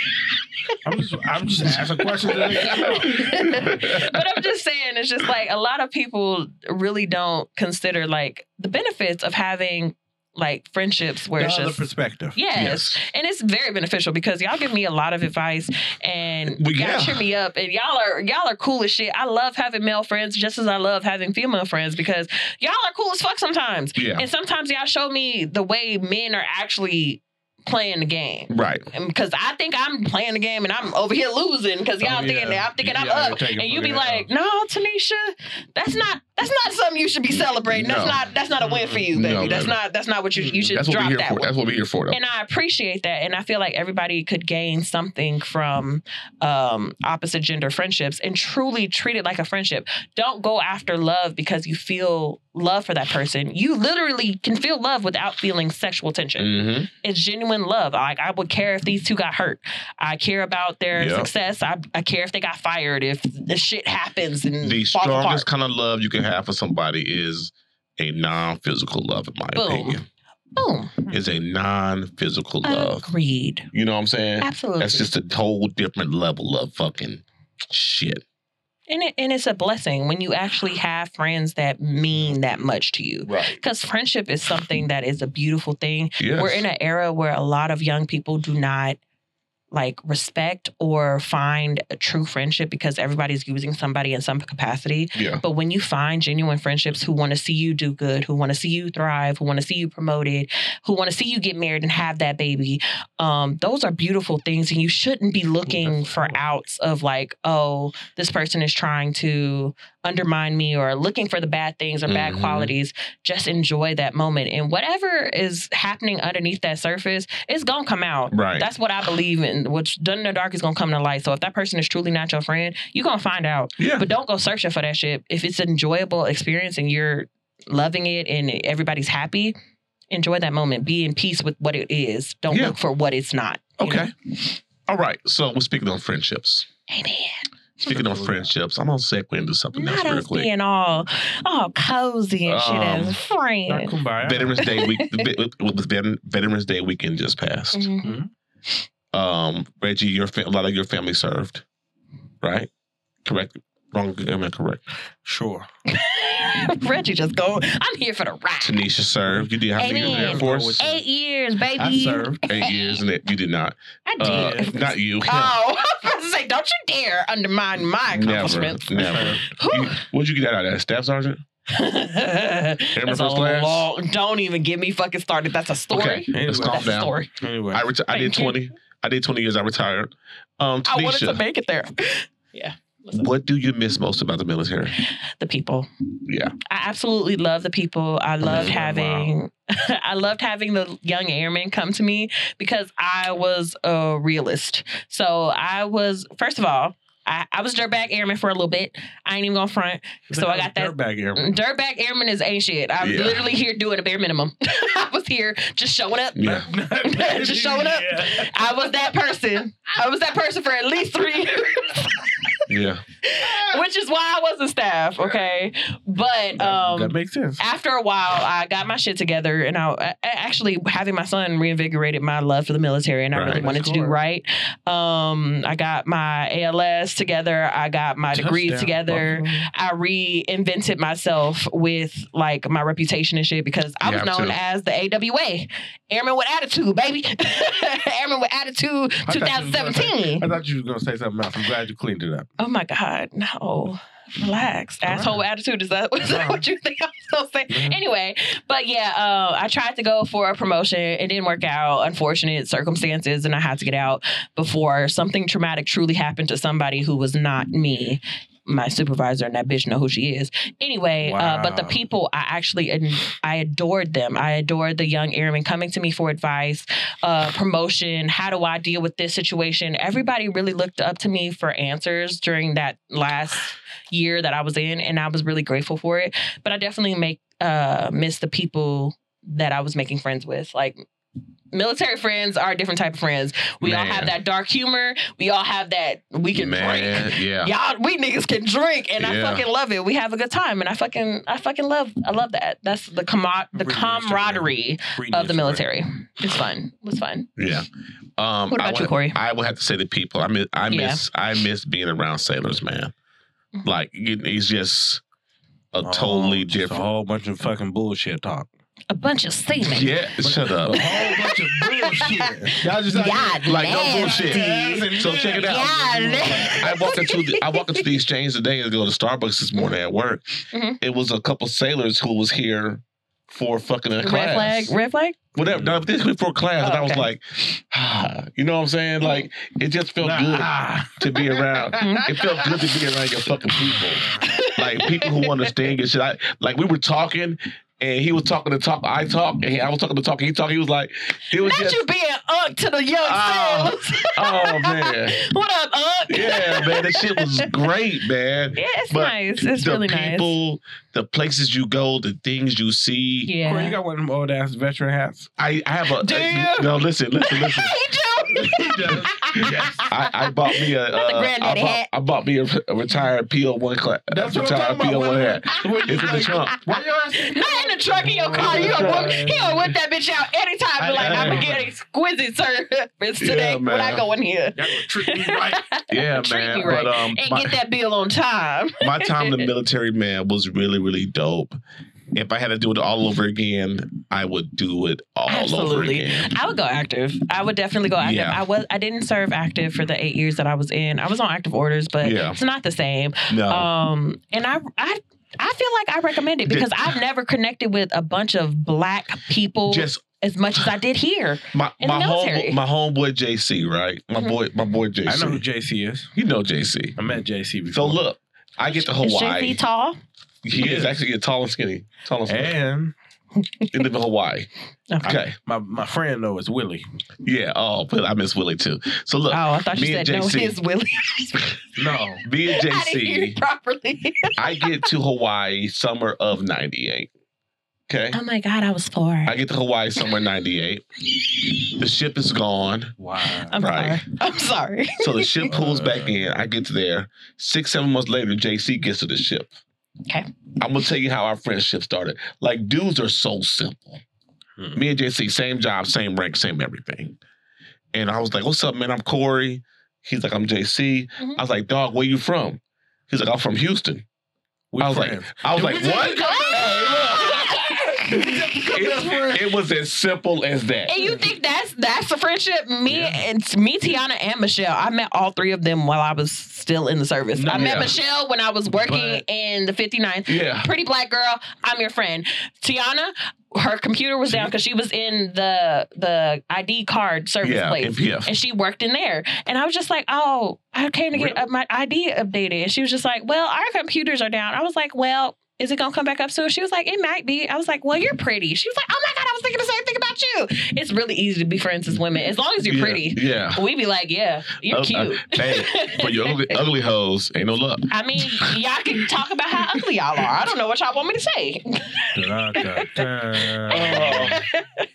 [SPEAKER 3] I'm just, I'm just asking questions. that
[SPEAKER 2] [laughs]
[SPEAKER 3] they come out.
[SPEAKER 1] but I'm just saying, it's just like a lot of people really don't consider like the benefits of having like friendships [laughs] where
[SPEAKER 3] The
[SPEAKER 1] it's
[SPEAKER 3] other
[SPEAKER 1] just
[SPEAKER 3] perspective.
[SPEAKER 1] yes. and it's very beneficial because y'all give me a lot of advice and
[SPEAKER 2] Well,
[SPEAKER 1] y'all
[SPEAKER 2] yeah.
[SPEAKER 1] cheer me up and y'all are y'all are cool as shit. I love having male friends just as I love having female friends because y'all are cool as fuck sometimes.
[SPEAKER 2] Yeah.
[SPEAKER 1] And sometimes y'all show me the way men are actually playing the game.
[SPEAKER 2] Right.
[SPEAKER 1] Because I think I'm playing the game and I'm over here losing because [laughs] y'all
[SPEAKER 3] Oh,
[SPEAKER 1] thinking
[SPEAKER 3] yeah.
[SPEAKER 1] I'm thinking
[SPEAKER 3] You
[SPEAKER 1] I'm
[SPEAKER 3] out here
[SPEAKER 1] up.
[SPEAKER 3] taking
[SPEAKER 1] And you be
[SPEAKER 3] fucking
[SPEAKER 1] like,
[SPEAKER 3] L's.
[SPEAKER 1] no, Tanisha, that's not that's not something you should be celebrating.
[SPEAKER 2] No.
[SPEAKER 1] That's not that's not a win for you,
[SPEAKER 2] No,
[SPEAKER 1] baby. that's
[SPEAKER 2] baby.
[SPEAKER 1] not that's not what you you should
[SPEAKER 2] That's what
[SPEAKER 1] drop
[SPEAKER 2] we're here
[SPEAKER 1] that
[SPEAKER 2] for.
[SPEAKER 1] one.
[SPEAKER 2] That's what we're here for, though.
[SPEAKER 1] And I appreciate that. And I feel like everybody could gain something from um, opposite gender friendships and truly treat it like a friendship. Don't go after love because you feel love for that person. You literally can feel love without feeling sexual tension.
[SPEAKER 2] Mm-hmm.
[SPEAKER 1] It's genuine love. Like I would care if these two got hurt. I care about their
[SPEAKER 2] Yeah.
[SPEAKER 1] success. I, I care if they got fired, if the shit happens and
[SPEAKER 2] Mm-hmm. The
[SPEAKER 1] falls apart.
[SPEAKER 2] strongest kind of love you can have for somebody is a non-physical love, in my
[SPEAKER 1] Boom.
[SPEAKER 2] opinion.
[SPEAKER 1] Boom.
[SPEAKER 2] Is a non-physical love.
[SPEAKER 1] Agreed.
[SPEAKER 2] You know what I'm saying?
[SPEAKER 1] Absolutely.
[SPEAKER 2] That's just a whole different level of fucking shit.
[SPEAKER 1] And it, and it's a blessing when you actually have friends that mean that much to you.
[SPEAKER 2] Right.
[SPEAKER 1] Because friendship is something that is a beautiful thing.
[SPEAKER 2] Yes.
[SPEAKER 1] We're in an era where a lot of young people do not like respect or find a true friendship because everybody's using somebody in some capacity.
[SPEAKER 2] yeah.
[SPEAKER 1] But when you find genuine friendships who want to see you do good, who want to see you thrive, who want to see you promoted, who want to see you get married and have that baby, um, those are beautiful things. And you shouldn't be looking for outs of like, oh, this person is trying to undermine me or looking for the bad things or bad
[SPEAKER 2] Mhm.
[SPEAKER 1] qualities. Just enjoy that moment. And whatever is happening underneath that surface, it's going to come out.
[SPEAKER 2] Right.
[SPEAKER 1] That's what I believe in. What's done in the dark is going to come to light. So if that person is truly not your friend, you're going to find out
[SPEAKER 2] yeah.
[SPEAKER 1] but don't go searching for that shit. If it's an enjoyable experience and you're loving it and everybody's happy, enjoy that moment. Be in peace with what it is. Don't
[SPEAKER 2] Yeah.
[SPEAKER 1] look for what it's not. you know?
[SPEAKER 2] Okay. All right. So we're speaking on friendships.
[SPEAKER 1] Amen.
[SPEAKER 2] Speaking on friendships, I'm gonna segue into something else
[SPEAKER 1] Not
[SPEAKER 2] real
[SPEAKER 1] us
[SPEAKER 2] quick.
[SPEAKER 1] being all all cozy and shit
[SPEAKER 2] Um,
[SPEAKER 1] as
[SPEAKER 3] Not
[SPEAKER 1] friends.
[SPEAKER 3] kumbaya.
[SPEAKER 2] Veterans
[SPEAKER 1] [laughs]
[SPEAKER 2] Day week. It was Veteran- Veterans Day weekend just passed.
[SPEAKER 1] Mhm. Mm-hmm.
[SPEAKER 2] um, Reggie, your fa- a lot of your family served, right? Correct. Wrong. Am I correct?
[SPEAKER 3] Sure.
[SPEAKER 1] [laughs] Reggie just go. I'm here for the ride.
[SPEAKER 2] Tanisha served. You did how many years in the Air
[SPEAKER 6] Amen.
[SPEAKER 2] Force?
[SPEAKER 6] Eight years, baby.
[SPEAKER 3] I served.
[SPEAKER 2] Eight years, and you did not.
[SPEAKER 6] I did.
[SPEAKER 2] [laughs] Uh, not you.
[SPEAKER 6] Oh,
[SPEAKER 1] [laughs]
[SPEAKER 6] I was about to say, don't you dare undermine my
[SPEAKER 2] [laughs] Never,
[SPEAKER 6] accomplishments.
[SPEAKER 2] never.
[SPEAKER 1] [laughs]
[SPEAKER 6] Whew.
[SPEAKER 2] You- what'd you get out of that? Staff sergeant? Remember
[SPEAKER 6] That's a
[SPEAKER 2] first class?
[SPEAKER 6] long, don't even get me fucking started. That's a story.
[SPEAKER 2] Okay, let's
[SPEAKER 3] Anyway.
[SPEAKER 2] calm
[SPEAKER 6] That's a
[SPEAKER 2] down.
[SPEAKER 6] story.
[SPEAKER 3] Anyway,
[SPEAKER 2] I reti- I did
[SPEAKER 6] Thank you.
[SPEAKER 2] twenty. I did twenty years. I retired. Um,
[SPEAKER 6] I wanted to
[SPEAKER 2] Tanisha,
[SPEAKER 6] make it there.
[SPEAKER 2] what do you miss most about
[SPEAKER 6] [laughs]
[SPEAKER 2] the military?
[SPEAKER 1] The people.
[SPEAKER 2] Yeah,
[SPEAKER 1] I absolutely love the people. I loved
[SPEAKER 3] wow.
[SPEAKER 1] having [laughs] I loved having the young airmen come to me because I was a realist. So I was first of all, I, I was dirtbag airman for a little bit. I ain't even gonna front. So I got that Mm,
[SPEAKER 3] Dirtbag airman.
[SPEAKER 1] dirtbag airman is ain't shit. I'm
[SPEAKER 2] Yeah.
[SPEAKER 1] literally here doing a bare minimum. [laughs] I was here just showing up.
[SPEAKER 2] yeah.
[SPEAKER 1] Mm. [laughs]
[SPEAKER 3] [laughs]
[SPEAKER 1] Just showing up.
[SPEAKER 3] Yeah.
[SPEAKER 1] I was that person. I was that person for at least three years.
[SPEAKER 2] Yeah.
[SPEAKER 6] [laughs]
[SPEAKER 1] which is why I wasn't staff. Okay, but um,
[SPEAKER 3] that makes sense.
[SPEAKER 1] after a while, I got my shit together, and I, I- actually having my son reinvigorated my love for the military, and I really
[SPEAKER 2] Right.
[SPEAKER 1] wanted to do right. Um, I got my ALS together. I got my degrees
[SPEAKER 3] Touchdown,
[SPEAKER 1] together.
[SPEAKER 3] Buffalo.
[SPEAKER 1] I reinvented myself with like my reputation and shit because I
[SPEAKER 2] You
[SPEAKER 1] was
[SPEAKER 2] have
[SPEAKER 1] known
[SPEAKER 2] to.
[SPEAKER 1] as the AWA, Airman with Attitude, baby, [laughs] Airman with Attitude,
[SPEAKER 3] thought you was gonna say-
[SPEAKER 1] 2017.
[SPEAKER 3] I thought you were gonna say something else. I'm glad you cleaned it up.
[SPEAKER 1] Oh my God, no. Relax. Asshole with attitude. Is that, [laughs] is that what you think I'm supposed to say?
[SPEAKER 3] Mhm.
[SPEAKER 1] Anyway, but yeah, uh, I tried to go for a promotion. It didn't work out. Unfortunate circumstances, and I had to get out before something traumatic truly happened to somebody who was not me. My supervisor and that bitch know who she is. Anyway, uh, but the
[SPEAKER 3] Wow.
[SPEAKER 1] people I actually ad- I adored them. I adored the young airmen coming to me for advice, uh, promotion. How do I deal with this situation? Everybody really looked up to me for answers during that last year that I was in, and I was really grateful for it. But I definitely make uh, miss the people that I was making friends with, like. Military friends are a different type of friends. We all have
[SPEAKER 2] Man.
[SPEAKER 1] that dark humor. We all have that. We can drink
[SPEAKER 2] Man, yeah.
[SPEAKER 1] y'all we niggas can drink and I
[SPEAKER 2] Yeah.
[SPEAKER 1] fucking love it. We have a good time and I fucking I fucking love I love that. That's the commo- the
[SPEAKER 3] Really
[SPEAKER 1] camaraderie
[SPEAKER 3] Reading
[SPEAKER 1] of the
[SPEAKER 3] is
[SPEAKER 1] military. It's fun. It was fun.
[SPEAKER 2] Yeah. Um,
[SPEAKER 1] What
[SPEAKER 2] I
[SPEAKER 1] about you,
[SPEAKER 2] would-
[SPEAKER 1] Corey?
[SPEAKER 2] I would have to say the people. I miss. I miss. I miss being around sailors, man.
[SPEAKER 6] Mm-hmm.
[SPEAKER 1] Mhm.
[SPEAKER 2] Like it- it's just a
[SPEAKER 3] Oh,
[SPEAKER 2] totally
[SPEAKER 3] just A
[SPEAKER 2] different.
[SPEAKER 3] whole bunch of fucking bullshit talk.
[SPEAKER 1] A bunch of seamen.
[SPEAKER 2] Yeah, shut
[SPEAKER 1] Uh,
[SPEAKER 2] up. [laughs]
[SPEAKER 3] A whole bunch of
[SPEAKER 1] [laughs]
[SPEAKER 3] bullshit. Y'all just
[SPEAKER 6] God,
[SPEAKER 2] Like no
[SPEAKER 6] nasty.
[SPEAKER 2] bullshit. So check it out.
[SPEAKER 6] God,
[SPEAKER 2] I walked into the I walked
[SPEAKER 1] [laughs]
[SPEAKER 2] into the exchange today and go to Starbucks this morning at work.
[SPEAKER 1] Mhm.
[SPEAKER 2] It was a couple sailors who was here for fucking a
[SPEAKER 1] Red
[SPEAKER 2] class.
[SPEAKER 1] flag, red flag?
[SPEAKER 2] Whatever. No, this was for class, and
[SPEAKER 1] Oh,
[SPEAKER 2] I was
[SPEAKER 1] okay. Mm-hmm.
[SPEAKER 2] like, ah, you know what I'm saying? Like it just felt good to be around.
[SPEAKER 1] Mm-hmm.
[SPEAKER 2] It felt good to be around your fucking people, like people who understand your shit. I, like we were talking. And he was talking to talk. I talk. And he- I was talking to talk. He talk. He was like, it was
[SPEAKER 1] Not
[SPEAKER 2] just,
[SPEAKER 1] you being unk to the young
[SPEAKER 2] Oh.
[SPEAKER 1] sailors.
[SPEAKER 2] oh man,
[SPEAKER 1] what up, unk?
[SPEAKER 2] yeah, man. That shit was great, man.
[SPEAKER 1] Yeah, it's
[SPEAKER 2] But
[SPEAKER 1] nice. It's
[SPEAKER 2] the
[SPEAKER 1] really nice.
[SPEAKER 2] people, the places you go, the things you see.
[SPEAKER 1] Yeah. [laughs]
[SPEAKER 3] [laughs] Corey, you got one of them old ass veteran hats.
[SPEAKER 2] I, I have a uh,
[SPEAKER 1] Damn.
[SPEAKER 2] no. Listen, listen,
[SPEAKER 1] [laughs]
[SPEAKER 2] listen.
[SPEAKER 3] Yes.
[SPEAKER 2] I, I bought me a.
[SPEAKER 1] the
[SPEAKER 2] Uh, I,
[SPEAKER 1] granddaddy
[SPEAKER 2] bought,
[SPEAKER 1] hat.
[SPEAKER 2] I bought me a, a retired PO one class.
[SPEAKER 3] That's what
[SPEAKER 2] retired
[SPEAKER 3] I'm talking
[SPEAKER 2] PO
[SPEAKER 3] about.
[SPEAKER 2] one
[SPEAKER 3] Why-
[SPEAKER 2] hat.
[SPEAKER 3] why you
[SPEAKER 2] It's in the
[SPEAKER 3] like-
[SPEAKER 2] trunk.
[SPEAKER 3] Why your ass?
[SPEAKER 1] [laughs] Not in the truck in your car. You a woman. He gonna whip that bitch out anytime. Be like, I'm gonna get exquisite service today
[SPEAKER 2] Yeah,
[SPEAKER 1] when I
[SPEAKER 2] man.
[SPEAKER 1] go in here.
[SPEAKER 3] Y'all gonna treat
[SPEAKER 2] [laughs]
[SPEAKER 3] me right.
[SPEAKER 2] Yeah,
[SPEAKER 1] Treat
[SPEAKER 2] man.
[SPEAKER 1] me right.
[SPEAKER 2] But um,
[SPEAKER 1] and
[SPEAKER 2] my,
[SPEAKER 1] get that bill on time. [laughs]
[SPEAKER 2] my time in the military, man, was really, really dope. If I had to do it all over again, I would do it all over
[SPEAKER 1] Absolutely. Uh,
[SPEAKER 2] again.
[SPEAKER 1] I would go active. I would definitely go active.
[SPEAKER 2] Yeah.
[SPEAKER 1] I was I didn't serve active for the eight years that I was in. I was on active orders, but
[SPEAKER 2] Yeah. Oh.
[SPEAKER 1] it's not the same.
[SPEAKER 2] No,
[SPEAKER 1] Um, and I I I feel like I recommend it
[SPEAKER 2] Did-
[SPEAKER 1] because I've never connected with a bunch of black people
[SPEAKER 2] just
[SPEAKER 1] as much as I did here.
[SPEAKER 2] my
[SPEAKER 1] oh. in the
[SPEAKER 2] my
[SPEAKER 1] military.
[SPEAKER 2] home my homeboy JC, right? My
[SPEAKER 1] Mhm.
[SPEAKER 2] boy, my boy
[SPEAKER 3] I know who
[SPEAKER 2] JC.
[SPEAKER 3] JC is.
[SPEAKER 2] You know JC.
[SPEAKER 3] I met JC
[SPEAKER 2] So
[SPEAKER 3] before.
[SPEAKER 2] look, I get to
[SPEAKER 1] Is JC
[SPEAKER 2] Hawaii.
[SPEAKER 1] tall?
[SPEAKER 2] He is actually tall and skinny. Tall and skinny.
[SPEAKER 3] and
[SPEAKER 2] They live in Hawaii.
[SPEAKER 1] Okay.
[SPEAKER 2] Okay.
[SPEAKER 3] my my friend though is Willie.
[SPEAKER 2] Yeah. Oh, but I miss Willie too. So
[SPEAKER 1] Oh,
[SPEAKER 2] look,
[SPEAKER 1] I thought you
[SPEAKER 2] me and
[SPEAKER 1] said no.
[SPEAKER 2] JC.
[SPEAKER 1] His [laughs] Willie.
[SPEAKER 3] No,
[SPEAKER 2] me and
[SPEAKER 1] I didn't hear you
[SPEAKER 2] JC,
[SPEAKER 1] properly.
[SPEAKER 2] I get to Hawaii summer of '98. Okay.
[SPEAKER 1] oh my god, I was four.
[SPEAKER 2] I get to Hawaii summer '98. The ship is gone.
[SPEAKER 3] wow.
[SPEAKER 1] I'm
[SPEAKER 2] right.
[SPEAKER 1] sorry. I'm sorry.
[SPEAKER 2] So the ship pulls back in. I get to there. Six, seven months later, JC gets to the ship.
[SPEAKER 1] Okay.
[SPEAKER 2] I'm gonna tell you how our friendship started. Like dudes are so simple.
[SPEAKER 3] Hmm.
[SPEAKER 2] Me and JC, same job, same rank, same everything. And I was like, "What's up, man? I'm Corey." He's like, "I'm JC."
[SPEAKER 1] Mhm.
[SPEAKER 2] I was like, "Dog, where you from?" He's like, "I'm from Houston."
[SPEAKER 3] We
[SPEAKER 2] I was like,
[SPEAKER 3] friends.
[SPEAKER 2] I was
[SPEAKER 3] Did
[SPEAKER 2] like,
[SPEAKER 3] we
[SPEAKER 1] [laughs]
[SPEAKER 3] just
[SPEAKER 2] what?
[SPEAKER 3] become- Did we just become best friends?
[SPEAKER 2] [laughs] It, it was as simple as that.
[SPEAKER 1] And you think that's that's the friendship? Me
[SPEAKER 3] Yeah.
[SPEAKER 1] and me, Tiana and Michelle. I met all three of them while I was still in the service.
[SPEAKER 2] No,
[SPEAKER 1] I met
[SPEAKER 2] yeah.
[SPEAKER 1] Michelle when I was working in the 59th.
[SPEAKER 2] Yeah.
[SPEAKER 1] Pretty black girl, I'm your friend. Tiana, her computer was down because she was in the the ID card [laughs] service
[SPEAKER 2] Yeah,
[SPEAKER 1] place.
[SPEAKER 2] MPF.
[SPEAKER 1] And she worked in there. And I was just like, oh, I came to get up my ID updated. And she was just like, well, our computers are down. I was like, well, is it gonna come back up soon? She was like, it might be. I was like, well, you're pretty. She was like, oh my God, I was thinking the same thing about you. It's really easy to be friends as women, as long as you're
[SPEAKER 2] yeah,
[SPEAKER 1] pretty.
[SPEAKER 2] Yeah.
[SPEAKER 1] We be like, yeah, you're
[SPEAKER 2] Uh, uh,
[SPEAKER 1] cute.
[SPEAKER 2] hey,
[SPEAKER 1] [laughs]
[SPEAKER 2] But your
[SPEAKER 3] [laughs]
[SPEAKER 2] ugly, ugly hoes ain't no luck.
[SPEAKER 1] I mean, y'all can talk about how ugly y'all are. I don't know what y'all want me to say.
[SPEAKER 2] Uh-huh.
[SPEAKER 1] [laughs]
[SPEAKER 3] Da-da-da-da. Anyway,
[SPEAKER 1] Oh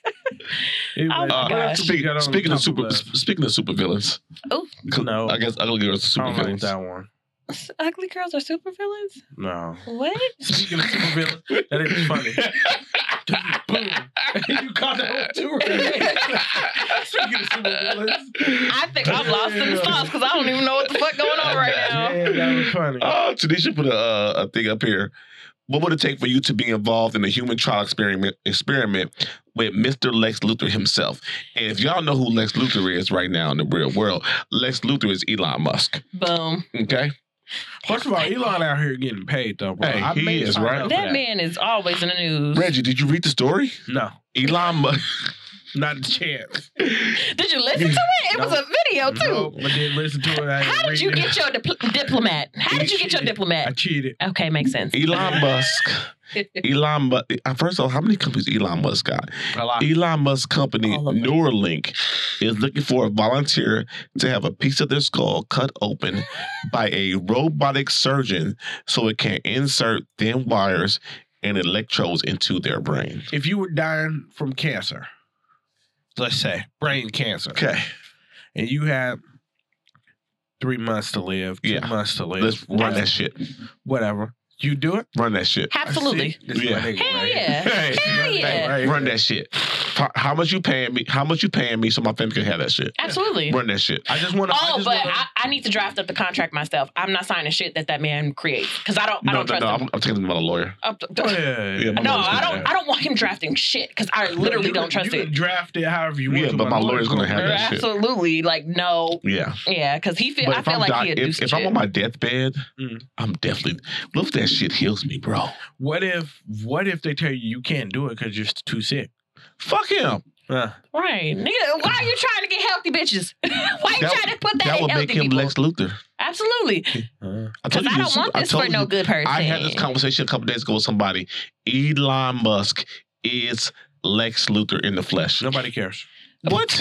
[SPEAKER 1] my
[SPEAKER 2] Uh,
[SPEAKER 1] gosh.
[SPEAKER 3] she
[SPEAKER 2] speak,
[SPEAKER 3] got on
[SPEAKER 2] speaking of
[SPEAKER 3] top
[SPEAKER 2] super,
[SPEAKER 3] us.
[SPEAKER 2] speaking of super villains.
[SPEAKER 1] Oh.
[SPEAKER 3] No.
[SPEAKER 2] I guess ugly girls are
[SPEAKER 3] I
[SPEAKER 2] super
[SPEAKER 3] don't like
[SPEAKER 2] villains.
[SPEAKER 3] that one.
[SPEAKER 7] Ugly girls are super villains.
[SPEAKER 3] No.
[SPEAKER 2] [laughs]
[SPEAKER 7] What?
[SPEAKER 3] Speaking of super villain, that is funny. Boom. [laughs] you caught the whole tour. [laughs] Speaking of super villains.
[SPEAKER 1] I think I'm lost in the sauce because I don't even know what the fuck going on right now.
[SPEAKER 3] Yeah, that was funny.
[SPEAKER 2] [laughs] Oh, Tanisha put a, uh, a thing up here. What would it take for you to be involved in a human trial experiment experiment with Mr. Lex Luthor himself? And if y'all know who Lex Luthor is right now in the real world, Lex Luthor is Elon Musk.
[SPEAKER 1] Boom.
[SPEAKER 2] Okay,
[SPEAKER 3] First of all, Elon out here getting paid though, bro.
[SPEAKER 2] Hey,
[SPEAKER 3] I
[SPEAKER 2] he
[SPEAKER 3] may
[SPEAKER 2] is,
[SPEAKER 3] find
[SPEAKER 2] right?
[SPEAKER 3] out for
[SPEAKER 1] That man is always in the news.
[SPEAKER 2] Reggie, did you read the story?
[SPEAKER 3] No,
[SPEAKER 2] Elon Musk.
[SPEAKER 3] not a chance.
[SPEAKER 1] Did you listen to it? It was a video too.
[SPEAKER 3] Nope, I didn't listen to it. I didn't
[SPEAKER 1] How did
[SPEAKER 3] read
[SPEAKER 1] you
[SPEAKER 3] it.
[SPEAKER 1] get your dipl- diplomat? How did you get your
[SPEAKER 3] I
[SPEAKER 1] diplomat?
[SPEAKER 3] cheated.
[SPEAKER 1] Okay, makes sense.
[SPEAKER 2] [laughs] Elon
[SPEAKER 3] [laughs]
[SPEAKER 2] Musk. Elon Musk. First of all, how many companies Elon Musk got?
[SPEAKER 3] A lot.
[SPEAKER 2] Elon Musk company
[SPEAKER 7] All of them.
[SPEAKER 2] Neuralink is looking for a volunteer to have a piece of their skull cut open by a robotic surgeon so it can insert thin wires and electrodes into their brain.
[SPEAKER 3] If you were dying from cancer, let's say brain cancer,
[SPEAKER 2] Okay,
[SPEAKER 3] and you had three months to live, two
[SPEAKER 2] Yeah.
[SPEAKER 3] months to live,
[SPEAKER 2] let's run that shit.
[SPEAKER 3] whatever, you do it.
[SPEAKER 2] Run that shit.
[SPEAKER 1] Absolutely.
[SPEAKER 3] I see. This my
[SPEAKER 2] Yeah.
[SPEAKER 3] nigga
[SPEAKER 1] Hell
[SPEAKER 3] right here. [laughs]
[SPEAKER 1] yeah.
[SPEAKER 2] Hey,
[SPEAKER 1] Hell yeah.
[SPEAKER 3] Right.
[SPEAKER 2] run that shit. How how much you paying me? How much you paying me so my family can have that shit?
[SPEAKER 1] Absolutely.
[SPEAKER 2] Run that shit.
[SPEAKER 3] I just want to.
[SPEAKER 1] Oh, but I, I need to draft up the contract myself. I'm not signing shit that that man creates because I don't. I
[SPEAKER 2] No,
[SPEAKER 1] don't
[SPEAKER 2] no,
[SPEAKER 1] trust
[SPEAKER 2] no.
[SPEAKER 1] him.
[SPEAKER 2] I'm, I'm taking them about a lawyer.
[SPEAKER 1] Up to-
[SPEAKER 3] Oh, yeah, yeah.
[SPEAKER 2] Yeah, my
[SPEAKER 1] no,
[SPEAKER 2] mother's
[SPEAKER 1] I
[SPEAKER 2] gonna
[SPEAKER 1] don't. I don't want him drafting shit because I literally
[SPEAKER 3] You
[SPEAKER 1] don't
[SPEAKER 3] can-
[SPEAKER 1] trust
[SPEAKER 3] you
[SPEAKER 1] it.
[SPEAKER 3] Can draft it however you want.
[SPEAKER 2] Yeah,
[SPEAKER 3] to,
[SPEAKER 2] but my lawyer's gonna have that shit.
[SPEAKER 1] Absolutely, like no,
[SPEAKER 2] Yeah.
[SPEAKER 1] yeah, because he [laughs] feel. I
[SPEAKER 2] if
[SPEAKER 1] feel
[SPEAKER 2] I'm
[SPEAKER 1] like
[SPEAKER 2] die-
[SPEAKER 1] he would do
[SPEAKER 2] if,
[SPEAKER 1] some
[SPEAKER 2] if
[SPEAKER 1] shit.
[SPEAKER 2] I'm on my deathbed,
[SPEAKER 3] Mm.
[SPEAKER 2] I'm definitely what if that shit heals me, bro?
[SPEAKER 3] What if? What if they tell you you can't do it because you're too sick?
[SPEAKER 2] Fuck him.
[SPEAKER 3] Uh,
[SPEAKER 1] right, nigga. Why are you trying to get healthy bitches? [laughs] why you
[SPEAKER 2] That-
[SPEAKER 1] trying to put that,
[SPEAKER 2] That
[SPEAKER 1] in
[SPEAKER 2] would
[SPEAKER 1] healthy
[SPEAKER 2] make him
[SPEAKER 1] people?
[SPEAKER 2] Lex Luthor.
[SPEAKER 1] Absolutely,
[SPEAKER 3] uh,
[SPEAKER 2] I
[SPEAKER 1] because
[SPEAKER 2] told you.
[SPEAKER 1] I don't
[SPEAKER 2] this-
[SPEAKER 1] want
[SPEAKER 2] I
[SPEAKER 1] this
[SPEAKER 2] told
[SPEAKER 1] for no
[SPEAKER 2] you-
[SPEAKER 1] good person.
[SPEAKER 2] I had this conversation a couple days ago with somebody. Elon Musk is Lex Luthor in the flesh.
[SPEAKER 3] nobody cares.
[SPEAKER 1] [laughs]
[SPEAKER 2] What? [laughs]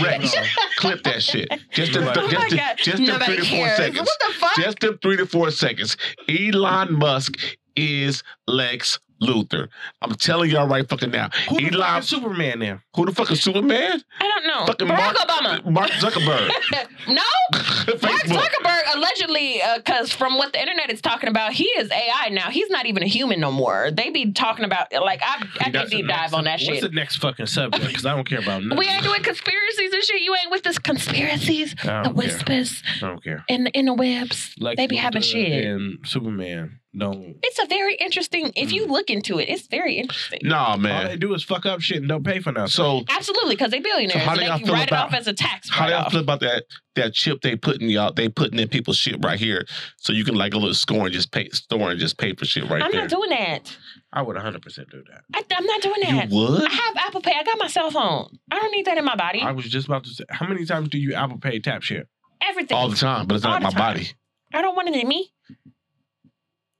[SPEAKER 2] Rex,
[SPEAKER 3] No.
[SPEAKER 2] clip that shit. Just in,
[SPEAKER 3] Oh my
[SPEAKER 2] just, in- just in three to four seconds.
[SPEAKER 1] What the fuck?
[SPEAKER 2] Just in three to four seconds. Elon Musk is Lex Luthor. I'm telling y'all right fucking now.
[SPEAKER 3] Who the fuck
[SPEAKER 2] Elon,
[SPEAKER 3] is Superman now?
[SPEAKER 2] who the fuck is Superman?
[SPEAKER 1] I don't know.
[SPEAKER 2] Fucking
[SPEAKER 1] Barack
[SPEAKER 2] Mark-
[SPEAKER 1] Obama. [laughs]
[SPEAKER 2] Mark Zuckerberg.
[SPEAKER 1] no, Mark
[SPEAKER 2] Facebook.
[SPEAKER 1] Zuckerberg allegedly, because from what the internet is talking about, he is AI now. He's not even a human no more. They be talking about like I, I can
[SPEAKER 3] That's
[SPEAKER 1] deep
[SPEAKER 3] the
[SPEAKER 1] dive
[SPEAKER 3] next-
[SPEAKER 1] on that
[SPEAKER 3] What's
[SPEAKER 1] shit.
[SPEAKER 3] the next fucking subject? Because I don't care about nothing.
[SPEAKER 1] We ain't doing conspiracies and shit. You ain't with this conspiracies,
[SPEAKER 3] I
[SPEAKER 1] the
[SPEAKER 3] don't care.
[SPEAKER 1] whispers,
[SPEAKER 3] I don't care.
[SPEAKER 1] and the interwebs.
[SPEAKER 3] Lex
[SPEAKER 1] They be having
[SPEAKER 3] Luthor
[SPEAKER 1] shit.
[SPEAKER 3] And Superman don't.
[SPEAKER 1] It's a very interesting. If
[SPEAKER 2] Mm.
[SPEAKER 1] you look into it, it's very interesting.
[SPEAKER 2] Nah,
[SPEAKER 1] Oh,
[SPEAKER 3] All they
[SPEAKER 2] man.
[SPEAKER 3] do is fuck up shit and don't pay for nothing.
[SPEAKER 2] So
[SPEAKER 1] Absolutely, because they billionaires.
[SPEAKER 2] So how
[SPEAKER 1] So
[SPEAKER 2] do
[SPEAKER 1] they
[SPEAKER 2] y'all
[SPEAKER 1] can
[SPEAKER 2] feel
[SPEAKER 1] write
[SPEAKER 2] about-
[SPEAKER 1] it off as a tax
[SPEAKER 2] how do y'all
[SPEAKER 1] write-off.
[SPEAKER 2] feel about that that chip they putting y'all they putting in people's shit right here so you can like go to the store and just pay store and just pay for shit right
[SPEAKER 1] I'm
[SPEAKER 2] there.
[SPEAKER 1] not doing that.
[SPEAKER 3] I would 100 percent do that.
[SPEAKER 1] I, I'm not doing that.
[SPEAKER 2] you would?
[SPEAKER 1] I have Apple Pay. I got my cell phone. I don't need that in my body.
[SPEAKER 3] I was just about to say, how many times do you Apple Pay tap shit?
[SPEAKER 1] Everything.
[SPEAKER 2] All the time, but it's
[SPEAKER 1] All
[SPEAKER 2] not in my
[SPEAKER 1] the time.
[SPEAKER 2] body.
[SPEAKER 1] I don't want it in me.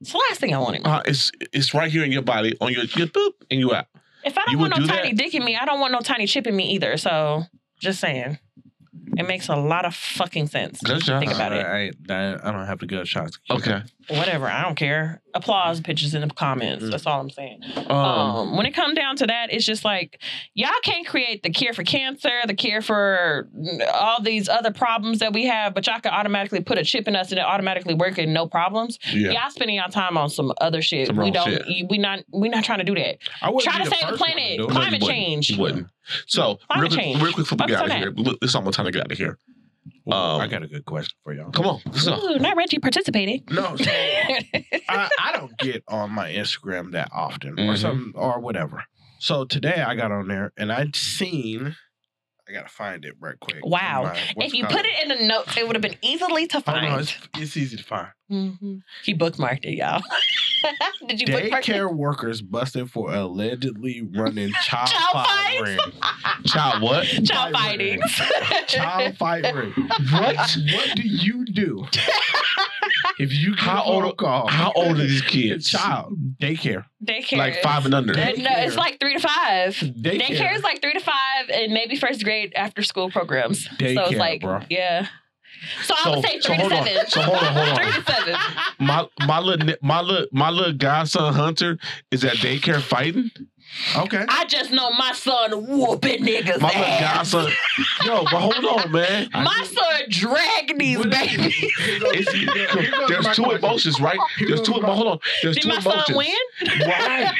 [SPEAKER 1] It's the last thing I want in me.
[SPEAKER 2] Uh, it's it's right here in your body on your, your boop and you out.
[SPEAKER 1] If I don't
[SPEAKER 2] you
[SPEAKER 1] want
[SPEAKER 2] would
[SPEAKER 1] no
[SPEAKER 2] do
[SPEAKER 1] tiny dick in me, I don't want no tiny chip in me either. So just saying. It makes a lot of fucking sense.
[SPEAKER 2] Good job.
[SPEAKER 1] Think about
[SPEAKER 3] I,
[SPEAKER 1] it.
[SPEAKER 3] I, I, I don't have the gut shots.
[SPEAKER 2] Okay.
[SPEAKER 1] Whatever. I don't care. Applause pictures in the comments.
[SPEAKER 3] Mm.
[SPEAKER 1] That's all I'm saying.
[SPEAKER 2] Um,
[SPEAKER 1] um, when it comes down to that, it's just like y'all can't create the cure for cancer, the cure for all these other problems that we have, but y'all can automatically put a chip in us and it automatically work and no problems.
[SPEAKER 2] yeah.
[SPEAKER 1] Y'all spending y'all time on some other shit.
[SPEAKER 2] Some
[SPEAKER 1] we
[SPEAKER 2] wrong
[SPEAKER 1] don't.
[SPEAKER 2] shit.
[SPEAKER 1] You, we not. We not trying to do that.
[SPEAKER 3] I wouldn't
[SPEAKER 1] Try
[SPEAKER 3] be
[SPEAKER 1] to save the
[SPEAKER 3] first one
[SPEAKER 1] planet.
[SPEAKER 3] do
[SPEAKER 2] No,
[SPEAKER 3] it.
[SPEAKER 2] you
[SPEAKER 1] climate
[SPEAKER 2] wouldn't.
[SPEAKER 1] change.
[SPEAKER 2] You wouldn't. So
[SPEAKER 1] Climate
[SPEAKER 2] real quick,
[SPEAKER 1] change.
[SPEAKER 2] real quick before we get
[SPEAKER 1] Focus
[SPEAKER 2] out of
[SPEAKER 1] on
[SPEAKER 2] here. It's almost time to get out of here.
[SPEAKER 3] Well, I
[SPEAKER 2] Um,
[SPEAKER 3] got a good question for y'all.
[SPEAKER 2] Come on. Let's go.
[SPEAKER 1] [laughs] Ooh, not Reggie participating.
[SPEAKER 3] No, so I, I get on my Instagram that often
[SPEAKER 1] Mm-hmm.
[SPEAKER 3] or
[SPEAKER 2] Mhm.
[SPEAKER 3] something or whatever. So today I got on there and I'd seen. I gotta find it right quick.
[SPEAKER 8] Wow.
[SPEAKER 3] My- what's
[SPEAKER 1] If you
[SPEAKER 3] called-
[SPEAKER 1] put it in the notes, it would have been easily to
[SPEAKER 3] Oh, no,
[SPEAKER 1] find.
[SPEAKER 3] it's, it's easy to find.
[SPEAKER 1] Mhm.
[SPEAKER 8] He bookmarked it, y'all.
[SPEAKER 1] [laughs] Did you bookmark it?
[SPEAKER 3] Daycare workers busted for allegedly
[SPEAKER 1] [laughs]
[SPEAKER 3] running child,
[SPEAKER 1] Child
[SPEAKER 3] fight
[SPEAKER 1] fights?
[SPEAKER 3] ring.
[SPEAKER 2] Child, what?
[SPEAKER 1] Child
[SPEAKER 3] Fight ring.
[SPEAKER 1] fightings. [laughs]
[SPEAKER 3] Child fight ring.
[SPEAKER 2] What?
[SPEAKER 3] What do
[SPEAKER 1] [laughs]
[SPEAKER 3] you do if you get
[SPEAKER 2] How
[SPEAKER 3] how
[SPEAKER 2] old-
[SPEAKER 3] old call?
[SPEAKER 2] How old are these
[SPEAKER 3] Your
[SPEAKER 2] kids?
[SPEAKER 3] child daycare.
[SPEAKER 1] Daycare.
[SPEAKER 2] Like
[SPEAKER 1] is-
[SPEAKER 2] five and under.
[SPEAKER 1] Uh, No, it's
[SPEAKER 3] Daycare.
[SPEAKER 1] like three to five.
[SPEAKER 3] Daycare,
[SPEAKER 1] Daycare is like three to five and maybe first grade after school programs. so it's
[SPEAKER 3] Daycare,
[SPEAKER 1] like,
[SPEAKER 3] bro.
[SPEAKER 1] yeah. So, I would
[SPEAKER 2] So-
[SPEAKER 1] say
[SPEAKER 2] so
[SPEAKER 1] three to
[SPEAKER 2] hold on.
[SPEAKER 1] seven.
[SPEAKER 2] So hold on, hold on.
[SPEAKER 1] Three to seven.
[SPEAKER 2] My my little ni- my little my little godson Hunter is at daycare fighting.
[SPEAKER 3] Okay.
[SPEAKER 1] I just know my son whooping niggas.
[SPEAKER 2] My little
[SPEAKER 1] ass.
[SPEAKER 2] godson, yo, but hold on, man.
[SPEAKER 1] My son dragged these
[SPEAKER 3] What is-
[SPEAKER 1] babies.
[SPEAKER 2] It's,
[SPEAKER 3] my
[SPEAKER 2] there's two
[SPEAKER 3] question.
[SPEAKER 2] emotions, right? There's two. Hold on. There's
[SPEAKER 1] Did
[SPEAKER 2] two
[SPEAKER 1] my son
[SPEAKER 2] emotions.
[SPEAKER 1] win? [laughs]
[SPEAKER 2] Why?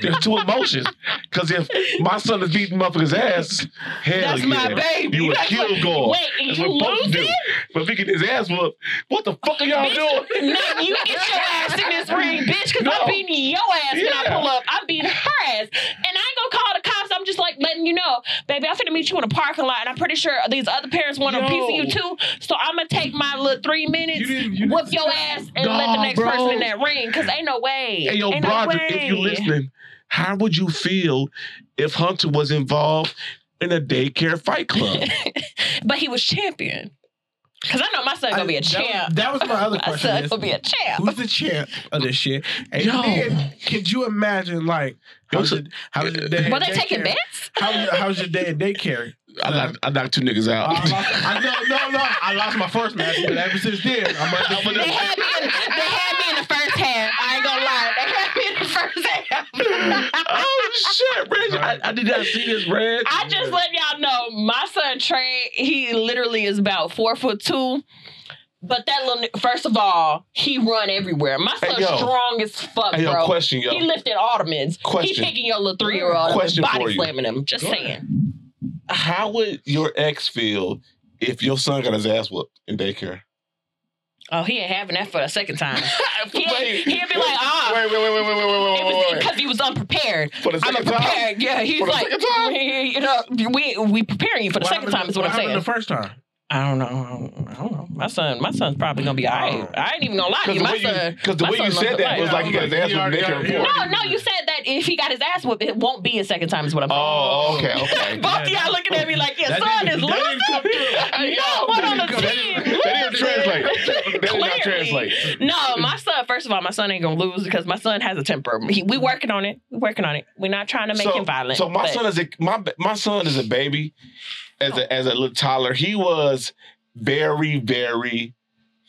[SPEAKER 2] There's two emotions. Because if my son is beating motherfuckers' ass, hell
[SPEAKER 1] That's
[SPEAKER 2] yeah.
[SPEAKER 1] my baby.
[SPEAKER 2] You a
[SPEAKER 1] That's
[SPEAKER 2] kill
[SPEAKER 1] what-
[SPEAKER 2] guard.
[SPEAKER 1] Wait,
[SPEAKER 2] That's
[SPEAKER 1] you
[SPEAKER 2] what folks do.
[SPEAKER 1] losing?
[SPEAKER 2] But if he get his ass whooped, what the fuck are y'all doing?
[SPEAKER 1] No, you get your ass in this ring, bitch, because
[SPEAKER 2] No.
[SPEAKER 1] I'm beating your ass when I
[SPEAKER 2] Yeah.
[SPEAKER 1] pull up. I'm beating her ass. And I ain't gonna call the cops. I'm just like letting you know, baby, I'm finna meet you in a parking lot, and I'm pretty sure these other parents want a piece of you too. So I'm gonna take my little three minutes,
[SPEAKER 3] didn't.
[SPEAKER 1] whoop your ass, and let the
[SPEAKER 2] Nah,
[SPEAKER 1] next person
[SPEAKER 2] bro.
[SPEAKER 1] in that ring, because ain't no way.
[SPEAKER 2] Hey, yo,
[SPEAKER 1] ain't
[SPEAKER 2] Broderick,
[SPEAKER 1] no way.
[SPEAKER 2] if you listening, how would you feel if Hunter was involved in a daycare fight club?
[SPEAKER 1] But he was champion. Because I know my son gonna be a champ.
[SPEAKER 3] That was my
[SPEAKER 1] [laughs]
[SPEAKER 3] other
[SPEAKER 1] My
[SPEAKER 3] question.
[SPEAKER 1] son
[SPEAKER 3] is,
[SPEAKER 1] gonna be a champ.
[SPEAKER 3] Who's the champ of this shit? And
[SPEAKER 2] Yo.
[SPEAKER 3] then, could you imagine, like,
[SPEAKER 2] Yo,
[SPEAKER 3] how's
[SPEAKER 2] so-
[SPEAKER 3] your, how's your day?
[SPEAKER 1] Were
[SPEAKER 3] in
[SPEAKER 1] they taking
[SPEAKER 3] daycare?
[SPEAKER 1] bets?
[SPEAKER 3] How's your, how's your day
[SPEAKER 1] [laughs]
[SPEAKER 3] in daycare?
[SPEAKER 2] I knocked, I knocked two niggas
[SPEAKER 3] I,
[SPEAKER 2] out.
[SPEAKER 3] lost, I no, no, no. I lost my first match, but ever since then, I'm
[SPEAKER 2] I'm
[SPEAKER 3] undefeated.
[SPEAKER 2] gonna-
[SPEAKER 1] They had me in, they had me in the first half. I ain't gonna lie. They had me in the first half.
[SPEAKER 2] [laughs]
[SPEAKER 1] [laughs]
[SPEAKER 2] oh shit, Reg! I, I did not see this, Reg.
[SPEAKER 1] I just let y'all know my son Trey, he literally is about four foot two. But that little ni- first of all, he run everywhere. My
[SPEAKER 2] Hey,
[SPEAKER 1] son's
[SPEAKER 2] yo.
[SPEAKER 1] strong as fuck,
[SPEAKER 2] Hey, yo,
[SPEAKER 1] bro.
[SPEAKER 2] question, yo.
[SPEAKER 1] He lifted ottomans.
[SPEAKER 2] Question.
[SPEAKER 1] He picking your little three year old up and
[SPEAKER 2] Question for
[SPEAKER 1] body
[SPEAKER 2] you.
[SPEAKER 1] slamming him. Just saying.
[SPEAKER 2] How would your ex feel if your son got his ass whooped in
[SPEAKER 1] [laughs]
[SPEAKER 2] daycare?
[SPEAKER 1] Oh, he ain't having that for the second time. he,
[SPEAKER 2] [laughs] Wait.
[SPEAKER 1] he'd be like, ah,
[SPEAKER 2] Wait, wait, wait, wait, wait, wait,
[SPEAKER 1] [laughs]
[SPEAKER 2] wait,
[SPEAKER 1] it
[SPEAKER 2] wait,
[SPEAKER 1] was
[SPEAKER 2] wait, wait.
[SPEAKER 1] because he was unprepared.
[SPEAKER 2] For the
[SPEAKER 1] I'm
[SPEAKER 2] second time.
[SPEAKER 1] prepared. Yeah, he's
[SPEAKER 2] For the
[SPEAKER 1] like,
[SPEAKER 2] second time?
[SPEAKER 1] we- [laughs] you know, we we preparing you for the
[SPEAKER 3] What
[SPEAKER 1] second
[SPEAKER 3] happened-
[SPEAKER 1] time is what,
[SPEAKER 3] what
[SPEAKER 1] I'm
[SPEAKER 3] happened
[SPEAKER 1] saying.
[SPEAKER 3] The first time.
[SPEAKER 1] I don't know. I don't- I don't know. My son, my son's probably gonna be all right. I ain't even gonna lie to
[SPEAKER 2] Because
[SPEAKER 1] you. My
[SPEAKER 2] the way you,
[SPEAKER 1] son.
[SPEAKER 2] 'cause the
[SPEAKER 1] my
[SPEAKER 2] way
[SPEAKER 1] son
[SPEAKER 2] you said
[SPEAKER 1] loves
[SPEAKER 2] that
[SPEAKER 1] it.
[SPEAKER 2] was like he got his ass
[SPEAKER 3] He
[SPEAKER 2] whooped in
[SPEAKER 3] already-
[SPEAKER 2] daycare
[SPEAKER 3] he
[SPEAKER 2] before.
[SPEAKER 3] already-
[SPEAKER 1] No, no, you said that if he got his ass whooped, it won't be a second time is what I'm [laughs] saying.
[SPEAKER 2] Oh, okay, okay.
[SPEAKER 1] Both of y'all looking at me like your
[SPEAKER 3] That
[SPEAKER 1] son
[SPEAKER 3] didn't-
[SPEAKER 1] is
[SPEAKER 3] that didn't
[SPEAKER 2] [laughs]
[SPEAKER 3] come
[SPEAKER 1] losing. No one on the team.
[SPEAKER 2] That didn't translate.
[SPEAKER 1] [laughs]
[SPEAKER 2] That did
[SPEAKER 1] Clearly.
[SPEAKER 2] not translate.
[SPEAKER 1] No, my son. First of all, my son ain't gonna lose because my son has a temper. He, we working on it. We working on it. We're not trying to make him violent.
[SPEAKER 2] So my
[SPEAKER 1] but-
[SPEAKER 2] son is a my my son is a baby, as a as a little toddler. He was very very.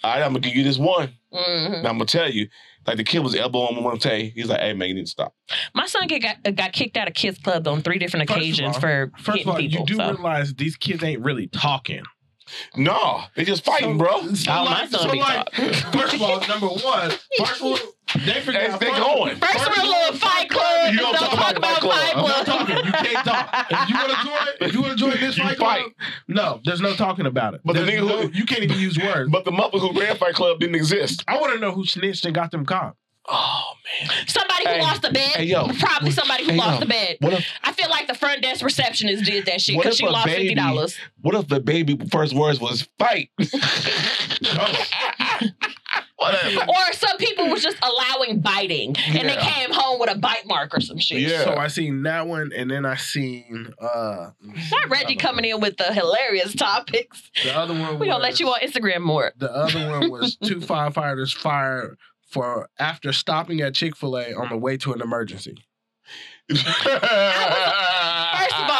[SPEAKER 2] All right, I'm gonna give you this one.
[SPEAKER 1] Mhm.
[SPEAKER 2] And I'm gonna tell you, like the kid was elbowing him one day. He's like, "Hey man, you need to stop."
[SPEAKER 1] My son get, got got kicked out of kids club on three different
[SPEAKER 3] First of
[SPEAKER 1] occasions
[SPEAKER 3] all-
[SPEAKER 1] for
[SPEAKER 3] First of
[SPEAKER 1] hitting
[SPEAKER 3] all, you
[SPEAKER 1] people.
[SPEAKER 3] do
[SPEAKER 1] so.
[SPEAKER 3] realize these kids ain't really talking.
[SPEAKER 2] No, they just fighting,
[SPEAKER 3] So-
[SPEAKER 2] bro.
[SPEAKER 3] So
[SPEAKER 1] Oh, my
[SPEAKER 3] like,
[SPEAKER 1] son
[SPEAKER 3] so
[SPEAKER 1] be
[SPEAKER 3] like first of all, number one, first of all, they
[SPEAKER 2] They,
[SPEAKER 3] forgot
[SPEAKER 2] they going.
[SPEAKER 1] First,
[SPEAKER 3] First
[SPEAKER 1] we're
[SPEAKER 3] of
[SPEAKER 1] a
[SPEAKER 3] all,
[SPEAKER 1] little fight club.
[SPEAKER 2] You don't
[SPEAKER 1] Don't
[SPEAKER 2] talk about
[SPEAKER 1] about
[SPEAKER 2] Fight
[SPEAKER 1] fight
[SPEAKER 2] Club.
[SPEAKER 3] I'm not
[SPEAKER 1] club. [laughs]
[SPEAKER 3] talking. You can't talk. If you want to join, if you want to join this
[SPEAKER 2] You
[SPEAKER 3] fight,
[SPEAKER 2] fight.
[SPEAKER 3] club, no, there's no talking about it.
[SPEAKER 2] But the
[SPEAKER 3] There's
[SPEAKER 2] nigga
[SPEAKER 3] no-
[SPEAKER 2] who-
[SPEAKER 3] you can't
[SPEAKER 1] [laughs]
[SPEAKER 3] even use words.
[SPEAKER 2] But the mother who ran Fight Club didn't exist.
[SPEAKER 3] I want to know who snitched and got them caught.
[SPEAKER 2] Oh man.
[SPEAKER 1] Somebody who
[SPEAKER 2] Hey,
[SPEAKER 1] lost the bed.
[SPEAKER 2] hey, yo.
[SPEAKER 1] Probably somebody who
[SPEAKER 2] Hey,
[SPEAKER 1] lost
[SPEAKER 2] yo.
[SPEAKER 1] the bed.
[SPEAKER 2] What if
[SPEAKER 1] I feel like the front desk receptionist did that shit
[SPEAKER 2] What
[SPEAKER 1] because
[SPEAKER 2] if
[SPEAKER 1] she
[SPEAKER 2] a
[SPEAKER 1] lost
[SPEAKER 2] baby-
[SPEAKER 1] fifty dollars.
[SPEAKER 2] what if the baby first words was
[SPEAKER 9] [laughs]
[SPEAKER 2] fight? Whatever.
[SPEAKER 9] [laughs]
[SPEAKER 1] Or some people was just allowing biting, and they
[SPEAKER 2] Yeah.
[SPEAKER 1] came home with a bite mark or some shit.
[SPEAKER 2] Yeah.
[SPEAKER 3] So I seen that one, and then I seen uh,
[SPEAKER 1] Not Reggie coming in with the hilarious topics.
[SPEAKER 3] The other one.
[SPEAKER 1] We gonna let
[SPEAKER 3] was-
[SPEAKER 1] you on Instagram more.
[SPEAKER 3] The other one
[SPEAKER 1] [laughs]
[SPEAKER 3] was two firefighters fired for after stopping at Chick Fil A on the way to an emergency.
[SPEAKER 1] First of all,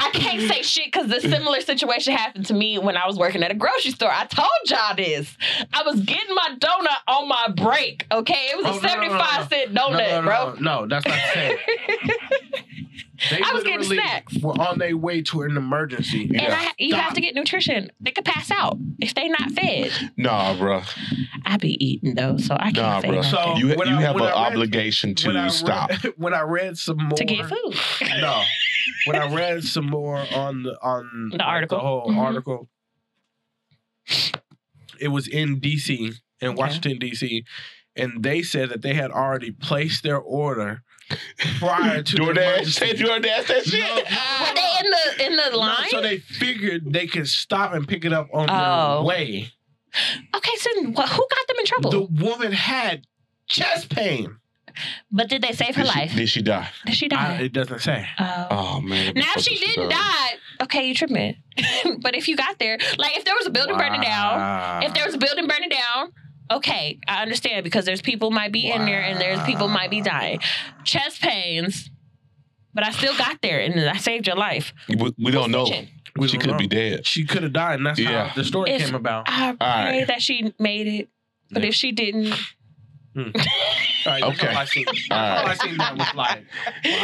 [SPEAKER 1] I can't say shit because the similar situation happened to me when I was working at a grocery store. I told y'all this. I was getting my donut on my break. Okay, it was
[SPEAKER 3] Oh,
[SPEAKER 1] a
[SPEAKER 3] no, no, no,
[SPEAKER 1] seventy-five cent
[SPEAKER 3] No, no,
[SPEAKER 1] donut,
[SPEAKER 3] no,
[SPEAKER 1] Oh, bro.
[SPEAKER 3] no, that's not the
[SPEAKER 1] [laughs]
[SPEAKER 3] same. They
[SPEAKER 1] I was getting
[SPEAKER 3] literally
[SPEAKER 1] snacks.
[SPEAKER 3] Were on their way to an emergency.
[SPEAKER 1] And
[SPEAKER 2] Yeah.
[SPEAKER 1] I, you have to get nutrition. They could pass out if they not fed.
[SPEAKER 2] nah, bro.
[SPEAKER 1] I be eating though, so I can't
[SPEAKER 2] Nah,
[SPEAKER 1] say
[SPEAKER 2] bro.
[SPEAKER 1] nothing.
[SPEAKER 3] So-
[SPEAKER 2] You, you
[SPEAKER 3] When I-
[SPEAKER 2] have an
[SPEAKER 3] when I read-
[SPEAKER 2] obligation to
[SPEAKER 3] When I read- [laughs]
[SPEAKER 2] stop.
[SPEAKER 3] when I read some more
[SPEAKER 1] to get food.
[SPEAKER 3] No, when I read some more on the on
[SPEAKER 1] The article.
[SPEAKER 3] the whole
[SPEAKER 1] Mhm.
[SPEAKER 3] article, it was in D.C. in Washington D.C. and they said that they had already placed their order prior
[SPEAKER 2] [laughs]
[SPEAKER 3] to the
[SPEAKER 2] DoorDash,
[SPEAKER 9] [laughs]
[SPEAKER 3] emergency.
[SPEAKER 2] they DoorDash that shit.
[SPEAKER 3] No,
[SPEAKER 1] Were they in the in the
[SPEAKER 3] no,
[SPEAKER 1] line?
[SPEAKER 3] so they figured they could stop and pick it up on
[SPEAKER 10] Oh.
[SPEAKER 3] their way.
[SPEAKER 1] okay, so what, who got them in trouble?
[SPEAKER 3] The woman had chest pain.
[SPEAKER 1] but did they save her
[SPEAKER 2] Did she,
[SPEAKER 1] life?
[SPEAKER 2] did she die?
[SPEAKER 10] Did she
[SPEAKER 3] I,
[SPEAKER 10] die?
[SPEAKER 3] it doesn't say.
[SPEAKER 10] Oh.
[SPEAKER 9] Oh man.
[SPEAKER 1] now if she didn't die, okay, you tripping. [laughs] but if you got there, like if there was a building burning down, if there was a building burning down, okay, I understand because there's people might be in there and there's people might be dying. Chest pains, but I still got there and I saved your life.
[SPEAKER 9] We, we don't know.
[SPEAKER 1] Chin.
[SPEAKER 3] We
[SPEAKER 9] she
[SPEAKER 3] don't
[SPEAKER 9] could
[SPEAKER 3] know.
[SPEAKER 9] be dead.
[SPEAKER 3] she could have died, and that's
[SPEAKER 9] Yeah.
[SPEAKER 3] how the story
[SPEAKER 1] If-
[SPEAKER 3] came about.
[SPEAKER 1] I
[SPEAKER 9] right.
[SPEAKER 1] pray that she made it, but
[SPEAKER 3] Yeah.
[SPEAKER 1] if she didn't,
[SPEAKER 3] All right, that's
[SPEAKER 9] Okay.
[SPEAKER 3] all I seen. That's
[SPEAKER 9] All
[SPEAKER 3] all I
[SPEAKER 9] right.
[SPEAKER 3] seen that was like.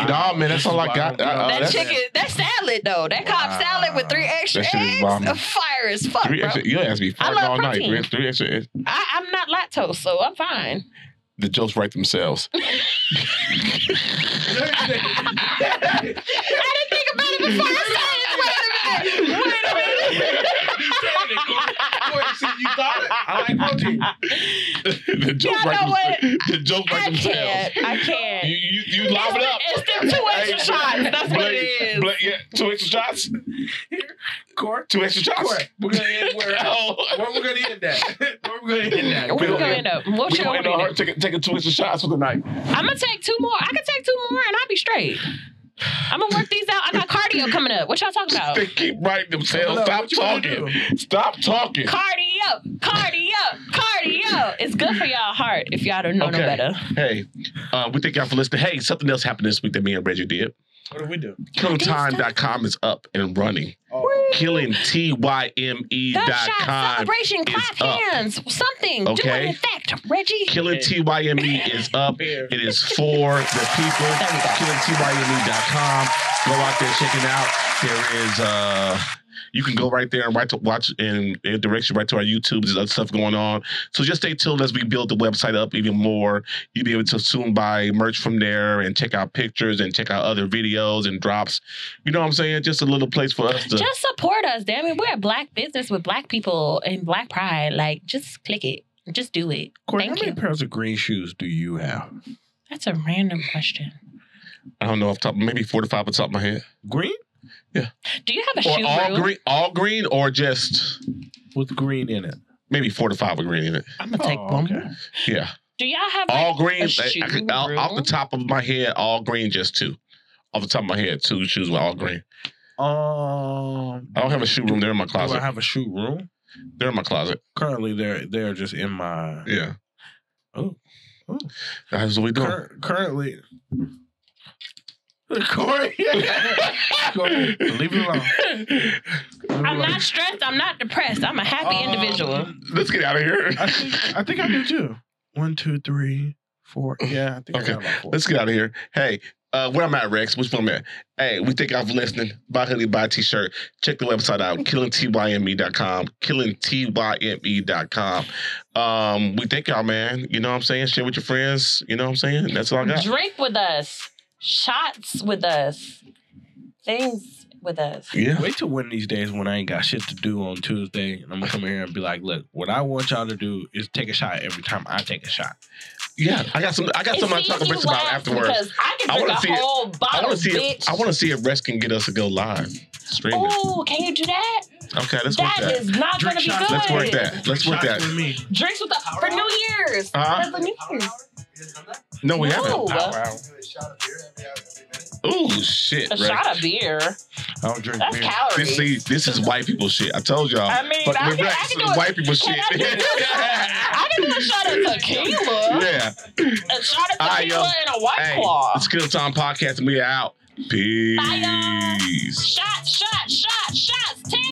[SPEAKER 9] [laughs] Nah, man, that's all I got. Uh, uh,
[SPEAKER 1] that
[SPEAKER 9] that's-
[SPEAKER 1] chicken, that salad though, that
[SPEAKER 3] Wow.
[SPEAKER 1] cob salad with three extra
[SPEAKER 9] That shit is
[SPEAKER 1] eggs,
[SPEAKER 9] bomb.
[SPEAKER 1] fire as fuck,
[SPEAKER 9] Three
[SPEAKER 1] bro.
[SPEAKER 9] extra, you'll ask me
[SPEAKER 1] I
[SPEAKER 9] five
[SPEAKER 1] love
[SPEAKER 9] all night.
[SPEAKER 1] protein.
[SPEAKER 9] Three, three extra.
[SPEAKER 1] I, I'm not lactose, so I'm fine.
[SPEAKER 9] The jokes write themselves.
[SPEAKER 3] [laughs]
[SPEAKER 1] I didn't think about it before I said it. Wait a minute. Wait a minute.
[SPEAKER 3] I like protein.
[SPEAKER 9] the jokes
[SPEAKER 1] Y'all
[SPEAKER 9] write
[SPEAKER 1] know what?
[SPEAKER 9] themselves. The jokes
[SPEAKER 1] I
[SPEAKER 9] write themselves.
[SPEAKER 1] can't. I can't.
[SPEAKER 9] You you you lob it up.
[SPEAKER 1] It's them two extra shots. That's what it is.
[SPEAKER 9] Bla- yeah, two extra shots.
[SPEAKER 3] Court.
[SPEAKER 9] Two extra shots.
[SPEAKER 3] Court.
[SPEAKER 9] [laughs]
[SPEAKER 3] We're gonna end where? uh,
[SPEAKER 9] Oh.
[SPEAKER 3] Where we're gonna end that? [laughs] Where we're gonna end that?
[SPEAKER 1] Where we
[SPEAKER 9] Bill,
[SPEAKER 1] gonna end up? What
[SPEAKER 9] We
[SPEAKER 1] show
[SPEAKER 9] gonna
[SPEAKER 1] we
[SPEAKER 9] end on her
[SPEAKER 1] gonna
[SPEAKER 9] taking taking two extra shots for the night.
[SPEAKER 1] I'm gonna take two more. I can take two more and I'll be straight. I'm gonna work these out. I got cardio coming up. What y'all talking about?
[SPEAKER 9] They keep writing themselves.
[SPEAKER 3] Look,
[SPEAKER 9] Stop
[SPEAKER 3] what you gonna
[SPEAKER 9] talking. Stop talking.
[SPEAKER 1] Cardio, cardio, cardio. It's good for y'all heart if y'all don't know no
[SPEAKER 2] Okay.
[SPEAKER 1] better.
[SPEAKER 2] Hey, uh, we thank y'all for listening. Hey, something else happened this week that me and Reggie did.
[SPEAKER 3] What do we do?
[SPEAKER 2] KillingTime.com is up and running.
[SPEAKER 3] Oh.
[SPEAKER 2] E
[SPEAKER 1] Thumb shot,
[SPEAKER 2] KillingTyme.com.
[SPEAKER 1] celebration,
[SPEAKER 2] is
[SPEAKER 1] clap
[SPEAKER 2] up.
[SPEAKER 1] hands, something. Do
[SPEAKER 2] Okay.
[SPEAKER 1] an effect, Reggie.
[SPEAKER 2] Killing TYME E is up.
[SPEAKER 3] Beer.
[SPEAKER 2] It is for the people. KillingTYME.com. E Go out there, check it out. There is uh you can go right there and right to watch and it directs you right to our YouTube. There's other stuff going on. So just stay tuned as we build the website up even more. You'll be able to soon buy merch from there and check out pictures and check out other videos and drops. You know what I'm saying? Just a little place for us to
[SPEAKER 1] Just support us, damn it. We're a black business with black people and black pride. Like, just click it. Just do it.
[SPEAKER 3] Court, how
[SPEAKER 1] Thank
[SPEAKER 3] many
[SPEAKER 1] you.
[SPEAKER 3] pairs of green shoes do you have?
[SPEAKER 1] That's a random question.
[SPEAKER 2] I don't know off the top maybe four to five off the top of my head.
[SPEAKER 3] Green?
[SPEAKER 1] Do you [laughs] have a
[SPEAKER 2] Or
[SPEAKER 1] shoe
[SPEAKER 2] all
[SPEAKER 1] rule?
[SPEAKER 2] green all green or just
[SPEAKER 3] With green in it. Oh,
[SPEAKER 2] maybe four to five are green in it.
[SPEAKER 1] I'm gonna
[SPEAKER 2] Oh,
[SPEAKER 1] take one.
[SPEAKER 3] okay.
[SPEAKER 2] Yeah.
[SPEAKER 1] Do y'all have like,
[SPEAKER 2] all green.
[SPEAKER 1] a
[SPEAKER 2] I- I
[SPEAKER 1] shoe
[SPEAKER 2] could- off- off the
[SPEAKER 1] rule?
[SPEAKER 2] top of my head, all green, just two. Off the top of my head, two shoes were all green.
[SPEAKER 3] Um,
[SPEAKER 2] I don't have a shoe room. They're in my
[SPEAKER 3] Do I
[SPEAKER 2] closet.
[SPEAKER 3] have a shoe room?
[SPEAKER 2] They're in my closet.
[SPEAKER 3] Currently, they're they're just in my.
[SPEAKER 2] Yeah.
[SPEAKER 3] Oh. Oh.
[SPEAKER 2] That's what we doing.
[SPEAKER 3] Cur- currently. [laughs] Corey, [laughs] Corey, leave it alone.
[SPEAKER 1] I'm not stressed. I'm not depressed. I'm a happy
[SPEAKER 2] Oh,
[SPEAKER 3] Um,
[SPEAKER 1] individual.
[SPEAKER 2] [laughs] Let's get out of here.
[SPEAKER 3] I think I think I do too. One, two, three, four. Yeah, I think
[SPEAKER 2] Okay,
[SPEAKER 3] I got about 4
[SPEAKER 2] Let's get out of here. Hey, uh, where I'm at, Rex, which one I'm at? Hey, we thank y'all for listening. Buy hoodie, buy a t-shirt. Check the website out, killingtyme.com, killingtyme.com. Um, we thank y'all, man. You know what I'm saying? Share with your friends. You know what I'm saying? That's all I got.
[SPEAKER 1] Drink with us. Shots with us. Things with us.
[SPEAKER 2] Yeah.
[SPEAKER 3] Wait till one of these days when I ain't got shit to do on Tuesday, and I'm gonna come here and be like, "Look, what I want y'all to do is take a shot every time I take a shot."
[SPEAKER 2] Yeah, I got some. I got
[SPEAKER 1] It
[SPEAKER 2] something to
[SPEAKER 1] sees
[SPEAKER 2] talk to
[SPEAKER 1] you
[SPEAKER 2] Rex about
[SPEAKER 1] laugh
[SPEAKER 2] afterwards.
[SPEAKER 1] Because I
[SPEAKER 2] I
[SPEAKER 1] can drink
[SPEAKER 2] wanna see
[SPEAKER 1] a
[SPEAKER 2] it.
[SPEAKER 1] whole
[SPEAKER 2] I
[SPEAKER 1] bottle,
[SPEAKER 2] want to see. If,
[SPEAKER 1] bitch.
[SPEAKER 2] I want to see if Rex can get us to go live streaming.
[SPEAKER 1] Oh, can you do that?
[SPEAKER 2] Okay, let's work
[SPEAKER 1] That
[SPEAKER 2] that.
[SPEAKER 1] is not
[SPEAKER 3] Drink
[SPEAKER 1] gonna be
[SPEAKER 3] shots.
[SPEAKER 1] good.
[SPEAKER 2] Let's work that. Let's work
[SPEAKER 3] Shots
[SPEAKER 2] that.
[SPEAKER 3] with me.
[SPEAKER 1] Drinks with the for New Year's.
[SPEAKER 2] Uh-huh.
[SPEAKER 1] That's the New Year's.
[SPEAKER 2] No, we
[SPEAKER 1] No.
[SPEAKER 2] haven't. Oh shit,
[SPEAKER 1] A
[SPEAKER 2] Rex.
[SPEAKER 1] shot of beer.
[SPEAKER 3] I don't drink
[SPEAKER 1] That's
[SPEAKER 3] beer.
[SPEAKER 2] This
[SPEAKER 1] calories.
[SPEAKER 2] see, this is white people shit. I told y'all.
[SPEAKER 1] I mean,
[SPEAKER 2] Fuck
[SPEAKER 1] I
[SPEAKER 2] with
[SPEAKER 1] can- I
[SPEAKER 2] Rex
[SPEAKER 1] can
[SPEAKER 2] is
[SPEAKER 1] do it.
[SPEAKER 2] white people shit.
[SPEAKER 1] Can I, do
[SPEAKER 2] [laughs]
[SPEAKER 1] this? [laughs] I can do a shot of tequila.
[SPEAKER 2] yeah.
[SPEAKER 1] A shot of
[SPEAKER 2] All right,
[SPEAKER 1] tequila
[SPEAKER 2] yo.
[SPEAKER 1] and a white
[SPEAKER 2] Hey,
[SPEAKER 1] claw.
[SPEAKER 2] it's Kill Time podcast, and we are out. Peace.
[SPEAKER 1] Shot, shot, shot, shots. Ten.